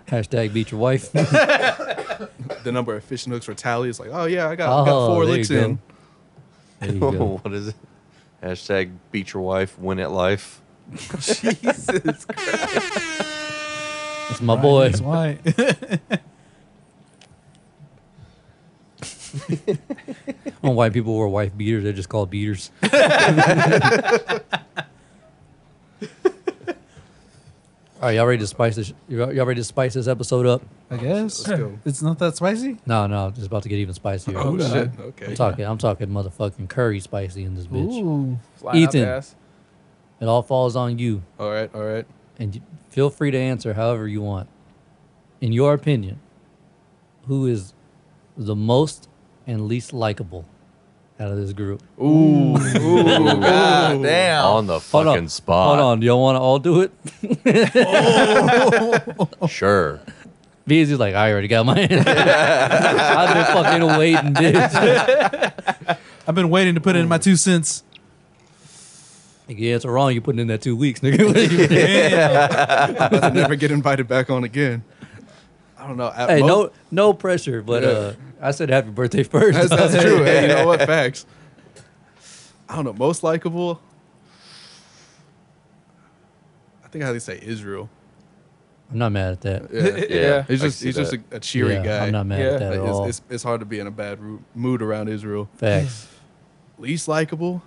S1: Hashtag beat your wife.
S3: The number of fishing hooks for tally is like, oh yeah, I got, I got four
S1: there you
S3: licks
S1: go.
S3: in.
S1: There you go.
S5: what is it? Hashtag beat your wife, win at life.
S8: Jesus.
S1: That's my boy.
S2: That's why.
S1: When white people wear wife beaters, they're just called beaters. All right, y'all ready to spice this? Y'all y'all ready to spice this episode up?
S2: I guess.
S3: Let's go.
S2: It's not that spicy?
S1: No, no, it's about to get even spicier.
S3: Oh
S1: I'm
S3: shit. Okay.
S1: talking, I'm talking motherfucking curry spicy in this bitch.
S2: Ooh.
S8: Flying out the
S1: Ethan.
S8: ass.
S1: It all falls on you,
S3: All right. All right.
S1: and you, feel free to answer however you want. In your opinion, who is the most and least likable out of this group.
S3: Ooh, ooh,
S8: God damn.
S5: on the
S1: Hold
S5: fucking
S1: on.
S5: spot.
S1: Hold on. Y'all want to all do it?
S5: Sure.
S1: Because he's like, I already got mine. I've been fucking waiting, bitch.
S2: I've been waiting to put in my two cents.
S1: yeah, it's wrong. You're putting in that two weeks, nigga.
S3: I'm about to never get invited back on again. I don't know. At
S1: hey,
S3: mo-
S1: no, no pressure. But uh, I said happy birthday first.
S3: That's, that's true. Hey, you know what? Facts. I don't know. Most likable. I think I would say Israel.
S1: I'm not mad at that.
S3: Yeah,
S8: Yeah.
S3: he's
S5: I
S3: just
S5: see
S3: he's just a,
S5: that.
S3: a cheery
S1: Yeah,
S3: guy.
S1: I'm not mad
S8: Yeah.
S1: at that at
S3: Like,
S1: all.
S3: it's, it's, it's hard to be in a bad ru- mood around Israel.
S1: Facts.
S3: Least likable.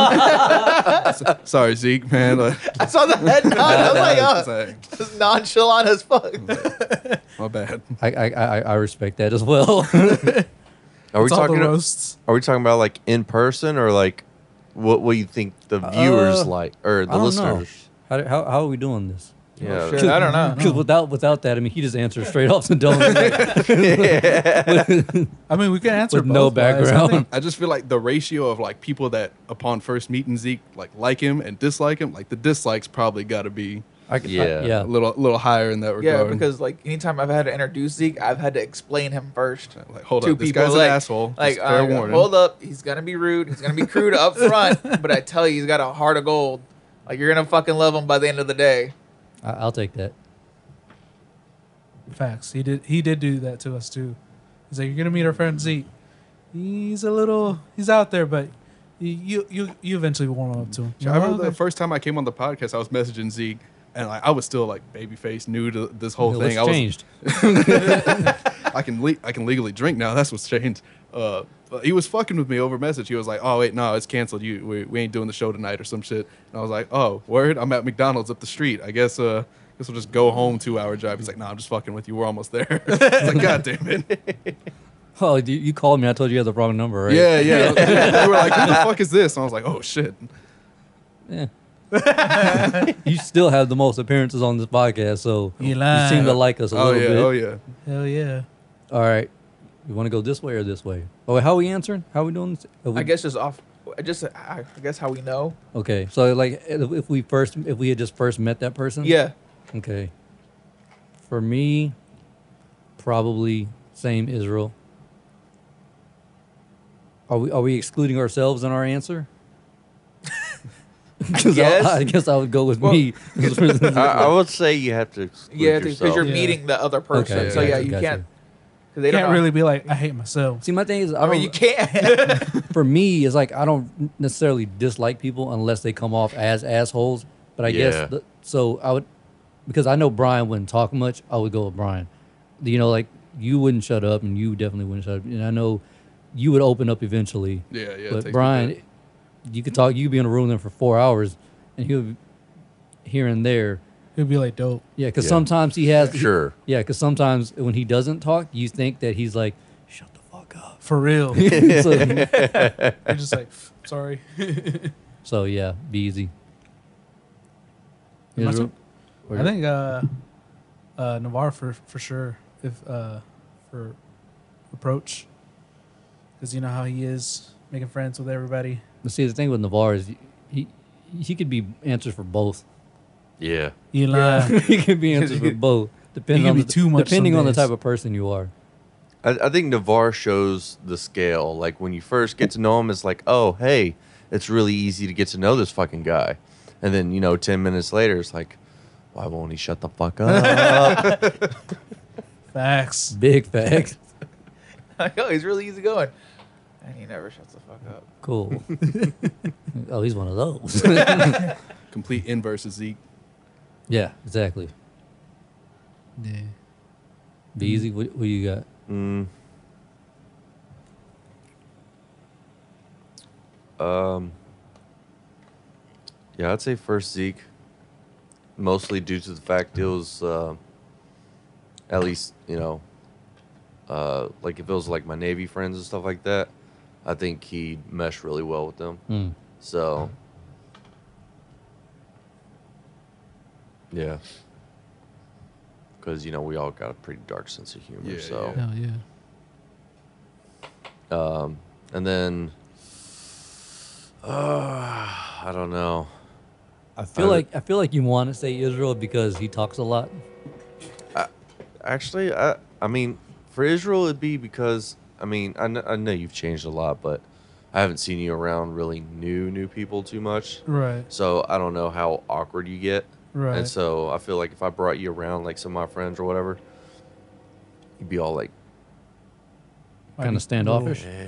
S3: Uh. sorry. sorry, Zeke, man. Like,
S8: I saw the head nod. I was like,
S3: it's
S8: oh,
S3: like,
S8: just nonchalant as fuck.
S3: my bad.
S1: I, I, I, I respect that as well.
S5: Are we
S2: It's all the
S5: talking? About,
S2: roasts.
S5: are we talking about like in person or like what? What you think the viewers
S1: Uh,
S5: like or the
S1: I don't
S5: listeners?
S1: know. How, how, how are we doing this?
S5: Yeah.
S8: Shit, I don't know.
S1: Because without without that, I mean, he just answered straight off the dome like,
S2: I mean, we can answer
S1: with no
S2: both, guys. I
S1: background.
S2: think-
S3: I just feel like the ratio of like people that upon first meeting Zeke like like him and dislike him, like the dislikes probably got to be
S1: I, could- I-
S5: Yeah.
S1: yeah.
S3: a little little higher in that
S8: Yeah,
S3: regard.
S8: because like anytime I've had to introduce Zeke, I've had to explain him first.
S3: like hold
S8: Two
S3: up, this
S8: people,
S3: guy's
S8: like,
S3: an asshole. Like
S8: Like,
S3: fair
S8: uh,
S3: warning.
S8: hold up, he's gonna be rude. He's gonna be crude up front, but I tell you, he's got a heart of gold. Like you're gonna fucking love him by the end of the day.
S1: I, I'll take that.
S2: Facts. He did. He did do that to us too. He's like, you're gonna meet our friend Zeke. He's a little. He's out there, but you you you, you eventually warm up to him.
S3: I remember
S2: Okay.
S3: the first time I came on the podcast, I was messaging Zeke, and like I was still like babyface, new to this whole
S1: What's
S3: thing. I was,
S1: changed?
S3: I can le- I can legally drink now. That's what's changed. Uh, but he was fucking with me over message. He was like, "Oh wait, no, it's canceled. You we, we ain't doing the show tonight or some shit." And I was like, "Oh word, I'm at McDonald's up the street. I guess uh, guess we'll just go home two hour drive." He's like, "No, I'm just fucking with you. We're almost there." It's like, "God damn it."
S1: Oh, you, you called me. I told you you had the wrong number, right?
S3: Yeah, yeah. they were like, "Who the fuck is this?" And I was like, "Oh shit."
S1: You still have the most appearances on this podcast, so
S2: You
S1: you,
S2: lying.
S1: seem to like us a
S3: Oh
S1: little
S3: yeah.
S1: bit.
S3: Oh yeah.
S2: Hell yeah.
S1: All right. You want to go this way or this way? Oh, how are we answering? How are we doing this? Are we-
S8: I guess just off. I Just I I guess how we know.
S1: Okay. So, like, if if we first, if we had just first met that person?
S8: Mm-hmm. Yeah.
S1: Okay. For me, probably same Israel. Are we are we excluding ourselves in our answer? 'Cause
S8: Yes.
S1: I, I guess I would go with
S8: Well,
S1: me.
S5: I, I would say you have to. Exclude
S8: Yeah,
S5: yourself.
S8: because you're
S2: Yeah.
S8: meeting the other person.
S1: Okay,
S8: so yeah,
S1: gotcha,
S8: you
S1: gotcha.
S8: can't. Because they
S2: You
S8: don't
S2: can't
S8: know-
S2: really be like, I hate myself.
S1: See, my thing is, I,
S8: I
S1: don't-
S8: mean, you can't.
S1: for me is like I don't necessarily dislike people unless they come off as assholes. But I
S5: Yeah.
S1: guess the, so. I would because I know Brian wouldn't talk much. I would go with Brian. You know, like you wouldn't shut up, and you definitely wouldn't shut up. And I know you would open up eventually.
S3: Yeah, yeah, it takes
S1: But
S3: me a
S1: Brian,
S3: bit.
S1: you could talk. You'd be in a room with him for four hours, and he would here and there.
S2: He'd be like, dope.
S1: Yeah, because
S5: Yeah.
S1: sometimes he has.
S5: Sure.
S1: Yeah, because sometimes when he doesn't talk, you think that he's like, shut the fuck up.
S2: For real. You're
S1: so,
S2: just like, sorry.
S1: So yeah, be easy.
S2: Am I
S1: Israel? Or-
S2: I think uh, uh, Navarre for for sure if uh, for approach, because you know how he is making friends with everybody.
S1: But see, the thing with Navarre is he he could be answers for both.
S5: Yeah.
S2: You
S1: he could be answers for both, depending
S2: can
S1: on
S2: be
S1: the,
S2: too much some
S1: depending on the
S2: days.
S1: type of person you are.
S5: I, I think Navarre shows the scale. Like when you first get to know him, it's like, oh, hey, it's really easy to get to know this fucking guy. And then, you know, 10 minutes later, it's like, why won't he shut the fuck up?
S2: Facts.
S1: Big facts.
S8: like, oh, he's really easy going, and he never shuts the fuck up.
S1: Cool. oh, he's one of those.
S3: Complete inverse of Zeke.
S1: yeah, exactly.
S2: Yeah.
S1: Be easy. What, what you got?
S5: yeah, I'd say first Zeke, mostly due to the fact it was, uh, at least, you know, uh, like if it was like my Navy friends and stuff like that, I think he'd mesh really well with them.
S1: Mm.
S5: So, yeah. because you know we all got a pretty dark sense of humor.
S3: Yeah,
S5: so,
S2: Hell Oh, yeah.
S5: and then uh, I don't know.
S1: I feel like I feel like you want to say Israel because he talks a lot.
S5: Actually, I I mean, for Israel, it'd be because I mean I kn- I know you've changed a lot, but I haven't seen you around really new new people too much.
S2: Right.
S5: So I don't know how awkward you get.
S2: Right.
S5: And so I feel like if I brought you around like some of my friends or whatever, you'd be all like,
S2: Might
S1: Kind
S2: be
S1: of standoffish.
S2: little-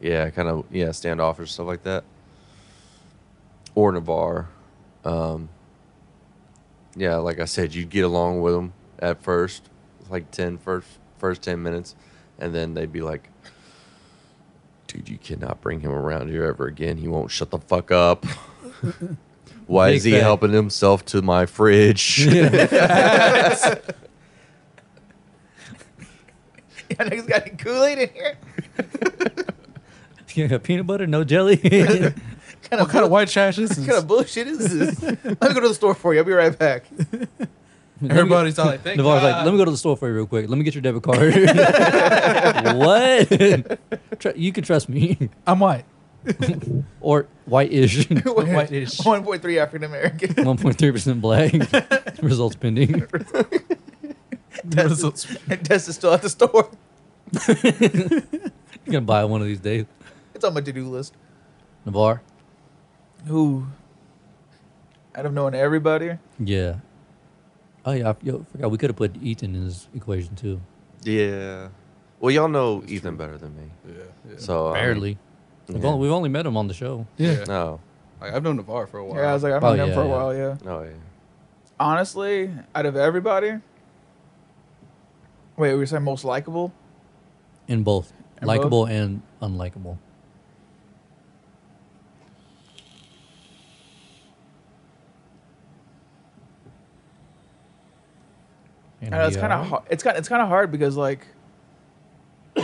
S2: Yeah.
S5: yeah, kind of yeah, standoffish stuff like that. Or in a bar, um, yeah, like I said, you'd get along with them at first, like 10, first, first ten minutes, and then they'd be like, "Dude, you cannot bring him around here ever again. He won't shut the fuck up." Why
S1: Big
S5: is he
S1: fact.
S5: helping himself to my fridge?
S8: Yeah, niggas got any Kool Aid in here?
S1: Yeah, peanut butter, no jelly.
S8: Kind of
S2: What kind of white trash is
S8: What kind
S2: this?
S8: of bullshit is this? Let me go to the store for you. I'll be right back.
S2: Everybody's all like, thank
S1: Navarre's like,
S2: God."
S1: let me go to the store for you real quick. Let me get your debit card. what? Tr- you can trust me.
S2: I'm white.
S1: or white-ish.
S2: White-ish.
S8: 1.3 African American.
S1: 1.3% black. Results pending.
S2: Results.
S8: And Tess is still at the store.
S1: You're gonna buy it one of these days.
S8: It's on my to do list.
S1: Navarre.
S8: Who? Out of knowing everybody?
S1: Yeah. Oh yeah, I yo, forgot we could have put Ethan in this equation too.
S5: yeah. Well, y'all know Ethan better than me,
S3: Yeah, yeah.
S5: so I mean,
S1: Barely. We've,
S5: yeah.
S1: only, we've only met him on the show.
S3: yeah.
S5: no,
S3: Like, I've known Navarre for a while.
S8: Yeah, I was like, I've
S1: Oh,
S8: known him
S1: yeah,
S8: for a
S1: yeah.
S8: while, yeah.
S5: no. Yeah.
S8: Honestly, out of everybody, wait, we were saying most likable?
S1: In both.
S8: In
S1: Likable and unlikable. And
S8: I know it's kind of hard. It's kind. It's kind of hard because like,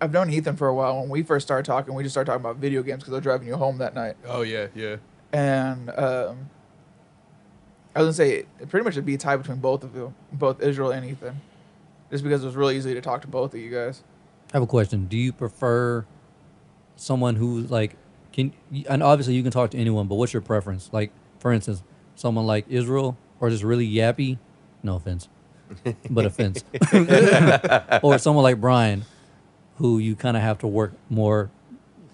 S8: I've known Ethan for a while. When we first started talking, we just started talking about video games because I was driving you home that night.
S3: oh yeah, yeah.
S8: And um, I was gonna say it pretty much would be a tie between both of you, both Israel and Ethan, just because it was really easy to talk to both of you guys.
S1: I have a question. Do you prefer someone who's like can and obviously you can talk to anyone, but what's your preference? Like for instance, someone like Israel or just really yappy, no offense, but offense, or someone like Brian, who you kind of have to work more,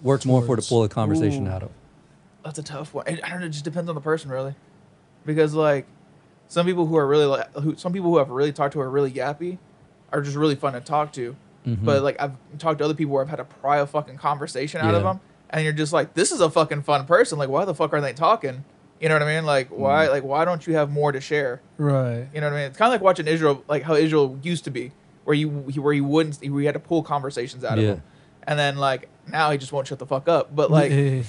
S1: work more for to pull a conversation out of.
S8: That's a tough one. I I don't know. It just depends on the person, really, because like some people who are really like who some people who I've really talked to are really yappy, are just really fun to talk to. But like I've talked to other people where I've had to pry a fucking conversation out of
S1: Yeah.
S8: them, and you're just like, this is a fucking fun person. Like, why the fuck are they talking? You know what I mean? Like, why? Like, why don't you have more to share?
S2: Right.
S8: You know what I mean? It's kind of like watching Israel, like how Israel used to be, where you where you wouldn't, where you had to pull conversations out
S1: Yeah.
S8: of him, and then like now he just won't shut the fuck up. But like
S2: Eh,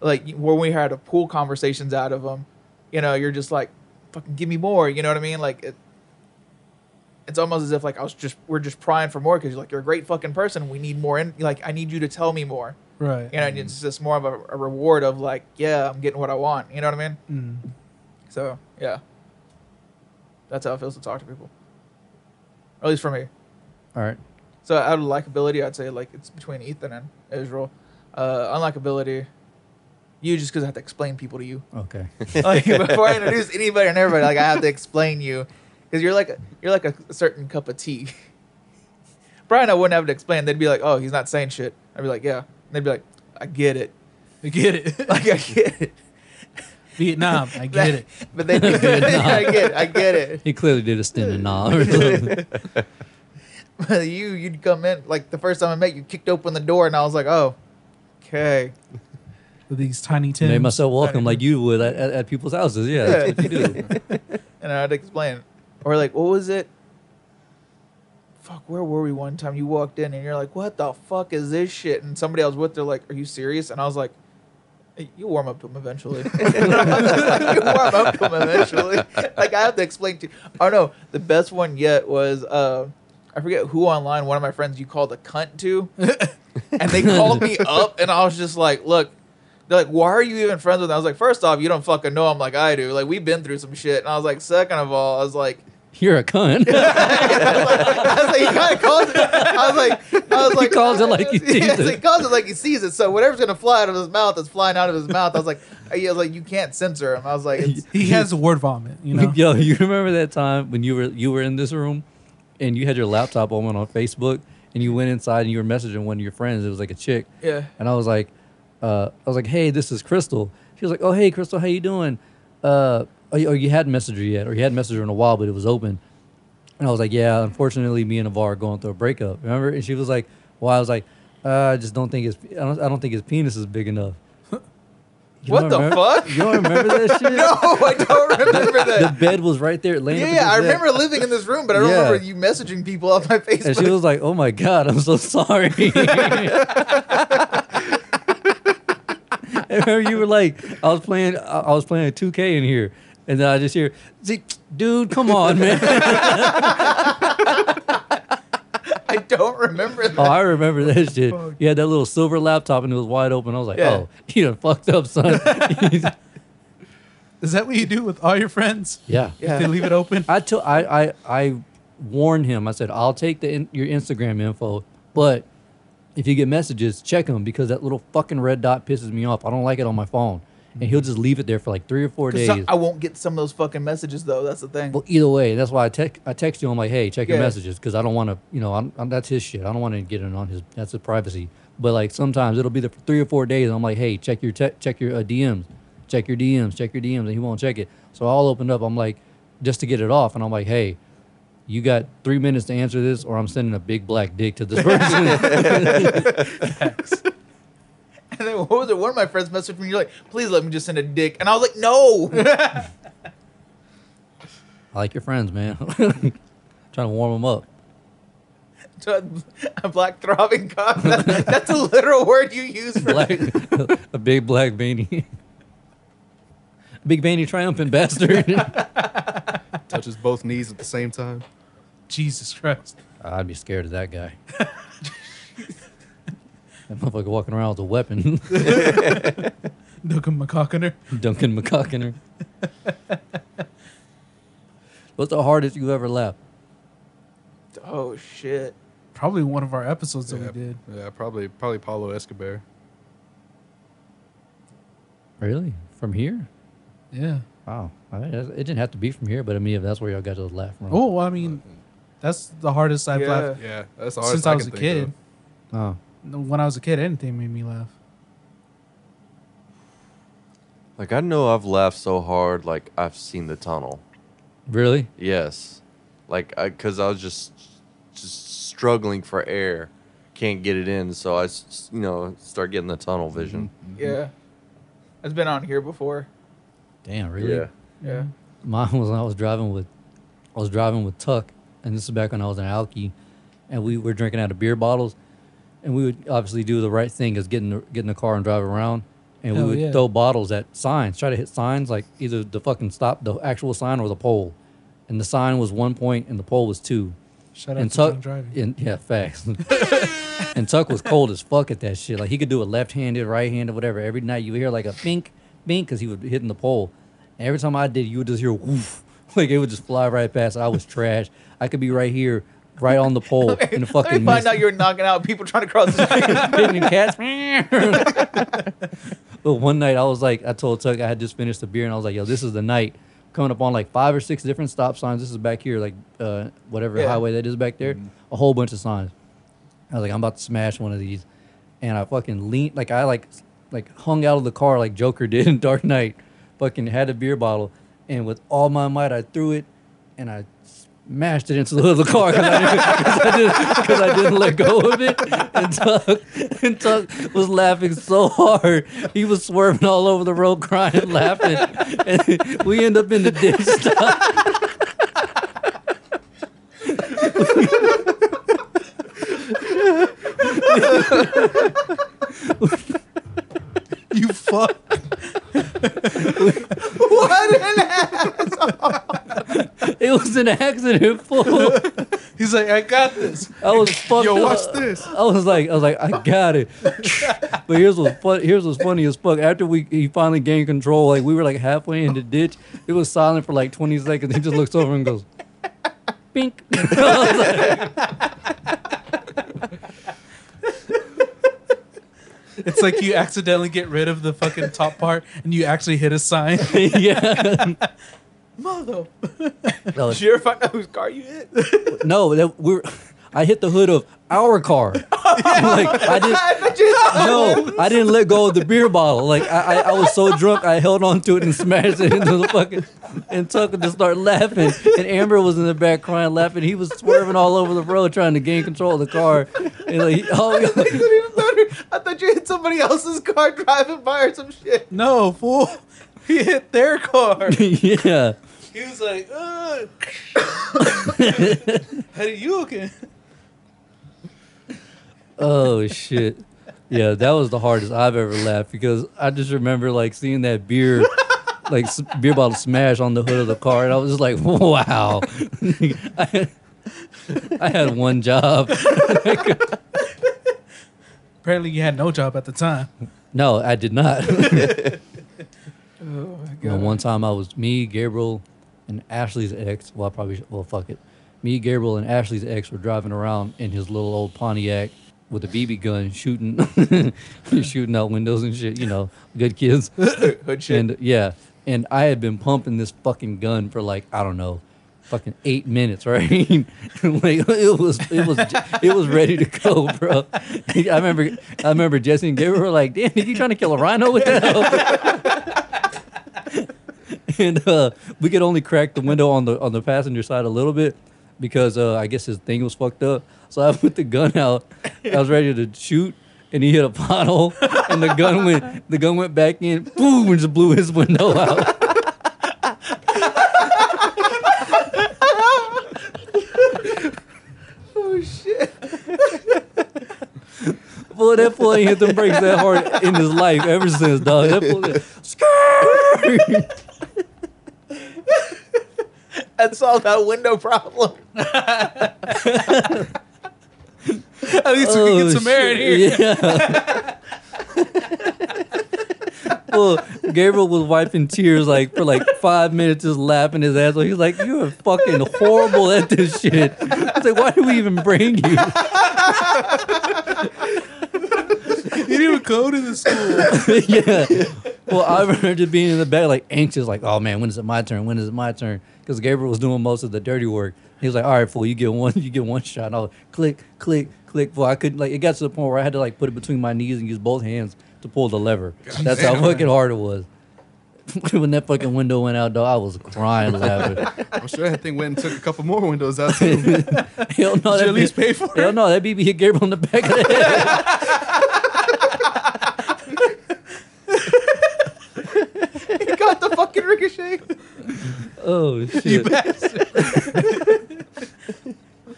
S8: like when we had to pull conversations out of them, you know, you're just like, fucking give me more. You know what I mean? Like it, it's almost as if like I was just we're just prying for more because you're like you're a great fucking person. We need more, and like I need you to tell me more.
S2: right.
S8: You know, and it's just more of a, a reward of like, yeah, I'm getting what I want. You know what I mean?
S2: Mm.
S8: So yeah, that's how it feels to talk to people. At least for me.
S1: All right.
S8: So out of likability, I'd say like it's between Ethan and Israel. Uh, unlikability, you just because I have to explain people to you.
S1: Okay.
S8: like before I introduce anybody and everybody, like I have to explain you because you're like a, you're like a certain cup of tea. Brian, I wouldn't have to explain. They'd be like, "Oh, he's not saying shit." I'd be like, "Yeah." And they'd be like, "I get it."
S2: I get it.
S8: Like I get it.
S2: Vietnam. I get it.
S8: But they, I get it. I get it.
S1: He clearly did a stint in Nam or something.
S8: But you you'd come in like the first time I met you, kicked open the door, and I was like, "Oh, okay."
S2: With these tiny tins.
S1: Made myself welcome like you would at, at, at people's houses. Yeah, that's what you do.
S8: and I'd explain. Or like, what was it? Fuck, where were we one time? You walked in and you're like, what the fuck is this shit? And somebody I was with, they're like, are you serious? And I was like, "Hey, you warm up to him eventually. you warm up to him eventually. Like I have to explain to. Oh no, the best one yet was uh, I forget who online. One of my friends you called a cunt to, and they called me up, and I was just like, look. They're like, why are you even friends with him? I was like, first off, you don't fucking know him like I do. Like we've been through some shit. And I was like, second of all, I was like,
S1: You're a cunt.
S8: I was like, he kind of calls it. I was like, I was like,
S1: calls it like he
S8: Yeah,
S1: sees
S8: it's
S1: it.
S8: He calls it like he sees it. So whatever's gonna fly out of his mouth is flying out of his mouth. I was like, I was like, you can't censor him. I was like, it's,
S2: He has word vomit, you know.
S1: Yo, you remember that time when you were you were in this room and you had your laptop open on Facebook and you went inside and you were messaging one of your friends. It was like a chick.
S8: Yeah.
S1: And I was like, uh, I was like, hey, this is Crystal. She was like, oh hey, Crystal, how you doing? Uh, oh, you, oh, you hadn't messaged her yet, or you had messaged her in a while, but it was open. And I was like, yeah, unfortunately, me and Navar are going through a breakup. Remember? And she was like, well, I was like, uh, I just don't think his, I don't, I don't think his penis is big enough. You
S8: What
S1: don't
S8: the
S1: remember-
S8: fuck?
S1: You don't remember that shit?
S8: no, I don't remember
S1: the
S8: that.
S1: bed was right there. Laying up
S8: Yeah, yeah, I
S1: against that.
S8: remember living in this room, but I don't
S1: Yeah.
S8: remember you messaging people off my
S1: And
S8: Facebook.
S1: she was like, "Oh my god, I'm so sorry." I remember you were like, "I was playing, I I was playing 2K in here," and then I just hear, "See, dude, come on, man."
S8: I don't remember that.
S1: oh, I remember that shit. You had that little silver laptop, and it was wide open. I was like,
S8: Yeah.
S1: "Oh, you done fucked up, son."
S2: Is that what you do with all your friends?
S1: yeah.
S8: Yeah.
S2: They leave it open.
S1: I told I I I warned him. I said, "I'll take the in- your Instagram info, but if you get messages, check them because that little fucking red dot pisses me off. I don't like it on my phone." And he'll just leave it there for like three or four
S8: 'Cause
S1: days.
S8: some- I won't get some of those fucking messages though. That's the thing.
S1: Well, either way, that's why I text I text you. I'm like, hey, check your
S8: Yeah.
S1: messages because I don't want to, you know, I'm, I'm, that's his shit. I don't want to get in on his. That's his privacy. But like sometimes it'll be the three or four days. I'm like, hey, check your te- check your uh, DMs, check your DMs, check your DMs, and he won't check it. So I'll open up. I'm like, just to get it off, and I'm like, hey, you got three minutes to answer this, or I'm sending a big black dick to this person.
S8: And then what was it? One of my friends messaged me. You're like, please let me just send a dick, and I was like, no.
S1: I like your friends, man. Trying to warm them up.
S8: to a black throbbing cock. That's, that's a literal word you use for
S1: Black, a big black beanie. Big beanie triumphant bastard.
S3: Touches both knees at the same time.
S2: Jesus Christ.
S1: I'd be scared of that guy. that motherfucker walking around with a weapon,
S2: Duncan McCockiner.
S1: Duncan McCock in her. What's the hardest you ever laughed?
S8: Oh shit.
S2: Probably one of our episodes that
S3: yeah,
S2: we did.
S3: yeah, probably probably Paulo Escobar.
S1: Really? From here?
S2: Yeah.
S1: Wow. I mean, that's- it didn't have to be from here, but I mean, if that's where y'all got to laugh from.
S2: Oh, well, I mean, that's the hardest I've
S8: Yeah.
S2: laughed
S3: Yeah, that's the
S2: since
S3: hardest
S2: I was a
S3: can
S2: kid.
S3: think
S1: Oh.
S2: When I was a kid, anything made me laugh.
S5: Like I know I've laughed so hard, like I've seen the tunnel.
S1: Really?
S5: Yes, like I, cause I was just, just struggling for air, can't get it in, so I, s- you know, start getting the tunnel vision.
S2: Mm-hmm.
S8: Yeah. It's been on here before.
S1: Damn, really?
S8: Yeah.
S1: mine was when I was driving with I was driving with Tuck, and this is back when I was in Alki, and we were drinking out of beer bottles, and we would obviously do the right thing as getting the, getting the car and drive around, and
S2: Hell
S1: we would
S2: yeah.
S1: throw bottles at signs, try to hit signs like either the fucking stop the actual sign or the pole, and the sign was one point and the pole was two,
S2: Shout out
S1: and
S2: to
S1: Tuck
S2: John Driving.
S1: and yeah facts, and Tuck was cold as fuck at that shit. Like he could do a left handed, right handed, whatever. Every night you would hear like a bink, bink, because he was hitting the pole. And every time I did, you would just hear woof, like it would just fly right past. I was trash. I could be right here, right on the pole,
S2: Mm-hmm.
S1: and the
S8: Let
S1: fucking
S8: me find
S1: miss.
S8: out you're knocking out people trying to cross the street.
S1: Hitting cats. but one night I was like, I told Tuck I had just finished the beer, and I was like, yo, this is the night. Coming up on like five or six different stop signs. This is back here, like uh, whatever
S8: Yeah.
S1: highway that is back there. A whole bunch of signs. I was like, I'm about to smash one of these, and I fucking leaned, like I like, s- like hung out of the car like Joker did in Dark Knight. Fucking had a beer bottle, and with all my might, I threw it, and I smashed it into the hood of the car because I, didn't- 'cause I, didn't- 'cause I didn't let go of it. And Tuck, and Tuck was laughing so hard, he was swerving all over the road, crying, laughing, and we end up in the ditch.
S2: you fuck.
S8: what an ass.
S1: It was an accident, fool.
S2: He's like, I got this.
S1: I was fucked
S3: Yo,
S1: up.
S3: watch this.
S1: I was like, I was like, I got it. but here's what's fun, here's what's funny as fuck. After we he finally gained control, like we were like halfway in the ditch. It was silent for like 20 seconds. He just looks over and goes, "Pink."
S2: It's like you accidentally get rid of the fucking top part and you actually hit a sign.
S1: yeah.
S8: Mother.
S1: No,
S8: Did you ever find out whose car you hit?
S1: no, that we are I hit the hood of our car. like I just no, I didn't let go of the beer bottle. Like I, I, I was so drunk, I held on to it and smashed it into the fucking and Tucker just started laughing. And Amber was in the back crying, laughing. He was swerving all over the road trying to gain control of the car. And like, he- oh,
S8: I thought you hit somebody else's car driving by or some shit.
S2: no, fool. He hit their
S1: oh,
S2: car.
S1: yeah,
S2: He was like, ugh. How do you okay?
S1: oh shit, yeah, that was the hardest I've ever laughed because I just remember like seeing that beer. Like s- beer bottle smash on the hood of the car, and I was just like, "Wow!" I, I had one job.
S2: Apparently, you had no job at the time.
S1: No, I did not.
S8: Oh my
S1: You know, one time I was me, Gabriel, and Ashley's ex. Well, I probably should, well fuck it. Me, Gabriel, and Ashley's ex were driving around in his little old Pontiac with a BB gun, shooting, shooting out windows and shit. You know, good kids.
S8: Hood shit.
S1: and yeah, and I had been pumping this fucking gun for like I don't know, fucking eight minutes, right? like it was, it was, it was ready to go, bro. I remember, I remember Jesse and Gabriel were like, "Damn, you trying to kill a rhino with that?" and uh, we could only crack the window on the on the passenger side a little bit because uh, I guess his thing was fucked up. So I put the gun out. I was ready to shoot, and he hit a pothole, and the gun went the gun went back in, boom, and just blew his window out.
S8: oh shit.
S1: Boy, that fool ain't hit the brakes that hard in his life ever since, dog. That fool, Skrrr!
S8: That solved that window problem.
S2: At least we can
S1: Oh,
S2: get some air in here.
S1: shit. Yeah. well, Gabriel was wiping tears like for like five minutes, just laughing his ass off. He was like, "You are fucking horrible at this shit." I was like, "Why did we even bring you?"
S2: You didn't even go to the school.
S1: yeah. Well, I remember just being in the back, like anxious, like, "Oh man, when is it my turn? When is it my turn?" Because Gabriel was doing most of the dirty work. He was like, "All right, fool, you get one, you get one shot." And I was click, click, click. Fool, I couldn't like. It got to the point where I had to like put it between my knees and use both hands to pull the lever. That's how fucking hard it was. when that fucking window went out, though, I was crying laughing.
S3: I'm sure that thing went and took a couple more windows out
S1: Hell
S3: too.
S1: no,
S3: you
S1: that
S3: at least
S1: B-
S3: pay for
S1: Hell no, that BB hit Gabriel in the back of the head.
S8: He got the fucking ricochet.
S1: Oh shit!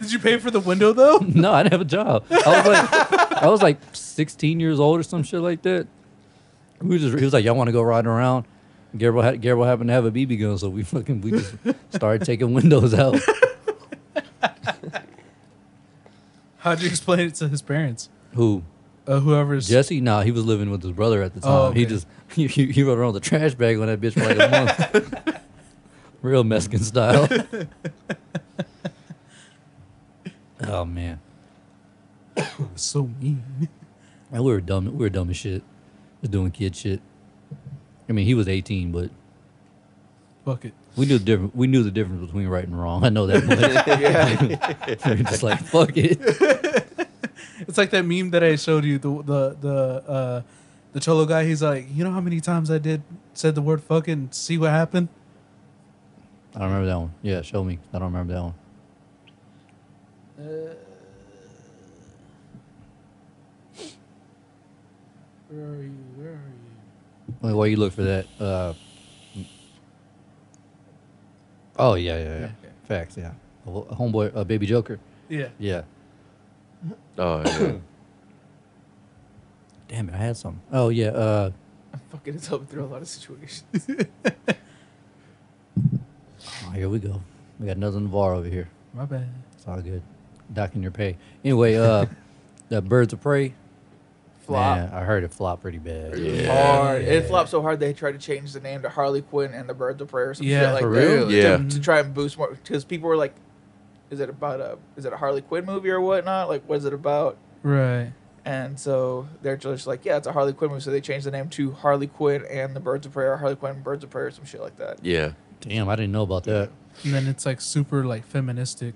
S2: Did you pay for the window though?
S1: No, I didn't have a job. I was like, I was like 16 years old or some shit like that. We were just, he was like, y'all want to go riding around? Gabriel, had, Gabriel happened to have a BB gun, so we fucking we just started taking windows out.
S2: How'd you explain it to his parents?
S1: Who?
S2: Uh, whoever's
S1: Jesse? Nah, he was living with his brother at the time.
S2: Oh,
S1: He
S2: okay.
S1: just he, he, he rode around with a trash bag on that bitch for like a month. Real Mexican style. oh man.
S2: so mean.
S1: And we were dumb. We were dumb as shit. Just doing kid shit. I mean, he was 18, but
S2: Fuck it.
S1: we knew the difference. We knew the difference between right and wrong. I know that much. we were just like fuck it.
S2: It's like that meme that I showed you. The the the uh, the cholo guy. He's like, you know how many times I did said the word fucking. and See what happened.
S1: I don't remember that one. Yeah, show me. I don't remember that one.
S2: Uh, Where are you? Where are you?
S1: Wait, while you look for that. Uh, oh yeah, yeah, yeah. Facts. Yeah. A wo- a homeboy, uh, baby Joker.
S2: Yeah.
S1: Yeah.
S5: Oh, yeah.
S1: Damn it, I had some. Oh yeah. Uh,
S8: I'm fucking it's up through a lot of situations.
S1: oh, here we go. We got another Navarro over here.
S2: My bad.
S1: It's all good. docking your pay. Anyway, uh, the Birds of Prey.
S8: Flop.
S1: Man, I heard it flop pretty bad.
S8: Hard. It flopped so hard they tried to change the name to Harley Quinn and the Birds of Prey or some
S2: Yeah.
S8: shit like
S2: For
S8: that.
S3: real?
S8: To-
S5: Yeah.
S8: To, try and boost more because people were like, "Is it about a is it a Harley Quinn movie or whatnot? Like, what is it about?"
S2: Right.
S8: And so they're just like, "Yeah, it's a Harley Quinn movie." So they changed the name to Harley Quinn and the Birds of Prey or Harley Quinn and Birds of Prey or some shit like that.
S5: Yeah.
S1: Damn, I didn't know about that.
S2: And then it's like super like feministic.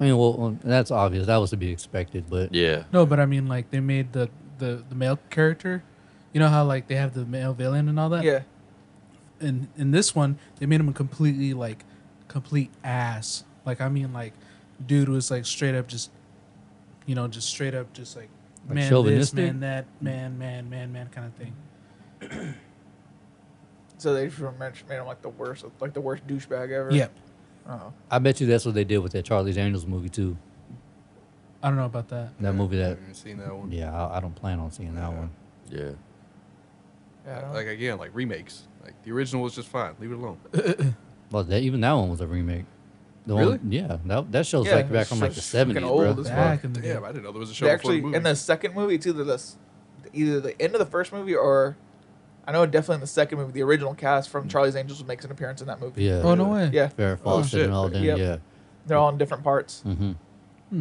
S1: I mean, well, um, that's obvious. That was to be expected, but
S5: Yeah.
S2: No, but I mean like they made the the the male character. You know how like they have the male villain and all that.
S8: Yeah.
S2: in in this one they made him a completely like complete ass like i mean like dude was like straight up just you know just straight up just like,
S1: Like
S2: man this
S1: chauvinistic?
S2: man that man man man man kind of thing
S8: So they just made him like the worst, like the worst douchebag ever.
S2: yeah
S8: Oh.
S1: I bet you that's what they did with that Charlie's Angels movie too.
S2: i don't know about that
S1: That movie
S3: I
S1: that,
S3: haven't seen that one.
S1: yeah, I, I don't plan on seeing that one.
S5: Yeah.
S8: Yeah. I don't-
S3: Like again, like remakes. Like the original was just fine. Leave it alone.
S1: Well, that even that one was a remake. The
S3: Really?
S1: One, yeah, that that shows
S8: Yeah,
S1: like back from
S8: it's
S1: like
S8: so
S1: the
S8: fucking
S1: seventies,
S8: old
S1: bro.
S8: as
S2: back in the day
S3: Damn, I didn't know there was a show
S8: They
S3: before
S8: actually
S3: the movie.
S8: in the second movie too. The, the either the end of the first movie or I know definitely in the second movie, the original cast from Charlie's Angels makes an appearance in that movie.
S1: Yeah.
S2: oh no way
S8: yeah,
S1: Farrah Fawcett
S3: shit.
S1: and all that.
S8: Yep.
S1: Yeah.
S8: they're all in different parts.
S1: Mm-hmm.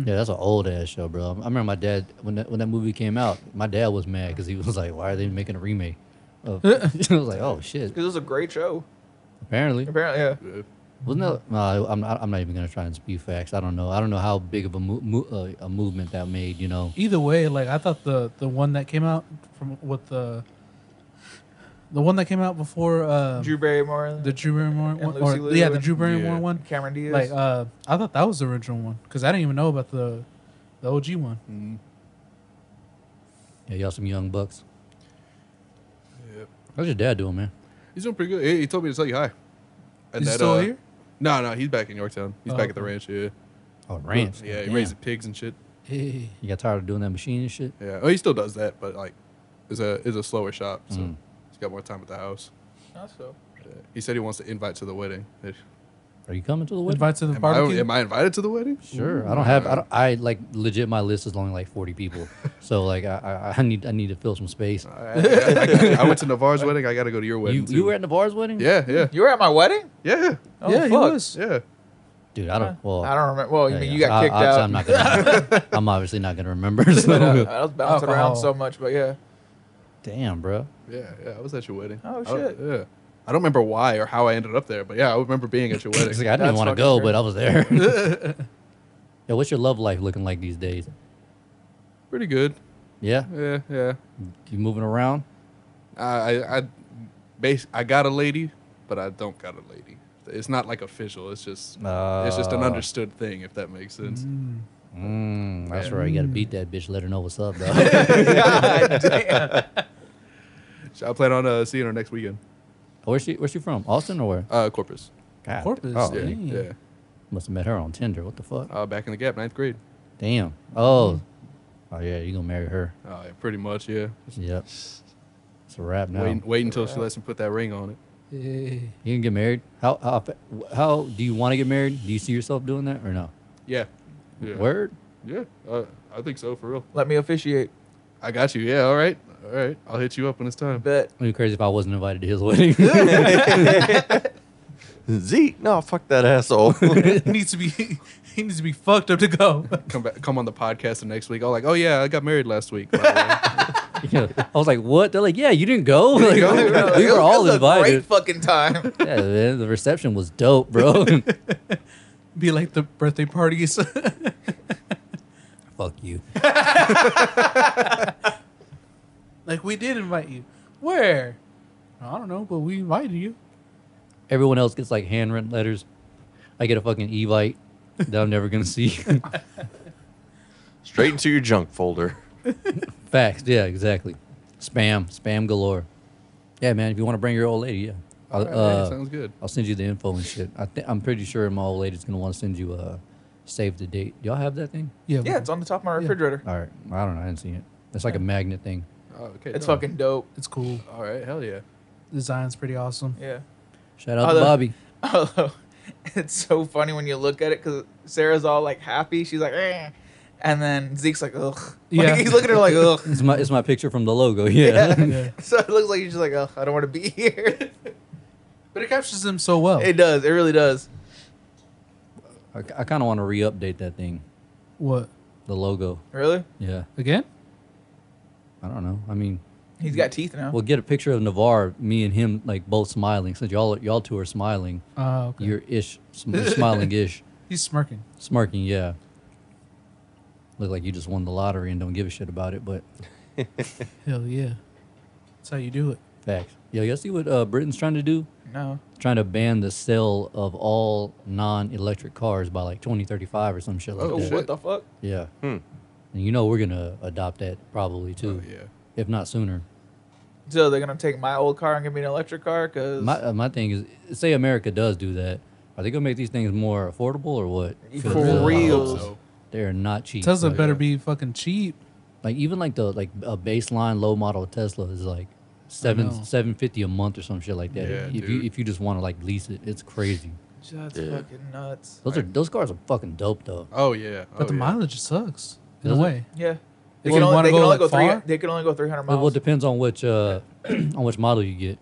S1: Yeah, that's an old ass show, bro. I remember my dad when that, when that movie came out. My dad was mad because he was like, "Why are they making a remake?" Of, I was like, "Oh shit!"
S8: Because it was a great show.
S1: Apparently,
S8: Apparently, yeah.
S3: Yeah.
S1: wasn't that? No, I'm not. I'm not even gonna try and spew facts. I don't know. I don't know how big of a mo- mo- uh, a movement that made. You know,
S2: either way like i thought the the one that came out from with the the one that came out before uh
S8: Drew Barrymore,
S2: the drew barrymore one
S8: Lucy
S2: or,
S8: Liu
S2: yeah the
S8: and-
S2: drew barrymore
S3: Yeah.
S2: one
S8: Cameron Diaz.
S2: like uh i thought that was the original one because i didn't even know about the the og one
S1: yeah, y'all some young bucks.
S3: Yeah.
S1: How's your dad doing, man?
S3: He's doing pretty good. He, he told me to tell you hi. And
S2: Is he still
S3: uh,
S2: here?
S3: No, no, he's back in Yorktown. He's
S2: Oh,
S3: back at the
S2: okay.
S3: ranch. Yeah,
S1: Oh, ranch.
S3: yeah. He
S1: Damn.
S3: raises pigs and shit.
S2: Hey.
S1: You got tired of doing that machine and shit.
S3: Yeah. Oh, he still does that, but like, is a is a slower shop, so
S2: Mm.
S3: he's got more time at the house.
S8: also,
S3: Yeah. He said he wants to invite to the wedding. Am
S1: Are you coming to the wedding?
S2: Invite to the
S3: I-
S2: barbecue.
S3: am I invited to the wedding?
S1: Sure. I don't have. I, don't, I like legit. My list is only like forty people, so like I, I, I need I need to fill some space.
S3: I, I- I- I went to Navarre's wedding. I got to go to your wedding.
S1: You,
S3: too.
S1: you were at Navarre's wedding?
S3: Yeah, yeah,
S8: you were at my wedding.
S3: yeah,
S8: Oh,
S2: yeah, he
S8: fuck.
S2: was.
S3: yeah.
S1: Dude, I don't. Well,
S8: I don't remember. Well, you
S1: yeah,
S8: mean
S1: yeah.
S8: you got
S1: I-
S8: kicked
S1: I,
S8: out?
S1: I'm not gonna. I'm obviously not gonna remember. So.
S8: I was bouncing
S2: Alcohol.
S8: around so much, but yeah.
S1: Damn, bro.
S3: Yeah, yeah, I was at your wedding.
S8: Oh,
S3: I-
S8: shit.
S3: yeah, I don't remember why or how I ended up there, but yeah, I remember being at your
S1: It's
S3: wedding.
S1: like, I didn't
S8: That's
S1: want to
S8: fucking
S1: go,
S8: crazy.
S1: but I was there. Yo, what's your love life looking like these days?
S3: Pretty good.
S1: Yeah,
S3: Yeah, yeah.
S1: you moving around?
S3: I, I, I, bas- I got a lady, but I don't got a lady. It's not like official. It's just, it's just an
S1: Ah.
S3: understood thing, if that makes sense.
S1: Mm, that's right. You gotta beat that bitch. Let her know what's up, dog.
S8: God damn.
S3: So I plan on uh, seeing her next weekend.
S1: Oh, where's she? Where's she from? Austin or where?
S3: Uh, Corpus.
S1: God,
S2: Corpus,
S1: Oh,
S3: Yeah,
S2: dang.
S3: yeah.
S1: must have met her on Tinder. What the fuck?
S3: Uh, back in the gap, ninth grade.
S1: Damn. Oh.
S8: Mm.
S1: Oh yeah, you gonna marry her?
S3: Uh, yeah, pretty much, yeah. Just
S1: Yep. It's a wrap now.
S3: Wait, wait until she lets me put that ring on it.
S2: Hey.
S1: You can get married. How how fa- how do you want to get married? Do you see yourself doing that or no?
S3: Yeah. Yeah.
S1: Word.
S3: Yeah. Uh, I think so for real.
S8: Let me officiate.
S3: I got you. Yeah. All right. All right. I'll hit you up when it's time.
S8: Bet.
S1: It'd be crazy if I wasn't invited to his wedding.
S5: Zeke, no, fuck that asshole.
S2: he needs to be he needs to be fucked up to go.
S3: Come back. Come on the podcast the next week. Oh, like, oh yeah, I got married last week. by the way."
S1: Yeah. I was like, what? They're like, yeah, you didn't go. Like,
S8: It was
S1: we were all
S8: a Great
S1: invited.
S8: fucking time.
S1: Yeah, man, the reception was dope, bro.
S2: be like the birthday parties.
S1: Fuck you.
S2: like we did invite you. Where? I don't know, but we invited you.
S1: Everyone else gets like handwritten letters. I get a fucking evite that I'm never gonna see.
S5: Straight into your junk folder.
S1: Facts. Yeah, exactly. Spam. Spam galore. Yeah, man. If you want to bring your old lady, yeah. I'll,
S3: All right, man,
S1: uh,
S3: sounds good.
S1: I'll send you the info and shit. I th- I'm pretty sure my old lady's gonna want to send you a save the date. Y'all have that thing?
S8: Yeah, it's on the top of my refrigerator.
S1: All right. I don't know. I didn't see it. It's like a magnet thing.
S3: Oh, okay.
S8: It's
S3: done.
S8: fucking dope.
S2: it's cool.
S3: All right. Hell yeah.
S2: Design's pretty awesome.
S8: Yeah.
S1: Shout out to
S8: Although-
S1: Bobby.
S8: Although it's so funny when you look at it because Sarah's all like happy. She's like, eh. and then Zeke's like, ugh. Like,
S2: Yeah.
S8: he's looking at her like, ugh.
S1: It's my it's my picture from the logo. Yeah.
S2: Yeah.
S8: So it looks like he's just like, ugh, I don't want to be here.
S2: But it captures them so well.
S8: it does. It really does.
S1: I, I kind of want to re-update that thing,
S2: what
S1: the logo.
S8: Really?
S1: Yeah.
S2: again?
S1: I don't know. I mean,
S8: He's got teeth now.
S1: we'll get a picture of Navarre, me and him, like both smiling. Since y'all y'all two are smiling,
S2: Oh, okay.
S1: you're ish sm- smiling ish,
S2: He's smirking.
S1: smirking. Yeah. Look like you just won the lottery and don't give a shit about it, but
S2: Hell yeah. That's how you do it.
S1: facts. Yeah, you see what uh, Britain's trying to do?
S8: no.
S1: Trying to ban the sale of all non-electric cars by like 2035 or some shit like
S8: Oh,
S1: that.
S8: what the fuck?
S1: Yeah. And you know we're gonna adopt that probably too,
S3: Oh, Yeah.
S1: if not sooner.
S8: So they're gonna take my old car and give me an electric car? Cause
S1: My uh, my thing is, say America does do that, are they gonna make these things more affordable or what? 'Cause,
S8: For
S1: uh,
S8: real.
S3: So
S1: they are not cheap.
S2: Tesla
S1: like,
S2: better be fucking cheap.
S1: like even like the like a baseline low model Tesla is like
S2: know.
S1: seven seven fifty a month or some shit like that.
S3: Yeah,
S1: if you
S3: dude.
S1: if you just want to like lease it, it's crazy.
S8: That's
S5: Yeah.
S8: fucking nuts.
S1: Those are those cars are fucking dope though.
S3: oh yeah.
S2: But
S3: oh,
S2: the
S3: yeah.
S2: mileage sucks. In
S1: Does
S2: a
S1: it?
S2: way.
S8: Yeah. They
S2: Well,
S8: can
S2: you
S8: only,
S2: wanna
S8: they can
S2: go,
S8: only go
S2: like,
S8: three.
S2: far?
S8: They can only go 300
S1: Well,
S8: miles.
S1: well, it depends on which uh on which model you get.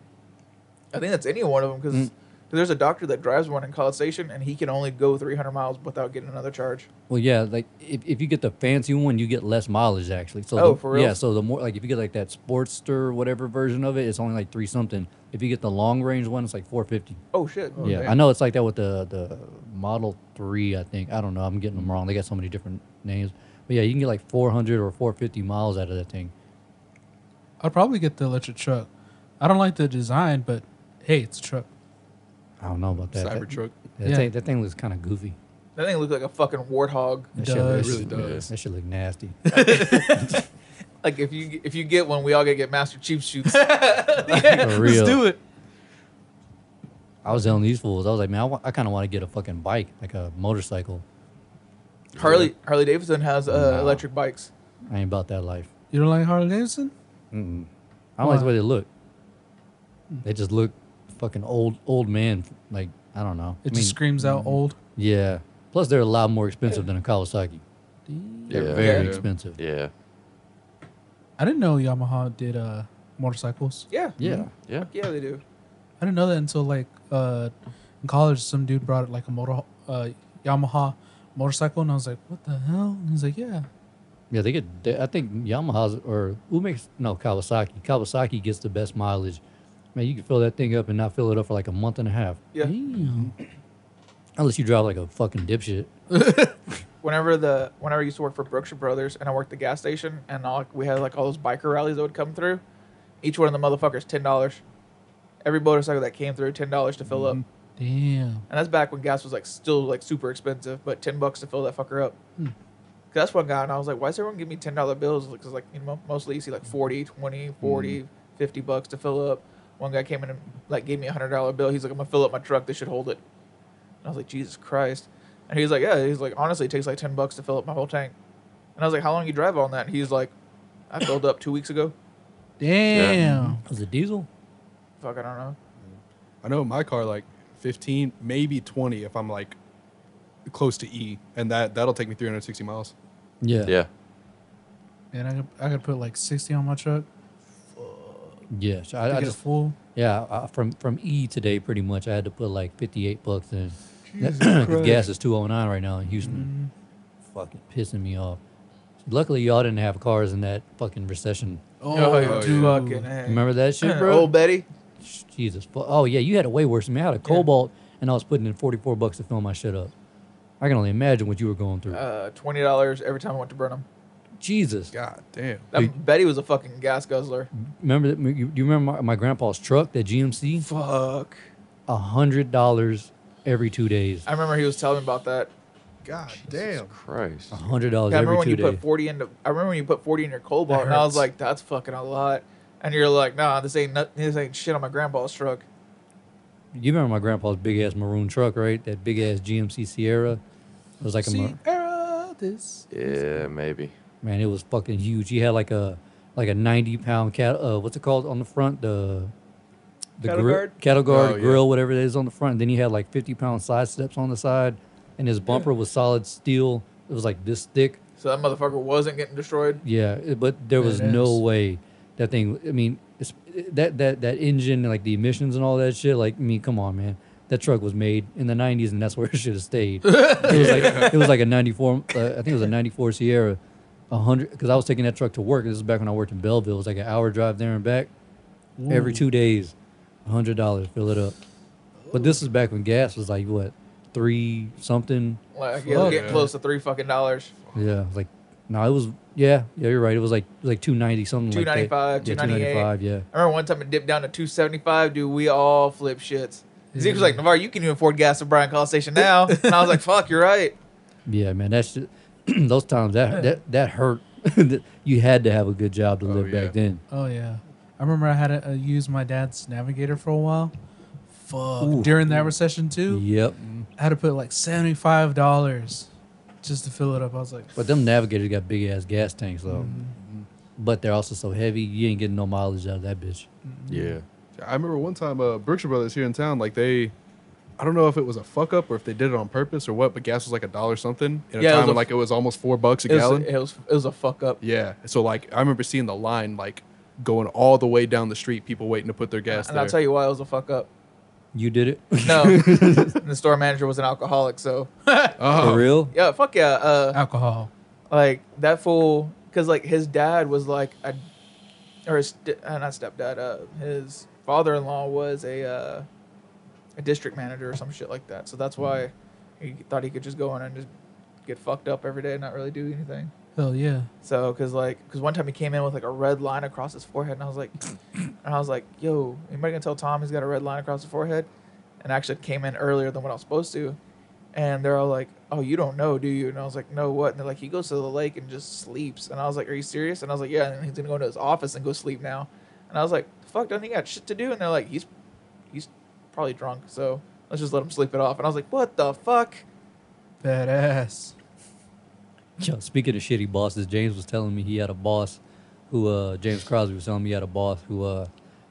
S8: I think that's any one of them because
S1: Mm.
S8: there's a doctor that drives one in College Station and he can only go 300 miles without getting another charge.
S1: Well, yeah, like if, if you get the fancy one, you get less mileage actually. So
S8: Oh,
S1: the-
S8: for real?
S1: Yeah, so the more like if you get like that Sportster whatever version of it, it's only like three something. If you get the long range one, it's like four fifty.
S8: Oh shit!
S1: yeah,
S8: damn.
S1: I know it's like that with the the Model Three. I think I don't know. I'm getting them wrong. They got so many different names. But yeah, you can get like four hundred or four fifty miles out of that thing.
S2: I'd probably get the electric truck. I don't like the design, but hey, it's a truck.
S1: I don't know about that. That-
S3: Cybertruck.
S1: That,
S2: Yeah.
S1: thing, that thing looks kind of goofy.
S8: That thing looked like a fucking warthog.
S1: That
S2: It
S1: shit
S2: does.
S1: looks-
S3: It really does.
S1: That shit look nasty.
S8: Like if you if you get one, we all gotta get Master Chief shoots.
S1: For real.
S2: Let's do it.
S1: I was telling these fools, I was like, man, I, wa- I kind of want to get a fucking bike, like a motorcycle.
S8: Harley Harley Davidson has uh, electric bikes.
S1: I ain't about that life.
S2: You don't like Harley Davidson?
S1: I don't like the
S2: Why?
S1: way they look. They just look fucking old, old man. Like I don't know.
S2: It
S1: I
S2: just
S1: mean,
S2: screams out old.
S1: yeah. Plus, they're a lot more expensive than a Kawasaki. They're
S5: Yeah.
S1: very
S8: Yeah.
S1: expensive.
S5: Yeah.
S2: I didn't know Yamaha did uh motorcycles.
S8: Yeah,
S1: Yeah.
S5: Yeah.
S8: yeah, they do.
S2: I didn't know that until like uh in college some dude brought like a motor uh Yamaha motorcycle and I was like, What the hell? And he's like, Yeah.
S1: Yeah, they get. They, I think Yamaha's or who makes no Kawasaki. Kawasaki gets the best mileage. Man, you can fill that thing up and not fill it up for like a month and a half,
S8: Yeah.
S2: Damn.
S1: unless you drive like a fucking dipshit.
S8: Whenever the whenever I used to work for Brookshire Brothers and I worked the gas station and all, we had like all those biker rallies that would come through, each one of the motherfuckers ten dollars. Every motorcycle that came through ten dollars to fill up.
S2: Damn.
S8: And that's back when gas was like still like super expensive, but ten bucks to fill that fucker up. 'Cause That's what I got, and I was like, why is everyone giving me ten dollar bills? Because like you know, mostly you see like 40, 20, 40, 50 bucks to fill up. One guy came in and like gave me a hundred dollar bill. He's like, I'm gonna fill up my truck. They should hold it. And I was like, Jesus Christ. And he's like, yeah. He's like, honestly, it takes like ten bucks to fill up my whole tank. And I was like, how long you drive on that? And he's like, I filled up two weeks ago.
S2: Damn.
S1: Was it diesel?
S8: Fuck, I don't know.
S3: I know my car like 15, maybe 20 if I'm like close to E, and that that'll take me 360 miles.
S1: Yeah.
S5: Yeah.
S2: And I could, I could put like sixty on my truck.
S1: Yeah. So I,
S2: I
S1: I
S2: get
S1: just
S2: it full.
S1: Yeah, uh, from from E today, pretty much. I had to put like fifty eight bucks in. Because gas is two oh nine right now in Houston.
S8: Mm-hmm.
S1: Fucking pissing me off. Luckily, y'all didn't have cars in that fucking recession.
S2: Oh,
S3: yeah.
S2: dude.
S8: Fucking hey.
S1: Remember that shit, bro?
S8: Old Betty.
S1: Jesus. fu- Oh yeah, you had it way worse than me. I had a Cobalt, and I was putting in forty four bucks to fill my shit up. I can only imagine what you were going through.
S8: Uh, twenty dollars every time I went to Burnham.
S1: Jesus.
S3: God damn.
S8: That Betty was a fucking gas guzzler.
S1: Remember that? You, you remember my, my grandpa's truck, that GMC?
S8: Fuck.
S1: A hundred dollars every two days.
S8: I remember he was telling me about that.
S3: God damn.
S5: Christ.
S1: A hundred dollars
S8: Yeah, I
S1: every
S8: remember when
S1: two
S8: you
S1: days.
S8: put forty into. I remember when you put forty in your cobalt,
S1: That
S8: and I was
S1: hurts.
S8: like, "That's fucking a lot." And you're like, "Nah, this ain't nothing. This ain't shit on my grandpa's truck."
S1: You remember my grandpa's big ass maroon truck, right? That big ass GMC Sierra. It was like a mar-
S2: Sierra, this.
S5: Yeah, maybe.
S1: man. It was fucking huge. He had like a like a ninety pound cat. Uh, what's it called on the front? The the
S8: Cattle
S1: gri-
S8: guard?
S1: cattle guard
S3: Oh, yeah.
S1: grill, whatever it is on the front. And then he had like 50 pound side steps on the side, and his bumper was solid steel. It was like this thick.
S8: So that motherfucker wasn't getting destroyed.
S1: Yeah, it- but there was no way that thing. I mean, it's, that that that engine, like the emissions and all that shit. Like, I mean, come on, man. That truck was made in the '90s, and that's where it should have stayed. It was like it was like a '94. Uh, I think it was a '94 Sierra, a hundred. Because I was taking that truck to work. This is back when I worked in Belleville. It was like an hour drive there and back. Every two days, hundred dollars fill it up. But this is back when gas was like what three something.
S8: Like yeah,
S3: Fuck.
S8: getting close to three fucking dollars.
S1: Yeah, it was like no, it was yeah, yeah. You're right. It was like it was like two ninety something. like
S8: 295,
S1: that. Yeah,
S8: 298.
S1: 295, Yeah,
S8: I remember one time it dipped down to two seventy five. Dude, we all flip shits. Zeke was like, "Navarre, you can even afford gas at Bryan College Station now," and I was like, "Fuck, you're right."
S1: yeah, man. That's just, those times that that that hurt. That you had to have a good job to live back
S3: yeah.
S1: then.
S2: Oh yeah, I remember I had to uh, use my dad's navigator for a while. Fuck. During that recession too,
S1: Yep.
S2: I had to put like seventy five dollars just to fill it up. I was like,
S1: But them navigators got big ass gas tanks though. But they're also so heavy, you ain't getting no mileage out of that bitch.
S5: Yeah.
S3: I remember one time, uh, Berkshire Brothers here in town, like they, I don't know if it was a fuck up or if they did it on purpose or what, but gas was like a dollar something at a
S8: Yeah, it was
S3: time when
S8: a-
S3: like it was almost four bucks a
S8: It was,
S3: gallon.
S8: it was it was a fuck up.
S3: yeah. So like I remember seeing the line like going all the way down the street, people waiting to put their gas
S8: and
S3: there.
S8: I'll tell you why it was a fuck up.
S1: You did it
S8: No, And the store manager was an alcoholic, so
S1: for
S3: Oh.
S1: real.
S8: Oh. yeah, fuck yeah. Uh,
S2: alcohol.
S8: like that fool because like his dad was like a or his st- uh, not stepdad uh his father-in-law was a uh a district manager or some shit like that so that's why he thought he could just go in and just get fucked up every day and not really do anything
S2: Hell yeah.
S8: so because like because one time he came in with like a red line across his forehead and i was like and i was like yo anybody gonna tell tom he's got a red line across his forehead and I actually came in earlier than what i was supposed to and they're all like, "Oh, you don't know, do you?" And I was like, "No, what?" And they're like, "He goes to the lake and just sleeps." And I was like, "Are you serious?" And I was like, "Yeah." And he's gonna go into his office and go sleep now. And I was like, "Fuck, doesn't he got shit to do?" And they're like, "He's, he's probably drunk, so let's just let him sleep it off." And I was like, "What the fuck?"
S2: Badass.
S1: Yo, speaking of shitty bosses, James was telling me he had a boss who uh James Crosby was telling me he had a boss who uh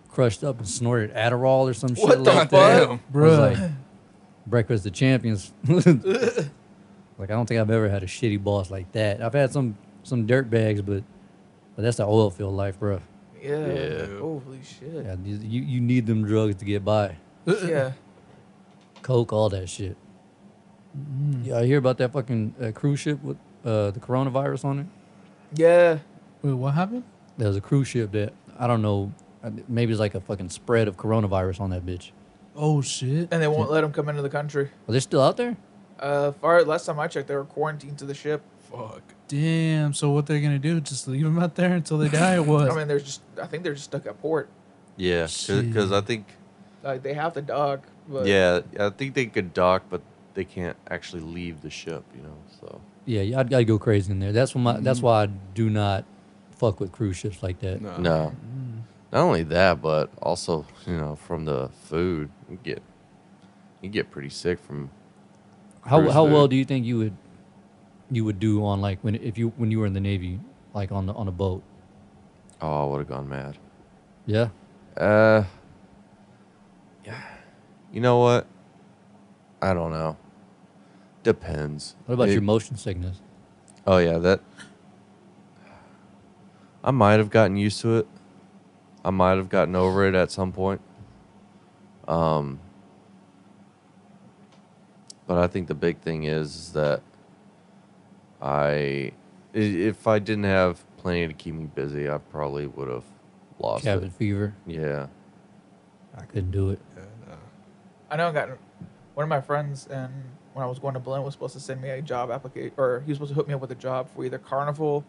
S1: crushed up and snorted Adderall or some shit
S8: What the
S1: like
S8: fuck?
S1: that. I was
S2: Bruh.
S1: like, Breakfast of Champions. like I don't think I've ever had a shitty boss like that. I've had some some dirt bags, but but that's the oil field life, bro.
S8: Yeah.
S5: Yeah.
S8: Holy shit.
S1: Yeah, you, you you need them drugs to get by.
S8: Yeah.
S1: Coke, all that shit. Yeah, I hear about that fucking uh, cruise ship with uh, the coronavirus on it.
S8: Yeah.
S2: Wait, what happened?
S1: There was a cruise ship that I don't know. uh, Maybe it's like a fucking spread of coronavirus on that bitch.
S2: Oh shit.
S8: And they won't let him come into the country.
S1: Are they still out there?
S8: Uh, far last time I checked, they were quarantined to the ship.
S3: Fuck.
S2: Damn. So what they're gonna do? Just leave them out there until they die? or
S8: I
S2: What?
S8: mean, they're just. I think they're just stuck at port.
S5: Yeah. Because I think,
S8: Like they have to dock. But
S5: yeah, I think they could dock, but they can't actually leave the ship, you know? So,
S1: Yeah, yeah, I'd, I'd go crazy in there. That's when my. That's why I do not fuck with cruise ships like that.
S3: No.
S5: no.
S1: Mm.
S5: Not only that, but also, you know, from the food, you get, you get pretty sick from
S1: How
S5: Cruise
S1: how
S5: there.
S1: well do you think you would you would do on like when if you when you were in the navy like on the on a boat?
S5: Oh, I would have gone mad.
S1: Yeah,
S5: Uh, you know what? I don't know. Depends.
S1: What about
S5: It-
S1: your motion sickness?
S5: Oh yeah, that. I might have gotten used to it. I might have gotten over it at some point. Um. But I think the big thing is, is that I, i- if I didn't have plenty to keep me busy, I probably would have lost
S1: Cabin
S5: it.
S1: fever.
S5: Yeah.
S1: I couldn't do it.
S8: I know I got one of my friends and when I was going to Blinn was supposed to send me a job application or he was supposed to hook me up with a job for either Carnival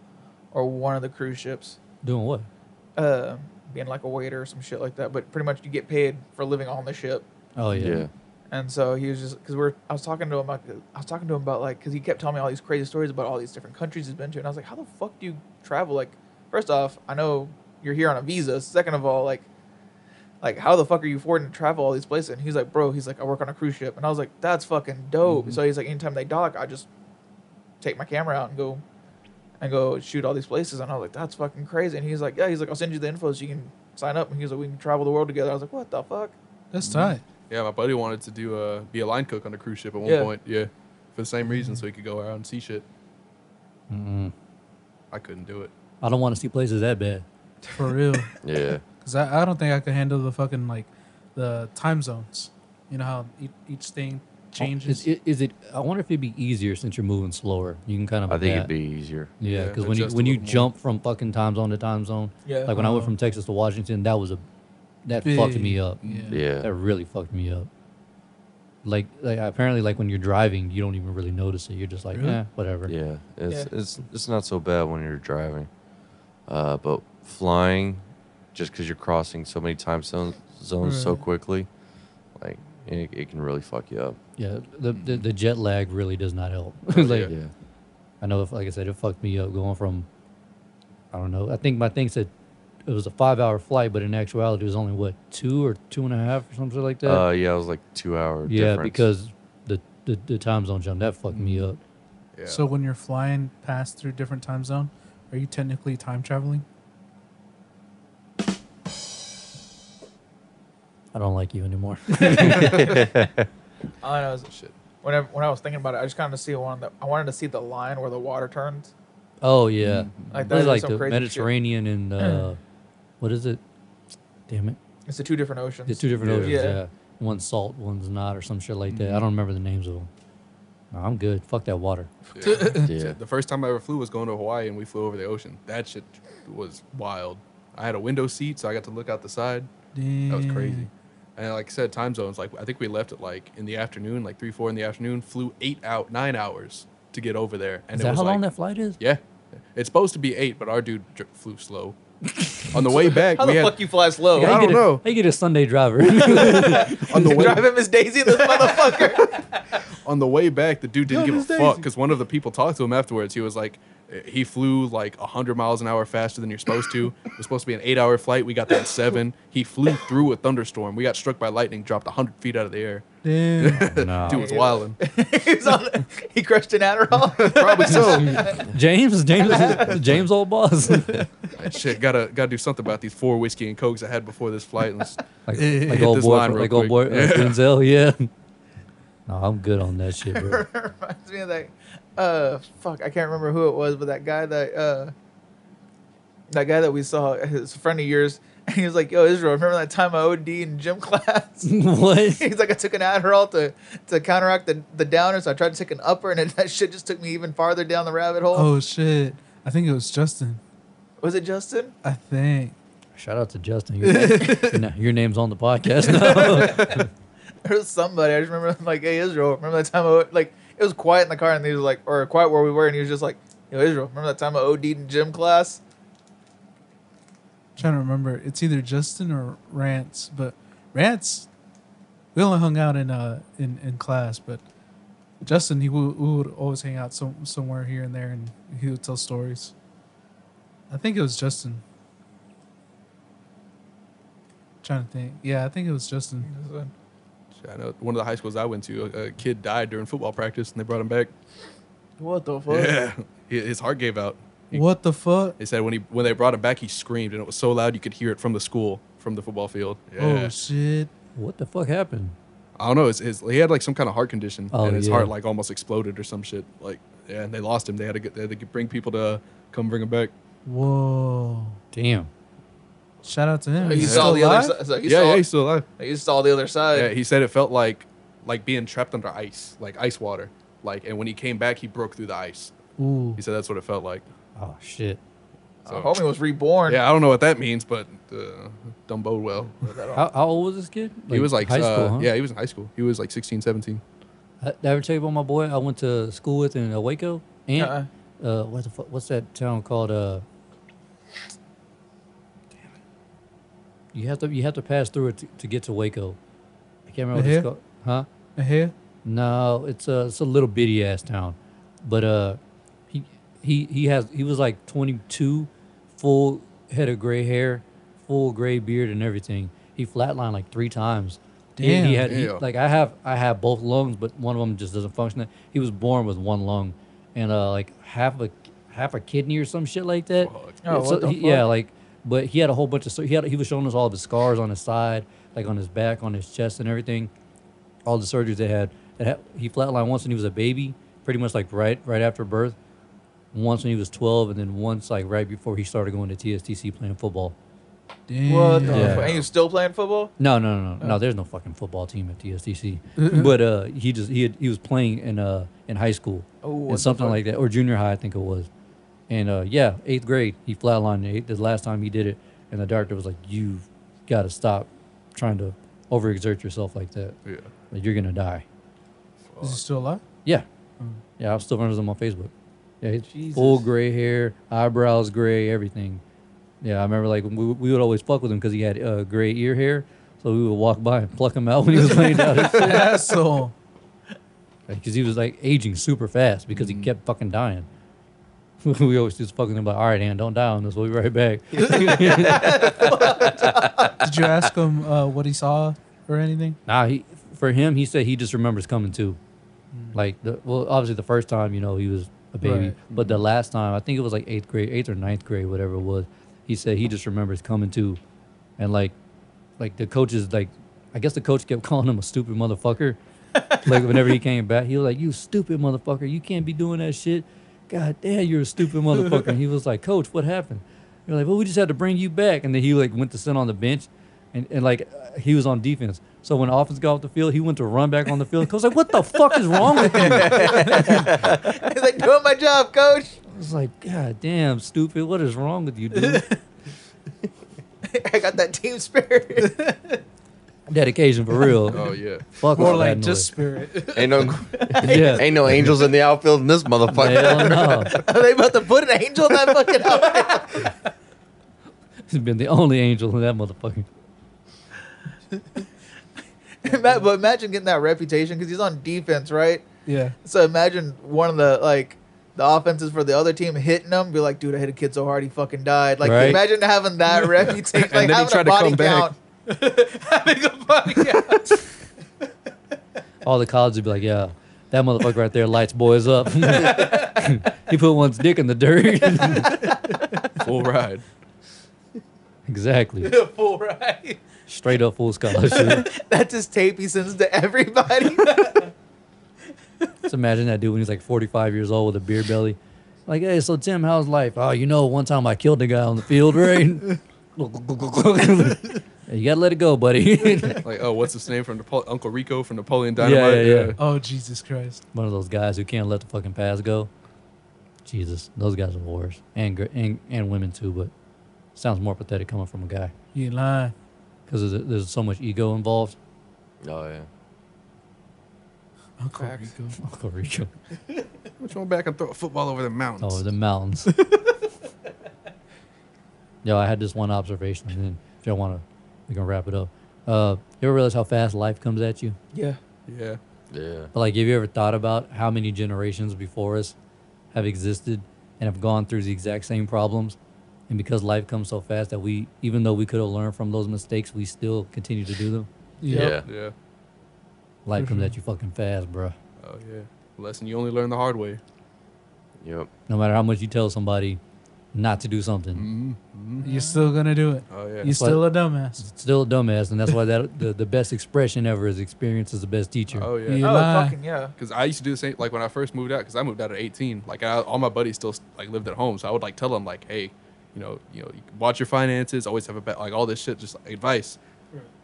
S8: or one of the cruise ships.
S1: Doing what?
S8: Uh, being like a waiter or some shit like that. But pretty much you get paid for living on the ship.
S1: Oh yeah.
S5: Yeah.
S8: And so he was just because we're I was talking to him about I was talking to him about like because he kept telling me all these crazy stories about all these different countries he's been to and I was like how the fuck do you travel like first off I know you're here on a visa second of all like like how the fuck are you affording to travel all these places and he's like bro he's like I work on a cruise ship and I was like that's fucking dope so he's like anytime they dock I just take my camera out and go and go shoot all these places and I was like that's fucking crazy and he's like yeah he's like I'll send you the info so you can sign up. And he was like, we can travel the world together. I was like, what the fuck?
S2: That's tight.
S3: Yeah, my buddy wanted to do uh, be a line cook on a cruise ship at one
S8: Yeah.
S3: point. Yeah, for the same reason, so he could go out and see shit. I couldn't do it.
S1: I don't want to see places that bad.
S2: For real.
S5: Yeah.
S2: Because I, I don't think I could handle the fucking, like, the time zones. You know how e- each thing changes?
S1: Is, is, is it? I wonder if it'd be easier since you're moving slower. You can kind of.
S5: I think it'd
S1: adapt.
S5: be easier.
S1: Yeah,
S3: Yeah,
S1: because when you
S3: adjust a
S1: when you
S3: little more.
S1: jump from fucking time zone to time zone,
S8: Yeah.
S1: like when I went from Texas to Washington, that was a that fucked me
S2: Big,
S1: up.
S5: Yeah.
S1: That really fucked me up. Like, like apparently, like when you're driving, you don't even really notice it. You're just like,
S2: Really?
S1: eh, whatever.
S5: Yeah, it's
S8: Yeah.
S5: it's it's not so bad when you're driving, uh, but flying, just because you're crossing so many time zones zones so
S2: Right.
S5: quickly, like it, it can really fuck you up.
S1: Yeah, the, the the jet lag really does not help. like,
S5: Yeah,
S1: I know, if, like I said, it fucked me up going from, I don't know. I think my thing said it was a five hour flight, but in actuality, it was only what two or two and a half or something like that.
S5: uh, yeah, it was like two hour.
S1: yeah,
S5: difference.
S1: because the, the the time zone jump that fucked me up.
S3: Yeah.
S2: So when you're flying past through different time zone, are you technically time traveling?
S1: I don't like you anymore.
S8: All I know is shit. Whenever when I was thinking about it, I just kind of see one that I wanted to see the line where the water turns.
S1: oh yeah,
S8: Like
S1: It was like
S8: that. Like
S1: the
S8: some crazy Mediterranean.
S1: Mediterranean and uh, what is it? Damn it,
S8: Shit. It's the two different oceans.
S1: it's two different
S3: Yeah.
S1: oceans. Yeah.
S8: Yeah.
S1: one's salt, one's not, or some shit like that. I don't remember the names of them. No, I'm good. Fuck that water.
S3: Yeah.
S5: Yeah.
S3: The first time I ever flew was going to Hawaii, and we flew over the ocean. That shit was wild. I had a window seat, so I got to look out the side. That was crazy. And like I said, time zones. Like I think we left at like in the afternoon, like three, four in the afternoon. Flew eight out, nine hours to get over there. And
S1: Is
S3: it
S1: that
S3: was
S1: how long
S3: like-
S1: that flight is?
S3: Yeah, it's supposed to be eight, but our dude dr- flew slow. On the way back,
S8: How
S3: we
S8: the
S3: had
S8: fuck you fly slow?
S3: I
S1: How you
S3: don't
S1: get a-
S3: know.
S1: How you get a Sunday driver?
S3: on the way
S8: Driving Miss Daisy, this motherfucker.
S3: on the way back, the dude didn't give a fuck because one of the people talked to him afterwards. He was like, eh, he flew like 100 miles an hour faster than you're supposed to. It was supposed to be an eight hour flight. We got there at seven. He flew through a thunderstorm. We got struck by lightning, dropped 100 feet out of the air.
S2: Damn.
S3: Dude was wilding.
S8: he, was on, he crushed an Adderall.
S3: Probably so.
S1: James, James, James, old boss. like
S3: Like, shit, gotta, gotta do something about these four whiskey and cokes I had before this flight. Let's-
S1: like
S3: Hit
S1: old
S3: this
S1: boy,
S3: line
S1: from-
S3: real
S1: like old
S3: quick.
S1: boy, uh, Denzel. Yeah. No, I'm good on that shit, bro.
S8: Reminds me of that. Uh, fuck, I can't remember who it was, but that guy that uh, that guy that we saw, his friend of yours, and he was like, "Yo, Israel, remember that time I OD in gym class?"
S1: what?
S8: He's like, I took an Adderall to, to counteract the, the downer, so I tried to take an upper, and it, that shit just took me even farther down the rabbit hole.
S2: Oh shit! I think it was Justin.
S8: Was it Justin?
S2: I think.
S1: Shout out to Justin. Your, Nah, your name's on the podcast now.
S8: Or somebody. I just remember, like, hey, Israel, remember that time I, o-" like, it was quiet in the car, and he was like, or quiet where we were, and he was just like, yo, Israel, remember that time I OD'd in gym class?
S2: trying to remember. It's either Justin or Rance, but Rance, we only hung out in uh in, in class, but Justin he would, we would always hang out some somewhere here and there, and he would tell stories. I think it was Justin. Trying to think. Yeah, I think it was Justin.
S3: I know one of the high schools I went to, a, a kid died during football practice and they brought him back.
S8: What the fuck?
S3: Yeah. He- His heart gave out. He-
S2: What the fuck?
S3: They said when he when they brought him back, he screamed, and it was so loud you could hear it from the school, from the football field.
S2: Oh
S3: Yeah.
S2: shit!
S1: what the fuck happened?
S3: I don't know. His, his, he had like some kind of heart condition,
S1: Oh,
S3: and his
S1: yeah.
S3: heart like almost exploded or some shit. Like, yeah, and they lost him. They had to get they had to bring people to come bring him back.
S2: Whoa!
S1: Damn.
S2: Shout out to him.
S8: You
S2: He's
S8: saw
S2: still
S8: the
S2: alive.
S8: other side. So you
S3: yeah,
S8: saw,
S3: yeah, he's still alive.
S8: you saw the other side.
S3: Yeah, he said it felt like like being trapped under ice, like ice water. Like, and when he came back, he broke through the ice.
S2: Ooh.
S3: He said that's what it felt like.
S1: Oh shit.
S8: So homie was reborn.
S3: Yeah, I don't know what that means, but uh, don't bode well.
S1: How, how old was this kid?
S3: he was like
S1: high school,
S3: uh,
S1: huh?
S3: Yeah, he was in high school. He was like 16, 17.
S1: I, did I ever tell you about my boy I went to school with in uh, Waco? And uh
S8: Uh-uh.
S1: what the fu- what's that town called? Uh, damn it! You have to you have to pass through it to, to get to Waco. I can't remember what
S2: Lahore?
S1: it's called. Huh?
S2: Here.
S1: No, it's a it's a little bitty ass town, but uh, he he he has he was like 22, full head of gray hair, full gray beard and everything. He flatlined like three times. He- He,
S2: Damn.
S1: had he-
S3: Yeah.
S1: like I have I have both lungs, but one of them just doesn't function. He was born with one lung, and uh, like half a half a kidney or some shit like that.
S3: Fuck.
S8: Oh, what
S1: So
S8: the
S1: he- yeah,
S8: fuck?
S1: like But he had a whole bunch of so he had he was showing us all of his scars on his side, like on his back, on his chest, and everything. All the surgeries they had. That ha- he flatlined once when he was a baby, pretty much like right right after birth. Once when he was twelve, and then once like right before he started going to TSTC playing football.
S2: Damn.
S8: What the
S1: Yeah.
S8: fuck? And you're still playing football?
S1: No, no, no,
S8: Oh.
S1: no, no. There's no fucking football team at TSDC. but uh, he just he had, he was playing in uh in high school
S8: Oh, what the
S1: and something
S8: fuck?
S1: like that or junior high I think it was, and uh yeah eighth grade he flatlined eighth, the last time he did it and the doctor was like you got to stop trying to overexert yourself like that
S3: Yeah.
S1: like you're gonna die
S2: Is he still alive?
S1: yeah yeah I was still friends with him on Facebook yeah he's full
S8: Jesus.
S1: gray hair eyebrows gray everything yeah I remember like we, we would always fuck with him because he had uh, gray ear hair. So we would walk by and pluck him out when he was laying down.
S2: Asshole.
S1: because he was like aging super fast because he kept fucking dying. we always just fucking him like, all right, Ann, don't die on this. We'll be right back.
S2: Did you ask him uh, what he saw or anything?
S1: nah, he, for him, he said he just remembers coming to. Like, the, well, obviously the first time, you know, he was a baby,
S2: Right.
S1: but the last time, I think it was like eighth grade, eighth or ninth grade, whatever it was. He said he just remembers coming to, and like, like the coaches, like, I guess the coach kept calling him a stupid motherfucker. like whenever he came back, he was like, "You stupid motherfucker! You can't be doing that shit. God damn, you're a stupid motherfucker." and he was like, "Coach, what happened?" You're like, "Well, we just had to bring you back." And then he like went to sit on the bench, and, and like uh, he was on defense. So when the offense got off the field, he went to run back on the field. Coach was like, "What the fuck is wrong with you?" I
S8: He's like, doing my job, coach.
S1: was like, "God damn, stupid! What is wrong with you, dude?"
S8: I got that team spirit.
S1: Dedication for real.
S3: Oh yeah.
S1: Fuck
S2: More
S1: all that
S2: like
S1: noise.
S2: just spirit.
S5: Ain't no,
S1: yeah.
S5: ain't no angels in the outfield in this motherfucker.
S1: Hell no.
S8: Are they about to put an angel in that fucking outfit?
S1: He's been the only angel in that motherfucker.
S8: Ma- but imagine getting that reputation because he's on defense, right?
S2: Yeah.
S8: So imagine one of the like the offenses for the other team hitting him. Be like, dude, I hit a kid so hard he fucking died. Like,
S1: Right.
S8: imagine having that reputation. Like,
S3: then he
S8: having a
S3: tried to
S8: body
S3: come back.
S8: count. having a body count.
S1: all the colleges would be like, yeah, that motherfucker right there lights boys up. he put one's dick in the dirt.
S3: Full ride.
S1: exactly.
S8: Full right.
S1: Straight up full scholarship.
S8: That's his tape he sends to everybody.
S1: Just imagine that dude when he's like 45 years old with a beer belly. Like, hey, so Tim, how's life? Oh, you know, one time I killed a guy on the field, right? you gotta let it go, buddy.
S3: Like oh, what's his name from Napo- Uncle Rico from Napoleon
S1: Yeah, yeah,
S3: Dynamite?
S1: yeah.
S2: Oh Jesus Christ.
S1: One of those guys who can't let the fucking pass go. Jesus, those guys are the worst, and gr- and and women too. But sounds more pathetic coming from a guy
S2: You ain't lying.
S1: because there's so much ego involved.
S5: Oh yeah.
S2: Uncle
S8: Facts.
S2: Rico.
S1: Uncle Rico.
S3: Which one back and throw a football over the mountains?
S1: Oh, the mountains. Yo, I had this one observation, and then if y'all want to, we can wrap it up. Uh, you ever realize how fast life comes at you?
S8: yeah.
S3: yeah.
S5: Yeah.
S1: But like, have you ever thought about how many generations before us have existed and have gone through the exact same problems? And because life comes so fast that we, even though we could have learned from those mistakes, we still continue to do them.
S5: Yeah.
S3: Yeah.
S1: Life
S3: Mm-hmm.
S1: comes at you fucking fast, bruh.
S3: Oh yeah. Lesson you only learn the hard way.
S5: Yep.
S1: No matter how much you tell somebody not to do something,
S2: You're still gonna do it.
S3: Oh yeah.
S2: You're still a dumbass.
S1: still a dumbass, and that's why that the, the best expression ever is experience is the best teacher.
S3: oh
S2: You
S3: yeah.
S8: Oh,
S2: lie.
S8: fucking yeah.
S3: Because I used to do the same. Like when I first moved out, because I moved out at 18. Like I, all my buddies still like lived at home, so I would like tell them like, hey, you know, you know, you watch your finances, always have a bet, like all this shit, just like, advice.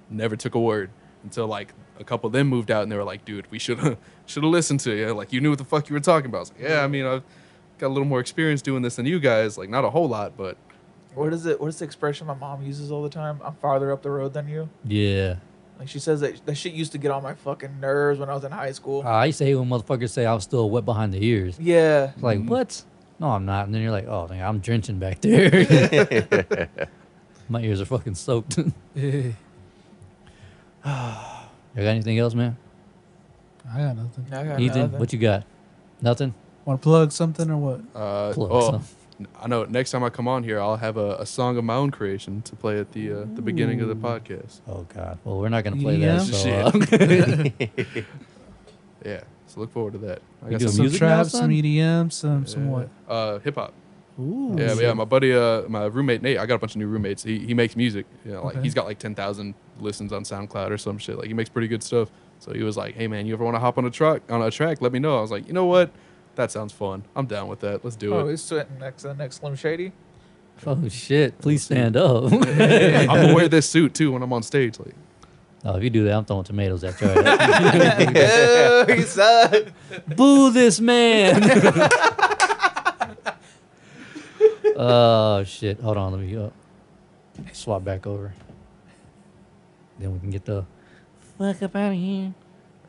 S3: Never took a word until like a couple of them moved out, and they were like, dude, we should have should have listened to you. Like you knew what the fuck you were talking about. I was like, yeah, I mean, I've got a little more experience doing this than you guys. Like not a whole lot, but
S8: What is it? What is the expression my mom uses all the time? I'm farther up the road than you.
S1: Yeah.
S8: Like she says that that shit used to get on my fucking nerves when I was in high school.
S1: Uh, I used to hate when motherfuckers say I'm still wet behind the ears.
S8: yeah.
S1: It's like, what? No, I'm not. And then you're like, oh, dang, I'm drenching back there. My ears are fucking soaked. you
S2: Hey,
S1: got anything else, man?
S2: I got nothing.
S8: I got
S1: Ethan,
S8: nothing.
S1: what you got? Nothing?
S2: Want to plug something or what?
S3: uh,
S1: Plug
S3: oh,
S1: something.
S3: I know. Next time I come on here, I'll have a, a song of my own creation to play at the uh, the beginning of the podcast.
S1: Oh, God. Well, we're not going to play
S2: Yeah.
S1: that. So, uh,
S3: Yeah, so look forward to that. I
S1: We
S3: got
S1: do
S3: some
S2: Some
S1: music now,
S2: trap, some
S1: son?
S2: EDM, some some
S3: Yeah.
S2: what?
S3: Uh, hip hop.
S2: Ooh.
S3: Yeah, but yeah. My buddy, uh, my roommate Nate. I got a bunch of new roommates. He he makes music. You know, like
S2: Okay.
S3: he's got like ten thousand listens on SoundCloud or some shit. Like he makes pretty good stuff. So he was like, "Hey man, you ever want to hop on a truck on a track? Let me know." I was like, "You know what? That sounds fun. I'm down with that. Let's do
S8: Oh,
S3: it."
S8: he's sweating next to the next Slim Shady.
S1: Oh shit! Please stand up.
S3: I'm gonna wear this suit too when I'm on stage. Like,
S1: oh, if you do that, I'm throwing tomatoes at your ass.
S8: oh, he sucked.
S1: Boo this man! oh shit! Hold on, let me uh, swap back over. Then we can get the fuck up out of here.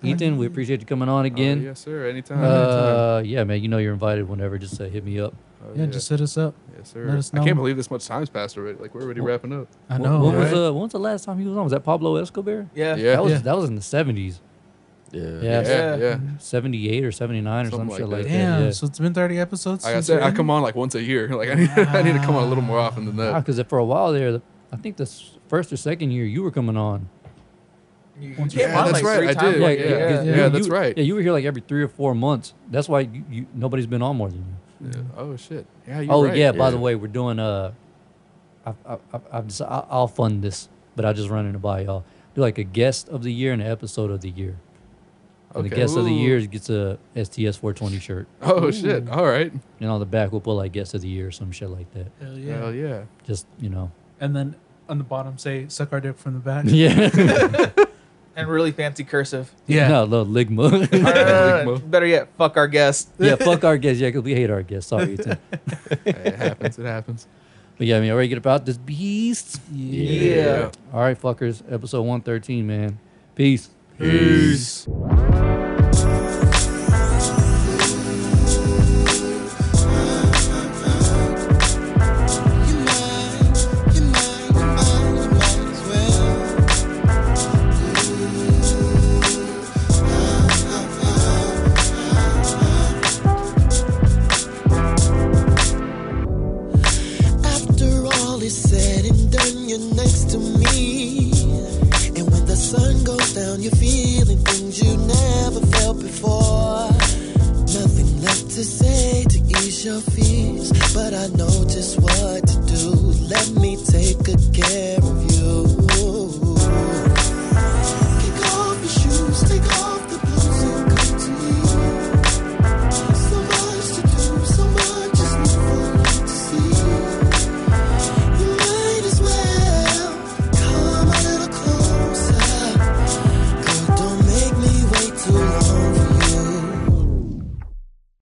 S1: Ethan, we appreciate you coming on
S3: "Oh,
S1: again.
S3: yes, sir. Anytime. anytime."
S1: Uh, yeah, man. You know you're invited whenever. Just uh, hit me up.
S3: Oh,
S2: Yeah, just hit us up.
S3: yes, sir.
S2: let us
S3: I
S2: know.
S3: can't believe this much time's passed already. Like we're already wrapping up.
S2: I
S1: Wh-
S2: know.
S1: What, was
S2: right?
S1: uh, when was the last time he was on? Was that Pablo Escobar?
S8: Yeah.
S3: Yeah.
S1: That was
S2: Yeah.
S1: that was in the seventies.
S5: Yeah.
S1: Yeah.
S3: yeah,
S8: Yeah.
S3: yeah.
S1: seventy eight or seventy nine or some
S3: Something
S1: shit
S3: like
S1: like
S3: that.
S1: that.
S2: Damn.
S1: yeah.
S2: So it's been 30 episodes.
S3: Like I
S2: since
S3: said, I
S2: then?
S3: come on like once a year. Like I need, I need to come on a little more often than that.
S1: because Ah, for a while there, the- I think the s- first or second year you were coming on.
S8: You
S2: Once
S8: came
S2: you-
S8: on
S2: Yeah,
S8: like
S3: that's right,
S8: three
S3: I
S8: times.
S3: did.
S8: like,
S3: Yeah,
S8: yeah.
S1: because
S2: yeah.
S1: you-
S3: Yeah, that's
S1: you-
S3: right.
S1: Yeah, you were here like every three or four months. That's why you, you nobody's been on more than you.
S3: Yeah. Oh shit. Yeah. You're
S1: oh
S3: right.
S1: yeah, by the
S5: Yeah.
S1: way, we're doing uh, I, I, I, I'm just, I, I'll fund this, but I'll just run it by y'all. Do like a guest of the year and an episode of the year. And the
S3: Okay.
S1: guest of the
S3: Ooh.
S1: year gets a STS 420 shirt.
S3: Oh shit. All right.
S1: And on the back we'll put like guest of the year or some shit like that.
S2: Hell yeah.
S3: Hell yeah.
S1: Just you know.
S2: And then on the bottom, say, suck our dick from the back.
S1: Yeah.
S8: And really fancy cursive.
S2: Yeah.
S1: No, no, Ligma.
S8: No, no, no, no, no. Better yet, fuck our guest.
S1: yeah, fuck our guests. Yeah, 'cause we hate our guests. Sorry, Ethan.
S3: Hey, it happens. It happens.
S1: But yeah, I mean, already get about this beast.
S8: yeah.
S1: All right, fuckers. Episode 113, man. Peace.
S3: Peace.
S10: After all is said and done, you're next to me. And when the sun goes down, you're feeling things you never felt before. Nothing left to say to ease your fears, but I know just what to do. Let me